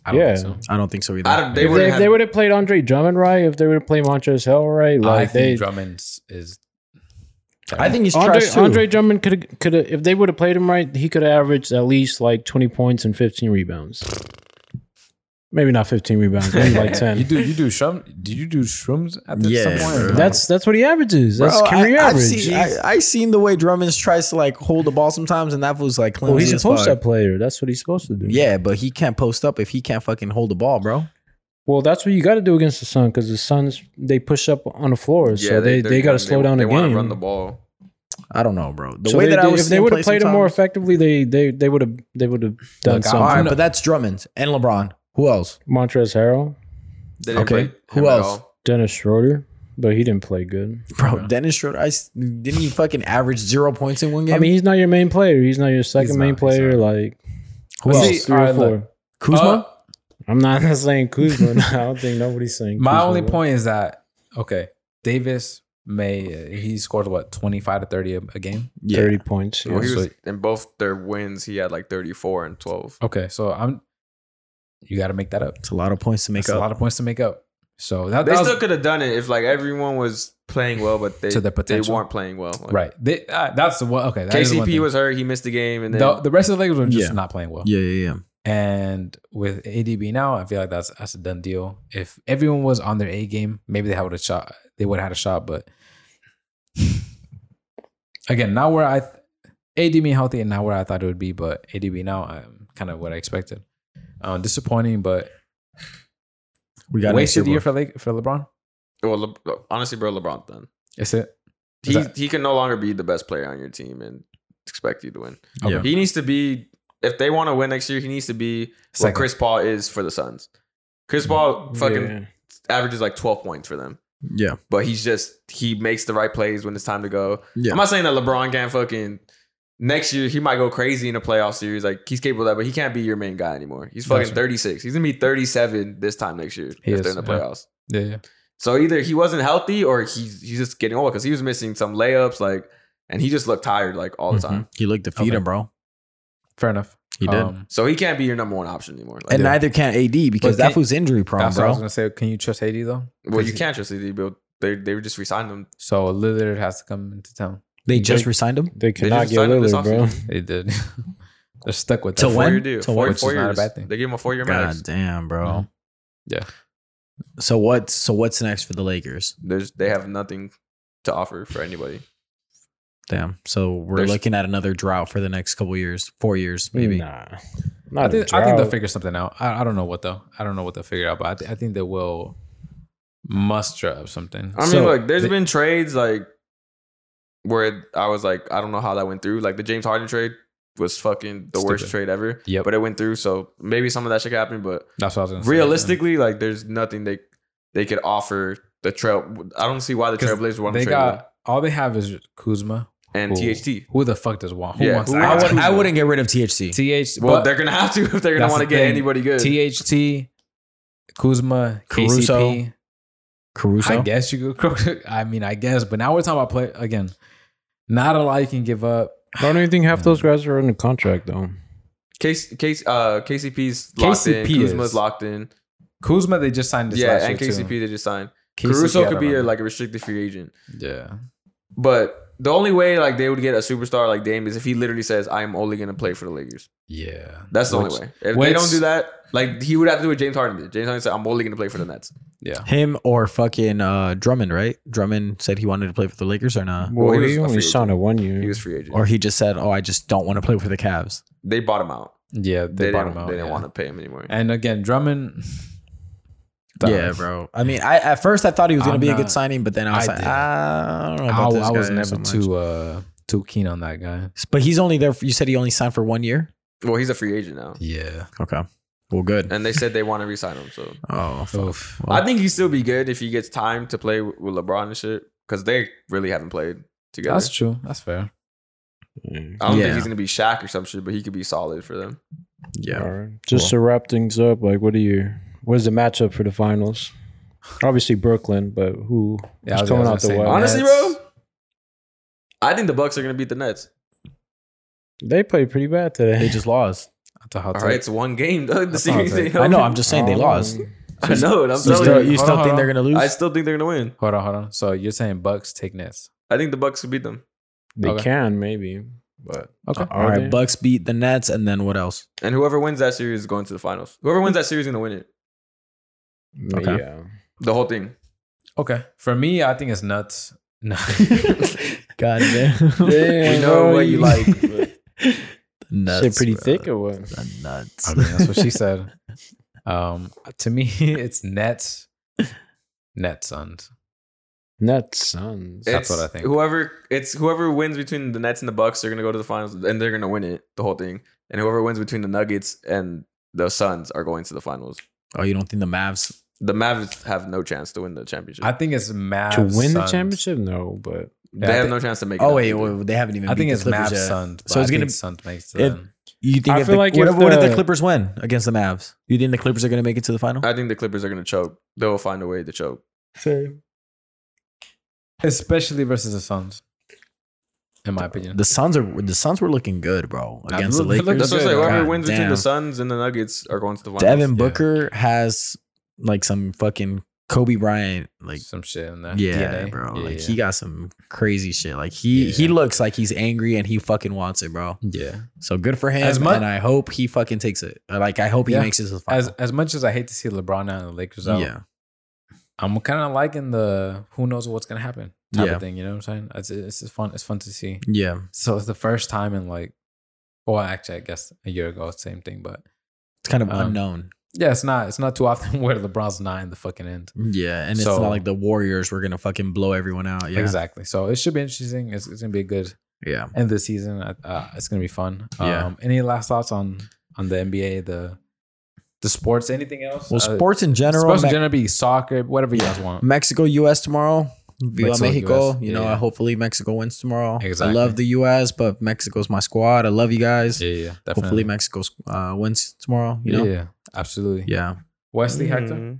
Speaker 2: I don't
Speaker 3: Yeah.
Speaker 2: think so.
Speaker 1: I don't think so either.
Speaker 4: I don't, they
Speaker 3: If
Speaker 4: would
Speaker 3: they, if
Speaker 4: have.
Speaker 3: they would have played Andre Drummond right, if they would have played Montrezl Hill right,
Speaker 2: I
Speaker 3: like
Speaker 2: think
Speaker 3: they
Speaker 2: Drummond is.
Speaker 1: I think he's
Speaker 3: Andre,
Speaker 1: trash too.
Speaker 3: Andre Drummond could could if they would have played him right, he could have averaged at least like twenty points and fifteen rebounds. Maybe not fifteen rebounds, <laughs>
Speaker 1: <laughs>
Speaker 2: <laughs>
Speaker 3: maybe like
Speaker 2: You
Speaker 3: ten.
Speaker 2: do you do shrum? Do you do shrooms at the,
Speaker 1: Yeah,
Speaker 2: some point?
Speaker 1: bro.
Speaker 3: That's that's what he averages. That's
Speaker 1: Bro,
Speaker 3: career
Speaker 1: I, I've
Speaker 3: average.
Speaker 1: seen, I, I seen the way Drummond tries to like hold the ball sometimes, and that was like clumsy.
Speaker 3: well, he's a
Speaker 1: as
Speaker 3: post
Speaker 1: fuck.
Speaker 3: up player. That's what he's supposed to do.
Speaker 1: Yeah, but he can't post up if he can't fucking hold the ball, bro.
Speaker 3: Well, that's what you got to do against the Sun because the Suns they push up on the floor,
Speaker 4: yeah,
Speaker 3: so they, they,
Speaker 4: they're
Speaker 3: got to
Speaker 4: kinda-
Speaker 3: slow down
Speaker 4: They
Speaker 3: the
Speaker 4: wanna
Speaker 3: game.
Speaker 4: run the ball.
Speaker 1: I don't know, bro. The
Speaker 3: So
Speaker 1: way
Speaker 3: they
Speaker 1: that I
Speaker 3: did-
Speaker 1: was
Speaker 3: if they
Speaker 1: seeing
Speaker 3: would
Speaker 1: play
Speaker 3: have played him more
Speaker 1: sometimes-
Speaker 3: effectively, they they they would have they would have done
Speaker 2: Look, I-
Speaker 1: all right,
Speaker 3: something.
Speaker 1: but that's Drummond and LeBron. Who
Speaker 3: <laughs>
Speaker 1: else?
Speaker 3: Montrezl Harrell,
Speaker 4: They didn't
Speaker 1: Okay,
Speaker 4: play
Speaker 1: who
Speaker 4: him at
Speaker 1: else?
Speaker 4: all.
Speaker 3: Dennis Schroeder, but he didn't play good.
Speaker 1: Bro, Dennis Schroeder. I s- didn't he fucking average zero points in one game.
Speaker 3: I mean, he's not your main player. He's not your second
Speaker 2: He's
Speaker 3: main
Speaker 2: not, he's
Speaker 3: player.
Speaker 2: not.
Speaker 3: Like who
Speaker 2: But
Speaker 3: else?
Speaker 2: see,
Speaker 3: Three
Speaker 2: all
Speaker 3: or
Speaker 2: right,
Speaker 3: four.
Speaker 2: look.
Speaker 1: Kuzma.
Speaker 2: Uh,
Speaker 3: I'm not <laughs> saying Kuzma. no, I don't think nobody's saying.
Speaker 2: My
Speaker 3: Kuzma.
Speaker 2: only point is that okay, Davis may he scored what twenty five to thirty a, a game.
Speaker 1: yeah.
Speaker 3: Thirty points.
Speaker 4: Well, he
Speaker 3: yeah.
Speaker 4: was
Speaker 2: so-
Speaker 4: in both their wins. He had like 34 and 12.
Speaker 2: Okay, so I'm you got to make that up.
Speaker 1: It's a lot of points to make
Speaker 2: That's a
Speaker 1: up.
Speaker 2: lot of points to make up. So that,
Speaker 4: They
Speaker 2: that was-
Speaker 4: still could have done it if like everyone was playing well, but they
Speaker 2: To their
Speaker 4: they
Speaker 2: potential.
Speaker 4: weren't playing well. Like,
Speaker 2: right. They, uh, that's the one. Okay, that is one
Speaker 4: KCP
Speaker 2: thing.
Speaker 4: was hurt. He missed the game, and then
Speaker 2: the, the rest of the Lakers were just
Speaker 1: Yeah.
Speaker 2: not playing well.
Speaker 1: yeah, yeah, yeah.
Speaker 2: And with ADB now, I feel like that's that's a done deal. If everyone was on their A game, maybe they would have shot. They would have had a shot, but <sighs> again, not where I ADB healthy and not where I thought it would be. But ADB now, I'm kind of what I expected. Um, disappointing, but
Speaker 1: We got
Speaker 2: wasted
Speaker 1: next
Speaker 2: year
Speaker 1: year, bro.
Speaker 2: for Le- for LeBron.
Speaker 4: well, Le- honestly, bro, LeBron done.
Speaker 2: Is it? Is
Speaker 4: He
Speaker 2: that-
Speaker 4: he can no longer be the best player on your team and expect you to win.
Speaker 1: Yeah.
Speaker 4: He needs to be if they want to win next year. He needs to be what
Speaker 2: Second.
Speaker 4: Chris Paul is for the Suns. Chris Paul fucking
Speaker 3: Yeah.
Speaker 4: averages like 12 points for them,
Speaker 1: Yeah,
Speaker 4: but he's just he makes the right plays when it's time to go.
Speaker 1: yeah.
Speaker 4: I'm not saying that LeBron can't fucking next year he might go crazy in a playoff series. Like he's capable of that, but he can't be your main guy anymore. He's fucking
Speaker 2: Gotcha.
Speaker 4: 36. He's gonna be 37 this time next year
Speaker 2: He
Speaker 4: if
Speaker 2: is,
Speaker 4: they're in the
Speaker 2: yeah.
Speaker 4: playoffs.
Speaker 2: yeah, yeah.
Speaker 4: So either he wasn't healthy or he's he's just getting old because he was missing some layups, like and he just looked tired like all the
Speaker 2: Mhm.
Speaker 4: time.
Speaker 1: Mm-hmm. He looked defeated,
Speaker 2: Okay.
Speaker 1: bro.
Speaker 2: Fair enough.
Speaker 1: He did.
Speaker 2: Um,
Speaker 4: So he can't be your number one option anymore. Like,
Speaker 1: and neither can AD because
Speaker 2: But
Speaker 1: that
Speaker 2: can-
Speaker 1: fool's injury prone,
Speaker 2: that's what I was
Speaker 1: bro.
Speaker 2: gonna say. Can you trust AD though?
Speaker 4: well, you can't trust AD, but they they were just resigned him.
Speaker 2: So Lillard has to come into town.
Speaker 1: They just
Speaker 3: They-
Speaker 1: resigned him
Speaker 3: They
Speaker 4: They
Speaker 3: cannot
Speaker 4: just
Speaker 3: get
Speaker 4: signed him this
Speaker 3: Lillard, bro.
Speaker 2: <laughs>
Speaker 4: offseason.
Speaker 2: They did. They're stuck with
Speaker 1: To
Speaker 2: that.
Speaker 1: when?
Speaker 4: Four year deal.
Speaker 1: To
Speaker 4: Four,
Speaker 1: when?
Speaker 4: four
Speaker 2: Which is not a
Speaker 4: years.
Speaker 2: bad thing.
Speaker 4: They gave him a four year
Speaker 1: God
Speaker 4: max.
Speaker 1: damn, bro.
Speaker 2: Mhm. Yeah.
Speaker 1: So what? So what's next for the Lakers?
Speaker 4: There's they have nothing to offer for anybody.
Speaker 1: Damn. So we're
Speaker 4: There's-
Speaker 1: looking at another drought for the next couple years, four years maybe.
Speaker 3: Nah, not
Speaker 2: I think, I
Speaker 3: a
Speaker 2: think they'll
Speaker 3: drought.
Speaker 2: figure something out. I, I don't know what though. I don't know what they'll figure out, but I, thi- I think they will muster up something.
Speaker 4: I mean,
Speaker 1: So,
Speaker 4: look, there's
Speaker 1: the-
Speaker 4: been trades like where I was like, I don't know how that went through. Like the James Harden trade was fucking the worst
Speaker 2: Stupid.
Speaker 4: trade ever.
Speaker 2: Yep.
Speaker 4: But it went through, so maybe some of that shit could happen. But
Speaker 2: That's what I was gonna say.
Speaker 4: realistically, like there's nothing they they could offer the trail. I don't see why the
Speaker 2: Because
Speaker 4: Trailblazers want to
Speaker 2: Um, they
Speaker 4: trade.
Speaker 2: got
Speaker 4: him.
Speaker 2: all they have is Kuzma,
Speaker 4: and
Speaker 2: Cool.
Speaker 4: THT.
Speaker 2: Who the fuck does want? Who
Speaker 4: Yeah,
Speaker 2: wants
Speaker 4: who
Speaker 1: I,
Speaker 4: wants-
Speaker 1: would, I wouldn't get rid of THC.
Speaker 2: TH.
Speaker 4: Well,
Speaker 2: but
Speaker 4: they're gonna have to if they're gonna
Speaker 2: that's
Speaker 4: want to
Speaker 2: the
Speaker 4: get
Speaker 2: thing.
Speaker 4: anybody good.
Speaker 2: THT, Kuzma,
Speaker 1: Caruso.
Speaker 2: KCP.
Speaker 1: Caruso.
Speaker 2: I guess you could. I mean, I guess, but now we're talking about play again. Not a lot you can give up.
Speaker 3: I don't even think half those guys are in the contract though.
Speaker 4: Case, case, uh, KCP's locked in.
Speaker 2: KCP is-
Speaker 4: Kuzma's locked in.
Speaker 2: Kuzma, they just signed this
Speaker 4: Yeah,
Speaker 2: last
Speaker 4: and
Speaker 2: year
Speaker 4: KCP
Speaker 2: too.
Speaker 4: they just signed.
Speaker 2: KCP, I
Speaker 4: Caruso
Speaker 2: don't
Speaker 4: could be a,
Speaker 2: remember.
Speaker 4: like a restricted free agent,
Speaker 2: yeah.
Speaker 4: but the only way like they would get a superstar like Dame is if he literally says, "I'm only gonna play for the Lakers."
Speaker 2: Yeah.
Speaker 4: That's the
Speaker 2: Which-
Speaker 4: only way. If
Speaker 2: which-
Speaker 4: they don't do that, like he would have to do what James Harden did. James Harden said, "I'm only gonna play for the Nets."
Speaker 2: Yeah.
Speaker 1: Him or fucking uh, Drummond, right? Drummond said he wanted to play for the Lakers or not.
Speaker 3: Well,
Speaker 4: he
Speaker 3: he,
Speaker 4: was a free
Speaker 3: only signed a one year.
Speaker 4: He was free agent.
Speaker 1: Or he just said, "Oh, I just don't want to play for the Cavs."
Speaker 4: they bought him out.
Speaker 2: Yeah.
Speaker 4: They,
Speaker 2: They, bought
Speaker 4: didn't,
Speaker 2: him out.
Speaker 4: they didn't
Speaker 2: yeah.
Speaker 4: want to pay him anymore.
Speaker 2: And again, Drummond.
Speaker 1: Yeah, bro. I mean, I at first I thought he was gonna
Speaker 2: I'm
Speaker 1: be a
Speaker 2: not-
Speaker 1: good signing, but then I was
Speaker 2: I
Speaker 1: like,
Speaker 2: did.
Speaker 1: I don't know
Speaker 2: I,
Speaker 1: about this
Speaker 2: I was
Speaker 1: guy
Speaker 2: never
Speaker 1: so much."
Speaker 2: too uh too keen on that guy.
Speaker 1: But he's only there. For, you said he only signed for one year.
Speaker 4: well, he's a free agent now,
Speaker 2: Yeah.
Speaker 1: Okay. Well, good.
Speaker 4: and they said they want to resign him. So
Speaker 1: oh, fuck.
Speaker 2: Oof.
Speaker 1: Well,
Speaker 4: I think he'd still be good if he gets time to play with with LeBron and shit because they really haven't played together.
Speaker 2: That's true. That's fair.
Speaker 3: Mm.
Speaker 4: I don't
Speaker 1: Yeah.
Speaker 4: think he's gonna be Shaq or some shit, but he could be solid for them.
Speaker 1: yeah.
Speaker 3: All right. Just to wrap things up, like, what are you? What is the matchup for the finals? Obviously Brooklyn, but who?
Speaker 2: Yeah,
Speaker 3: who's
Speaker 2: I was-
Speaker 3: coming
Speaker 2: I
Speaker 3: out
Speaker 2: was
Speaker 3: the
Speaker 2: gonna
Speaker 3: West?
Speaker 2: say
Speaker 4: Honestly,
Speaker 2: Nets.
Speaker 4: bro, I think the Bucks are gonna beat the Nets.
Speaker 3: They played pretty bad today.
Speaker 1: They just lost.
Speaker 2: That's a hot
Speaker 4: All
Speaker 2: take.
Speaker 4: right, it's one game. <laughs> though, The series.
Speaker 2: take.
Speaker 4: ain't
Speaker 1: I know.
Speaker 4: over.
Speaker 1: I'm just saying they
Speaker 3: Um,
Speaker 1: lost.
Speaker 4: <laughs> I know. and
Speaker 1: You
Speaker 2: So
Speaker 4: I'm
Speaker 1: still,
Speaker 4: telling you,
Speaker 1: you
Speaker 2: hold
Speaker 1: still
Speaker 2: on,
Speaker 1: think
Speaker 2: hold
Speaker 1: they're
Speaker 2: on.
Speaker 1: gonna lose?
Speaker 4: I still think they're gonna win.
Speaker 2: Hold on, hold on. So you're saying Bucks take Nets?
Speaker 4: I think the Bucks could beat them,
Speaker 3: They
Speaker 2: Okay.
Speaker 3: can maybe, but
Speaker 2: Okay.
Speaker 1: All
Speaker 3: Are
Speaker 1: right,
Speaker 3: they?
Speaker 1: Bucks beat the Nets, and then what else?
Speaker 4: and whoever wins that series is going to the finals. Whoever wins that series is gonna win it.
Speaker 1: Okay.
Speaker 3: yeah.
Speaker 4: The whole thing.
Speaker 2: Okay. For me, I think it's nuts. <laughs> No.
Speaker 1: God damn.
Speaker 4: We know what you like.
Speaker 1: nuts.
Speaker 3: Shit, pretty
Speaker 1: bro.
Speaker 3: thick or what?
Speaker 1: The nuts.
Speaker 2: I mean,
Speaker 1: <laughs>
Speaker 2: that's what she said. Um, to me, <laughs> it's Nets. Nets Suns.
Speaker 3: Nets, Suns.
Speaker 2: Yeah. That's
Speaker 4: It's
Speaker 2: what I think.
Speaker 4: Whoever it's whoever wins between the Nets and the Bucks, they're gonna go to the finals and they're gonna win it, the whole thing. And whoever wins between the Nuggets and the Suns are going to the finals.
Speaker 1: Oh, you don't think the Mavs?
Speaker 4: The Mavericks have no chance to win the championship.
Speaker 2: I think it's Mavs
Speaker 3: To win the
Speaker 2: Suns.
Speaker 3: championship, no, but
Speaker 4: they
Speaker 2: Yeah, I
Speaker 4: have
Speaker 2: thi-
Speaker 4: no chance to make. it
Speaker 1: Oh
Speaker 4: up
Speaker 1: wait,
Speaker 4: either.
Speaker 1: wait, they haven't even.
Speaker 2: I
Speaker 1: beat
Speaker 2: think
Speaker 1: the
Speaker 2: it's
Speaker 1: Clippers
Speaker 2: Mavs
Speaker 1: yet.
Speaker 2: Suns.
Speaker 1: So it's
Speaker 2: I
Speaker 1: gonna
Speaker 2: think
Speaker 1: be-
Speaker 2: Suns makes to
Speaker 1: if-
Speaker 2: them.
Speaker 1: You think
Speaker 3: I
Speaker 1: if
Speaker 3: feel
Speaker 1: the,
Speaker 3: like
Speaker 1: what,
Speaker 3: if
Speaker 1: if, what if the
Speaker 3: the-
Speaker 1: Clippers win against the Mavs? You think the Clippers are gonna make it to the final?
Speaker 4: I think the Clippers are gonna choke. They will find a way to choke.
Speaker 2: especially versus the Suns. In my opinion,
Speaker 1: The Suns are the Suns were looking good, bro,
Speaker 2: Nah,
Speaker 1: against the
Speaker 2: they look- they look
Speaker 1: Lakers.
Speaker 4: That's what I say.
Speaker 2: good,
Speaker 4: Whoever
Speaker 1: God
Speaker 4: wins between
Speaker 1: damn.
Speaker 4: the Suns and the Nuggets are going to the finals.
Speaker 1: Devin
Speaker 2: yeah.
Speaker 1: Booker has like some fucking Kobe Bryant like
Speaker 2: some shit in there.
Speaker 1: yeah,
Speaker 2: DNA.
Speaker 1: bro.
Speaker 2: Yeah,
Speaker 1: like
Speaker 2: yeah.
Speaker 1: he got some crazy shit. Like he
Speaker 2: Yeah.
Speaker 1: he looks like he's angry and he fucking wants it, bro.
Speaker 2: yeah.
Speaker 1: So good for him.
Speaker 2: As mu-
Speaker 1: and I hope he fucking takes it. Uh, Like I hope he
Speaker 2: Yeah.
Speaker 1: makes it to the final.
Speaker 2: As as much as I hate to see LeBron out and the Lakers out,
Speaker 1: yeah.
Speaker 2: I'm kind of liking the who knows what's gonna happen type
Speaker 1: Yeah.
Speaker 2: of thing. You know what I'm saying? It's it's just fun. It's fun to see.
Speaker 1: Yeah.
Speaker 2: So it's the first time in like, well, actually, I guess a year ago, same thing. But
Speaker 1: It's kind of
Speaker 2: Um,
Speaker 1: unknown.
Speaker 2: yeah, it's not it's not too often <laughs> where LeBron's not in the fucking end.
Speaker 1: Yeah. And it's
Speaker 2: so-
Speaker 1: not like the Warriors were gonna fucking blow everyone out. Yeah.
Speaker 2: Exactly. So it should be interesting. It's, it's gonna be a good
Speaker 1: Yeah.
Speaker 2: end of the season. I- Uh, it's gonna be fun.
Speaker 1: Yeah.
Speaker 2: Um, any last thoughts on on the NBA, the the sports, anything else?
Speaker 1: Well,
Speaker 2: Uh,
Speaker 1: sports in general.
Speaker 2: sports
Speaker 1: Me-
Speaker 2: are gonna be soccer, whatever you guys want.
Speaker 1: Mexico, US tomorrow. Viva
Speaker 2: Mexico,
Speaker 1: Mexico.
Speaker 2: US.
Speaker 1: You know,
Speaker 2: Yeah.
Speaker 1: hopefully Mexico wins tomorrow.
Speaker 2: Exactly.
Speaker 1: I love the US, but Mexico's my squad. I love you guys.
Speaker 2: Yeah, yeah, definitely.
Speaker 1: hopefully Mexico uh, wins tomorrow. You know?
Speaker 2: Yeah, absolutely.
Speaker 1: Yeah.
Speaker 2: Wesley Hector
Speaker 4: Mhm.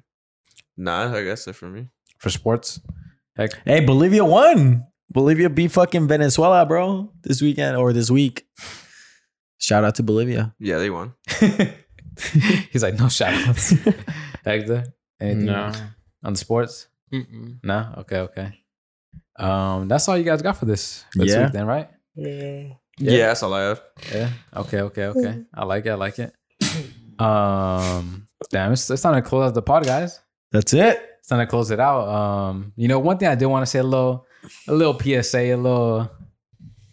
Speaker 4: Nah, I guess it for me.
Speaker 2: for sports. <laughs> Heck,
Speaker 1: Hey, Bolivia won. Bolivia beat fucking Venezuela, bro, this weekend or this week. Shout out to Bolivia.
Speaker 4: Yeah, they won.
Speaker 2: he's like no shout
Speaker 1: <laughs>
Speaker 2: outs. Hector, anything
Speaker 3: no.
Speaker 2: on the sports?
Speaker 3: Mm-mm.
Speaker 2: No. Okay. Okay. Um, that's all you guys got for this, for this
Speaker 1: Yeah.
Speaker 2: week, then, right?
Speaker 4: Yeah.
Speaker 2: Yeah.
Speaker 4: that's all I have.
Speaker 2: Yeah. Okay. Okay. Okay. I like it. I like it. Um, damn, it's, it's time to close out the pod, guys.
Speaker 1: That's it.
Speaker 2: It's time to close it out. Um, you know, one thing I did want to say a little, a little PSA, a little, a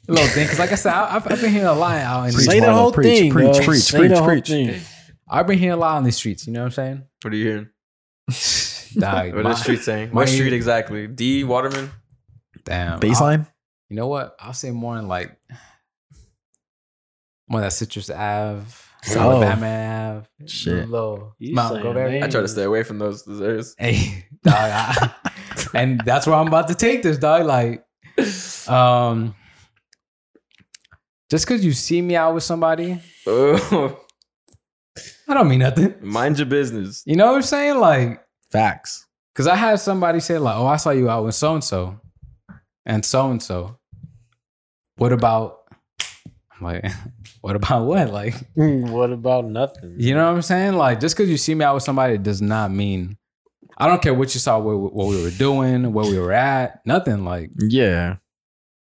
Speaker 2: little thing, because like I said, I, I've, I've been hearing a lot out in these,
Speaker 1: Say the
Speaker 3: Marlon,
Speaker 1: whole
Speaker 3: preach,
Speaker 1: thing.
Speaker 3: preach,
Speaker 1: dog.
Speaker 3: preach,
Speaker 1: Say
Speaker 3: preach,
Speaker 1: the whole
Speaker 3: preach.
Speaker 1: thing.
Speaker 2: I've been hearing a lot on these streets. You know what I'm
Speaker 4: What are you hearing?
Speaker 1: <laughs>
Speaker 2: saying? Dog,
Speaker 4: What are
Speaker 2: my-
Speaker 4: the street saying?
Speaker 2: my-
Speaker 4: What street exactly? D Waterman.
Speaker 2: Damn. I'll-
Speaker 1: Baseline.
Speaker 2: you know what? I'll say more in like more that Citrus Ave,
Speaker 1: Oh.
Speaker 2: Alabama Ave,
Speaker 1: Shit.
Speaker 2: little
Speaker 3: You
Speaker 2: Mount
Speaker 3: saying
Speaker 2: Goberry.
Speaker 4: I try to stay away from those those areas.
Speaker 2: Hey, dog, I- and that's where I'm about to take this, dog. Like, um, Just because you see me out with somebody,
Speaker 4: <laughs> Ugh.
Speaker 2: I don't mean nothing.
Speaker 4: Mind your business.
Speaker 2: You know what I'm saying? Like,
Speaker 1: Facts.
Speaker 2: Cause I had somebody say like, "Oh, I saw you out with so and so, and so and so." What about? I'm like, <laughs> what about what? Like,
Speaker 3: Mm, what about nothing?
Speaker 2: you know what I'm saying? Like, just because you see me out with somebody does not mean. I don't care what you saw, what, what we were doing, where we were at, nothing. Like,
Speaker 1: Yeah.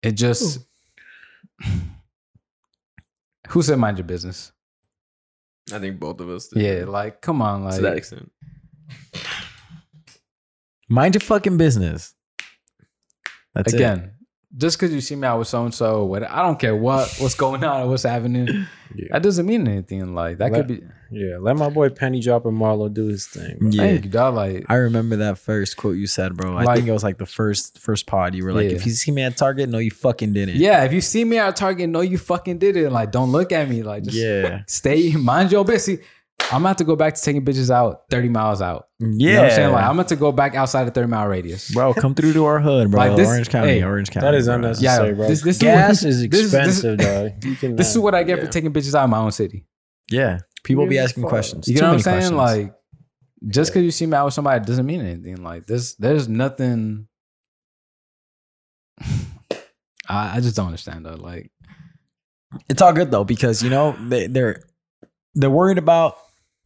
Speaker 2: it just. <sighs> Who said mind your business?
Speaker 4: I think both of us. did.
Speaker 2: Yeah, like, come on,
Speaker 4: to that
Speaker 2: like,
Speaker 4: extent.
Speaker 1: Mind your fucking business. That's it.
Speaker 2: again. Just because you see me out with so and so, what I don't care what what's going on or what's happening,
Speaker 3: Yeah.
Speaker 2: that doesn't mean anything. Like that could be
Speaker 3: Let- Yeah, let my boy Penny Dropper Marlo do his thing. bro.
Speaker 1: Yeah.
Speaker 2: Thank you, dog. Like,
Speaker 1: I remember that first quote you said, bro. I
Speaker 2: Like-
Speaker 1: think it was like the first first pod. You were like,
Speaker 2: Yeah.
Speaker 1: "If you see me at Target, no, you fucking didn't."
Speaker 2: yeah, if you see me at Target, know you fucking did it. Like, don't look at me. Like, just
Speaker 1: yeah,
Speaker 2: stay, mind your business. See, I'm about to go back to taking bitches out 30 miles out.
Speaker 1: yeah.
Speaker 2: You know what I'm saying? Like, I'm about to go back outside the 30 mile radius.
Speaker 1: bro, come through to our hood, bro.
Speaker 2: Like this-
Speaker 1: Orange County,
Speaker 2: hey,
Speaker 1: Orange County.
Speaker 3: that is
Speaker 1: bro.
Speaker 3: unnecessary,
Speaker 2: Yeah,
Speaker 3: bro.
Speaker 2: this- this is
Speaker 3: gas
Speaker 2: what-
Speaker 3: is
Speaker 2: this is- this is-
Speaker 3: expensive, dog. You
Speaker 2: <laughs>
Speaker 3: can
Speaker 2: This is what I get
Speaker 4: Yeah.
Speaker 2: for taking bitches out of my own city.
Speaker 1: Yeah, people be
Speaker 3: Really
Speaker 1: asking
Speaker 3: far.
Speaker 1: questions.
Speaker 2: You
Speaker 1: Too
Speaker 2: know what I'm
Speaker 1: many
Speaker 2: saying?
Speaker 1: questions.
Speaker 2: Like, just because you see me out with somebody doesn't mean anything. Like, this, there's nothing. <sighs> I, I just don't understand that. Like,
Speaker 1: it's all good though because you know they, they're they're worried about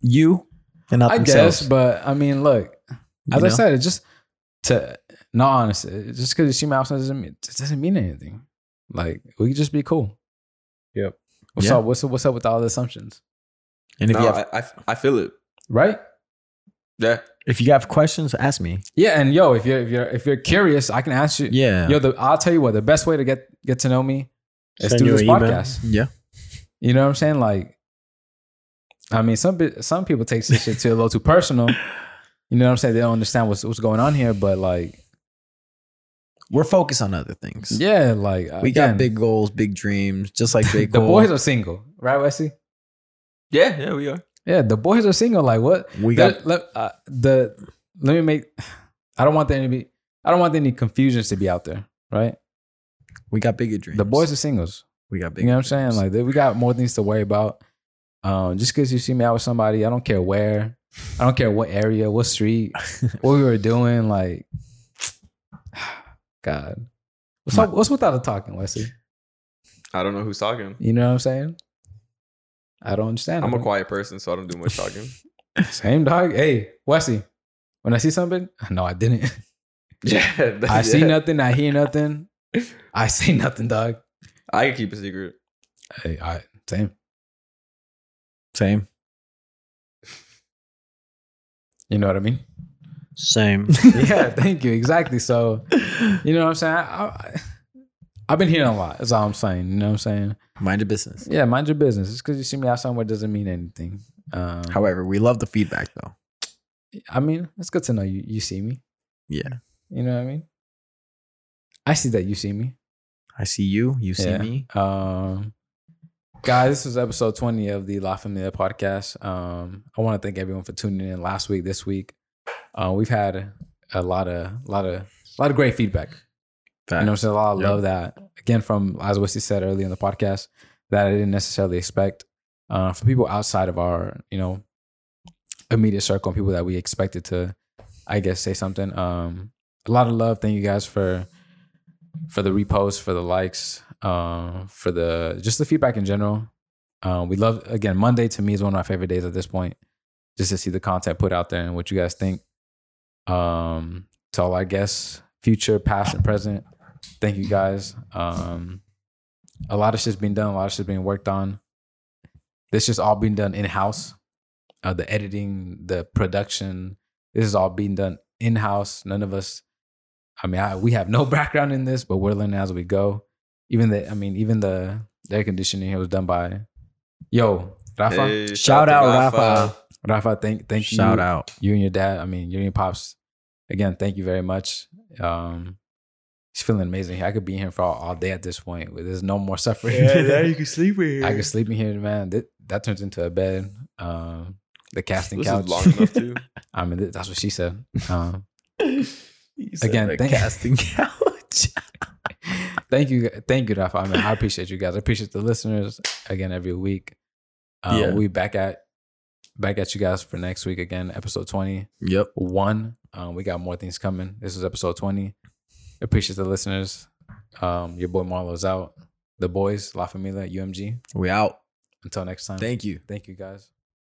Speaker 1: you and not
Speaker 2: I
Speaker 1: themselves.
Speaker 2: guess, but I mean, look,
Speaker 1: you
Speaker 2: As I
Speaker 1: know?
Speaker 2: said, it just to not honest, it- just because you see my outside doesn't mean it doesn't mean anything. Like we could just be cool.
Speaker 3: Yep.
Speaker 2: What's
Speaker 1: Yeah.
Speaker 2: up? What's up? What's up with all the assumptions?
Speaker 1: and if
Speaker 4: no,
Speaker 1: you have,
Speaker 4: I, I I feel it.
Speaker 2: Right?
Speaker 4: Yeah.
Speaker 1: if you have questions, ask me.
Speaker 2: Yeah. And yo, if you're if you're if you're curious, I can ask you.
Speaker 1: Yeah,
Speaker 2: Yo, the, I'll tell you what. The best way to get get to know me is
Speaker 3: Send
Speaker 2: through
Speaker 3: you
Speaker 2: this
Speaker 3: an email.
Speaker 2: podcast.
Speaker 1: yeah.
Speaker 2: You know what I'm saying? Like, I mean, some bit- some people take this shit to a little too personal. You know what I'm saying? They don't understand what's what's going on here. But like,
Speaker 1: We're focused on other things.
Speaker 2: yeah, like
Speaker 1: we got
Speaker 2: again,
Speaker 1: big goals, big dreams, just
Speaker 2: <laughs>
Speaker 1: like J.
Speaker 2: The
Speaker 1: Cole.
Speaker 2: boys are single, right, Wesley?
Speaker 4: Yeah, yeah, we are.
Speaker 2: Yeah, the boys are single. Like what?
Speaker 1: we got
Speaker 2: Let, let, uh, the let me make. I don't want there to be. I don't want any confusions to be out there, right?
Speaker 1: we got bigger dreams.
Speaker 2: The boys are singles.
Speaker 1: we got bigger.
Speaker 2: You know what I'm saying?
Speaker 1: dreams.
Speaker 2: Like they, we got more things to worry about. Um, just because you see me out with somebody, I don't care where, I don't care what area, what
Speaker 4: <laughs>
Speaker 2: street, what we were doing. Like, <sighs> God, what's up, what's without the talking, Wesley?
Speaker 4: I don't know who's talking.
Speaker 2: You know what I'm saying? I don't understand. I
Speaker 4: I'm a
Speaker 2: don't-
Speaker 4: quiet person, so I don't do
Speaker 1: <laughs>
Speaker 4: much talking. <laughs>
Speaker 2: Same dog. Hey, Wesley, when I see something, no, I
Speaker 4: <laughs>
Speaker 2: didn't.
Speaker 4: yeah, that-
Speaker 2: I see
Speaker 4: yeah.
Speaker 2: nothing. I hear nothing. I say <laughs> nothing, dog.
Speaker 4: I can keep a secret.
Speaker 2: Hey, I same.
Speaker 1: same.
Speaker 2: You know what I mean?
Speaker 3: Same.
Speaker 2: yeah, thank you. Exactly. So, you know what I'm saying? I, I, I've been hearing a lot. That's all I'm saying. You know what I'm saying?
Speaker 1: Mind your business.
Speaker 2: Yeah, mind your business. Just because you see me out somewhere doesn't mean anything. Um,
Speaker 1: However, we love the feedback though.
Speaker 2: I mean, it's good to know you. You see me.
Speaker 1: Yeah.
Speaker 2: You know what I mean? I see that you see me.
Speaker 1: I see you. You see
Speaker 2: Yeah.
Speaker 1: me.
Speaker 2: Um, guys, this was episode 20 of the La Familia podcast. Um, I want to thank everyone for tuning in last week, this week. Uh, we've had a lot of, lot of, lot of great feedback. You know, what I'm saying? a lot of
Speaker 1: Yep.
Speaker 2: love that again from as Wesley said earlier in the podcast that I didn't necessarily expect uh, from people outside of our you know immediate circle, people that we expected to, I guess, say something. Um, a lot of love. Thank you guys for for the reposts, for the likes, uh, for the just the feedback in general. Uh, we love again Monday to me is one of my favorite days at this point, just to see the content put out there and what you guys think. Um, to all our guests, future, past, and present, thank you guys. Um, a lot of shit's been done, a lot of shit's being worked on. This just all being done in house. Uh, the editing, the production, this is all being done in house. None of us, I mean, I, we have no <laughs> background in this, but we're learning as we go. Even the, I mean, even the, the air conditioning here was done by, yo, Rafa.
Speaker 4: Hey,
Speaker 1: Shout
Speaker 4: to
Speaker 1: out, Rafa.
Speaker 2: Rafa, thank, thank you
Speaker 1: Shout
Speaker 2: <laughs>
Speaker 1: out.
Speaker 2: you and your dad. I mean, you and your pops. Again, thank you very much. Um, he's feeling amazing. I could be here for all, all day at this point. There's no more suffering. <laughs>
Speaker 4: can sleep with.
Speaker 2: I could sleep in here, man. That, that turns into a bed. Um, the casting
Speaker 4: This
Speaker 2: couch.
Speaker 4: is long enough
Speaker 1: <laughs>
Speaker 4: too.
Speaker 2: I mean, th- that's what she said. Um,
Speaker 1: He said
Speaker 2: Again,
Speaker 1: the
Speaker 2: <laughs> thank-
Speaker 1: casting couch.
Speaker 2: thank you, thank you, Rafa. I mean, I appreciate you guys. I appreciate the listeners again every week. Uh,
Speaker 4: Yeah.
Speaker 2: We back at back at you guys for next week again, episode twenty
Speaker 4: Yep.
Speaker 2: one. Um, we got more things coming. This is episode twenty. Appreciate the listeners. Um, your boy Marlo's out. The boys, La Familia, UMG.
Speaker 1: We out.
Speaker 2: Until next time.
Speaker 1: Thank you.
Speaker 2: thank you guys.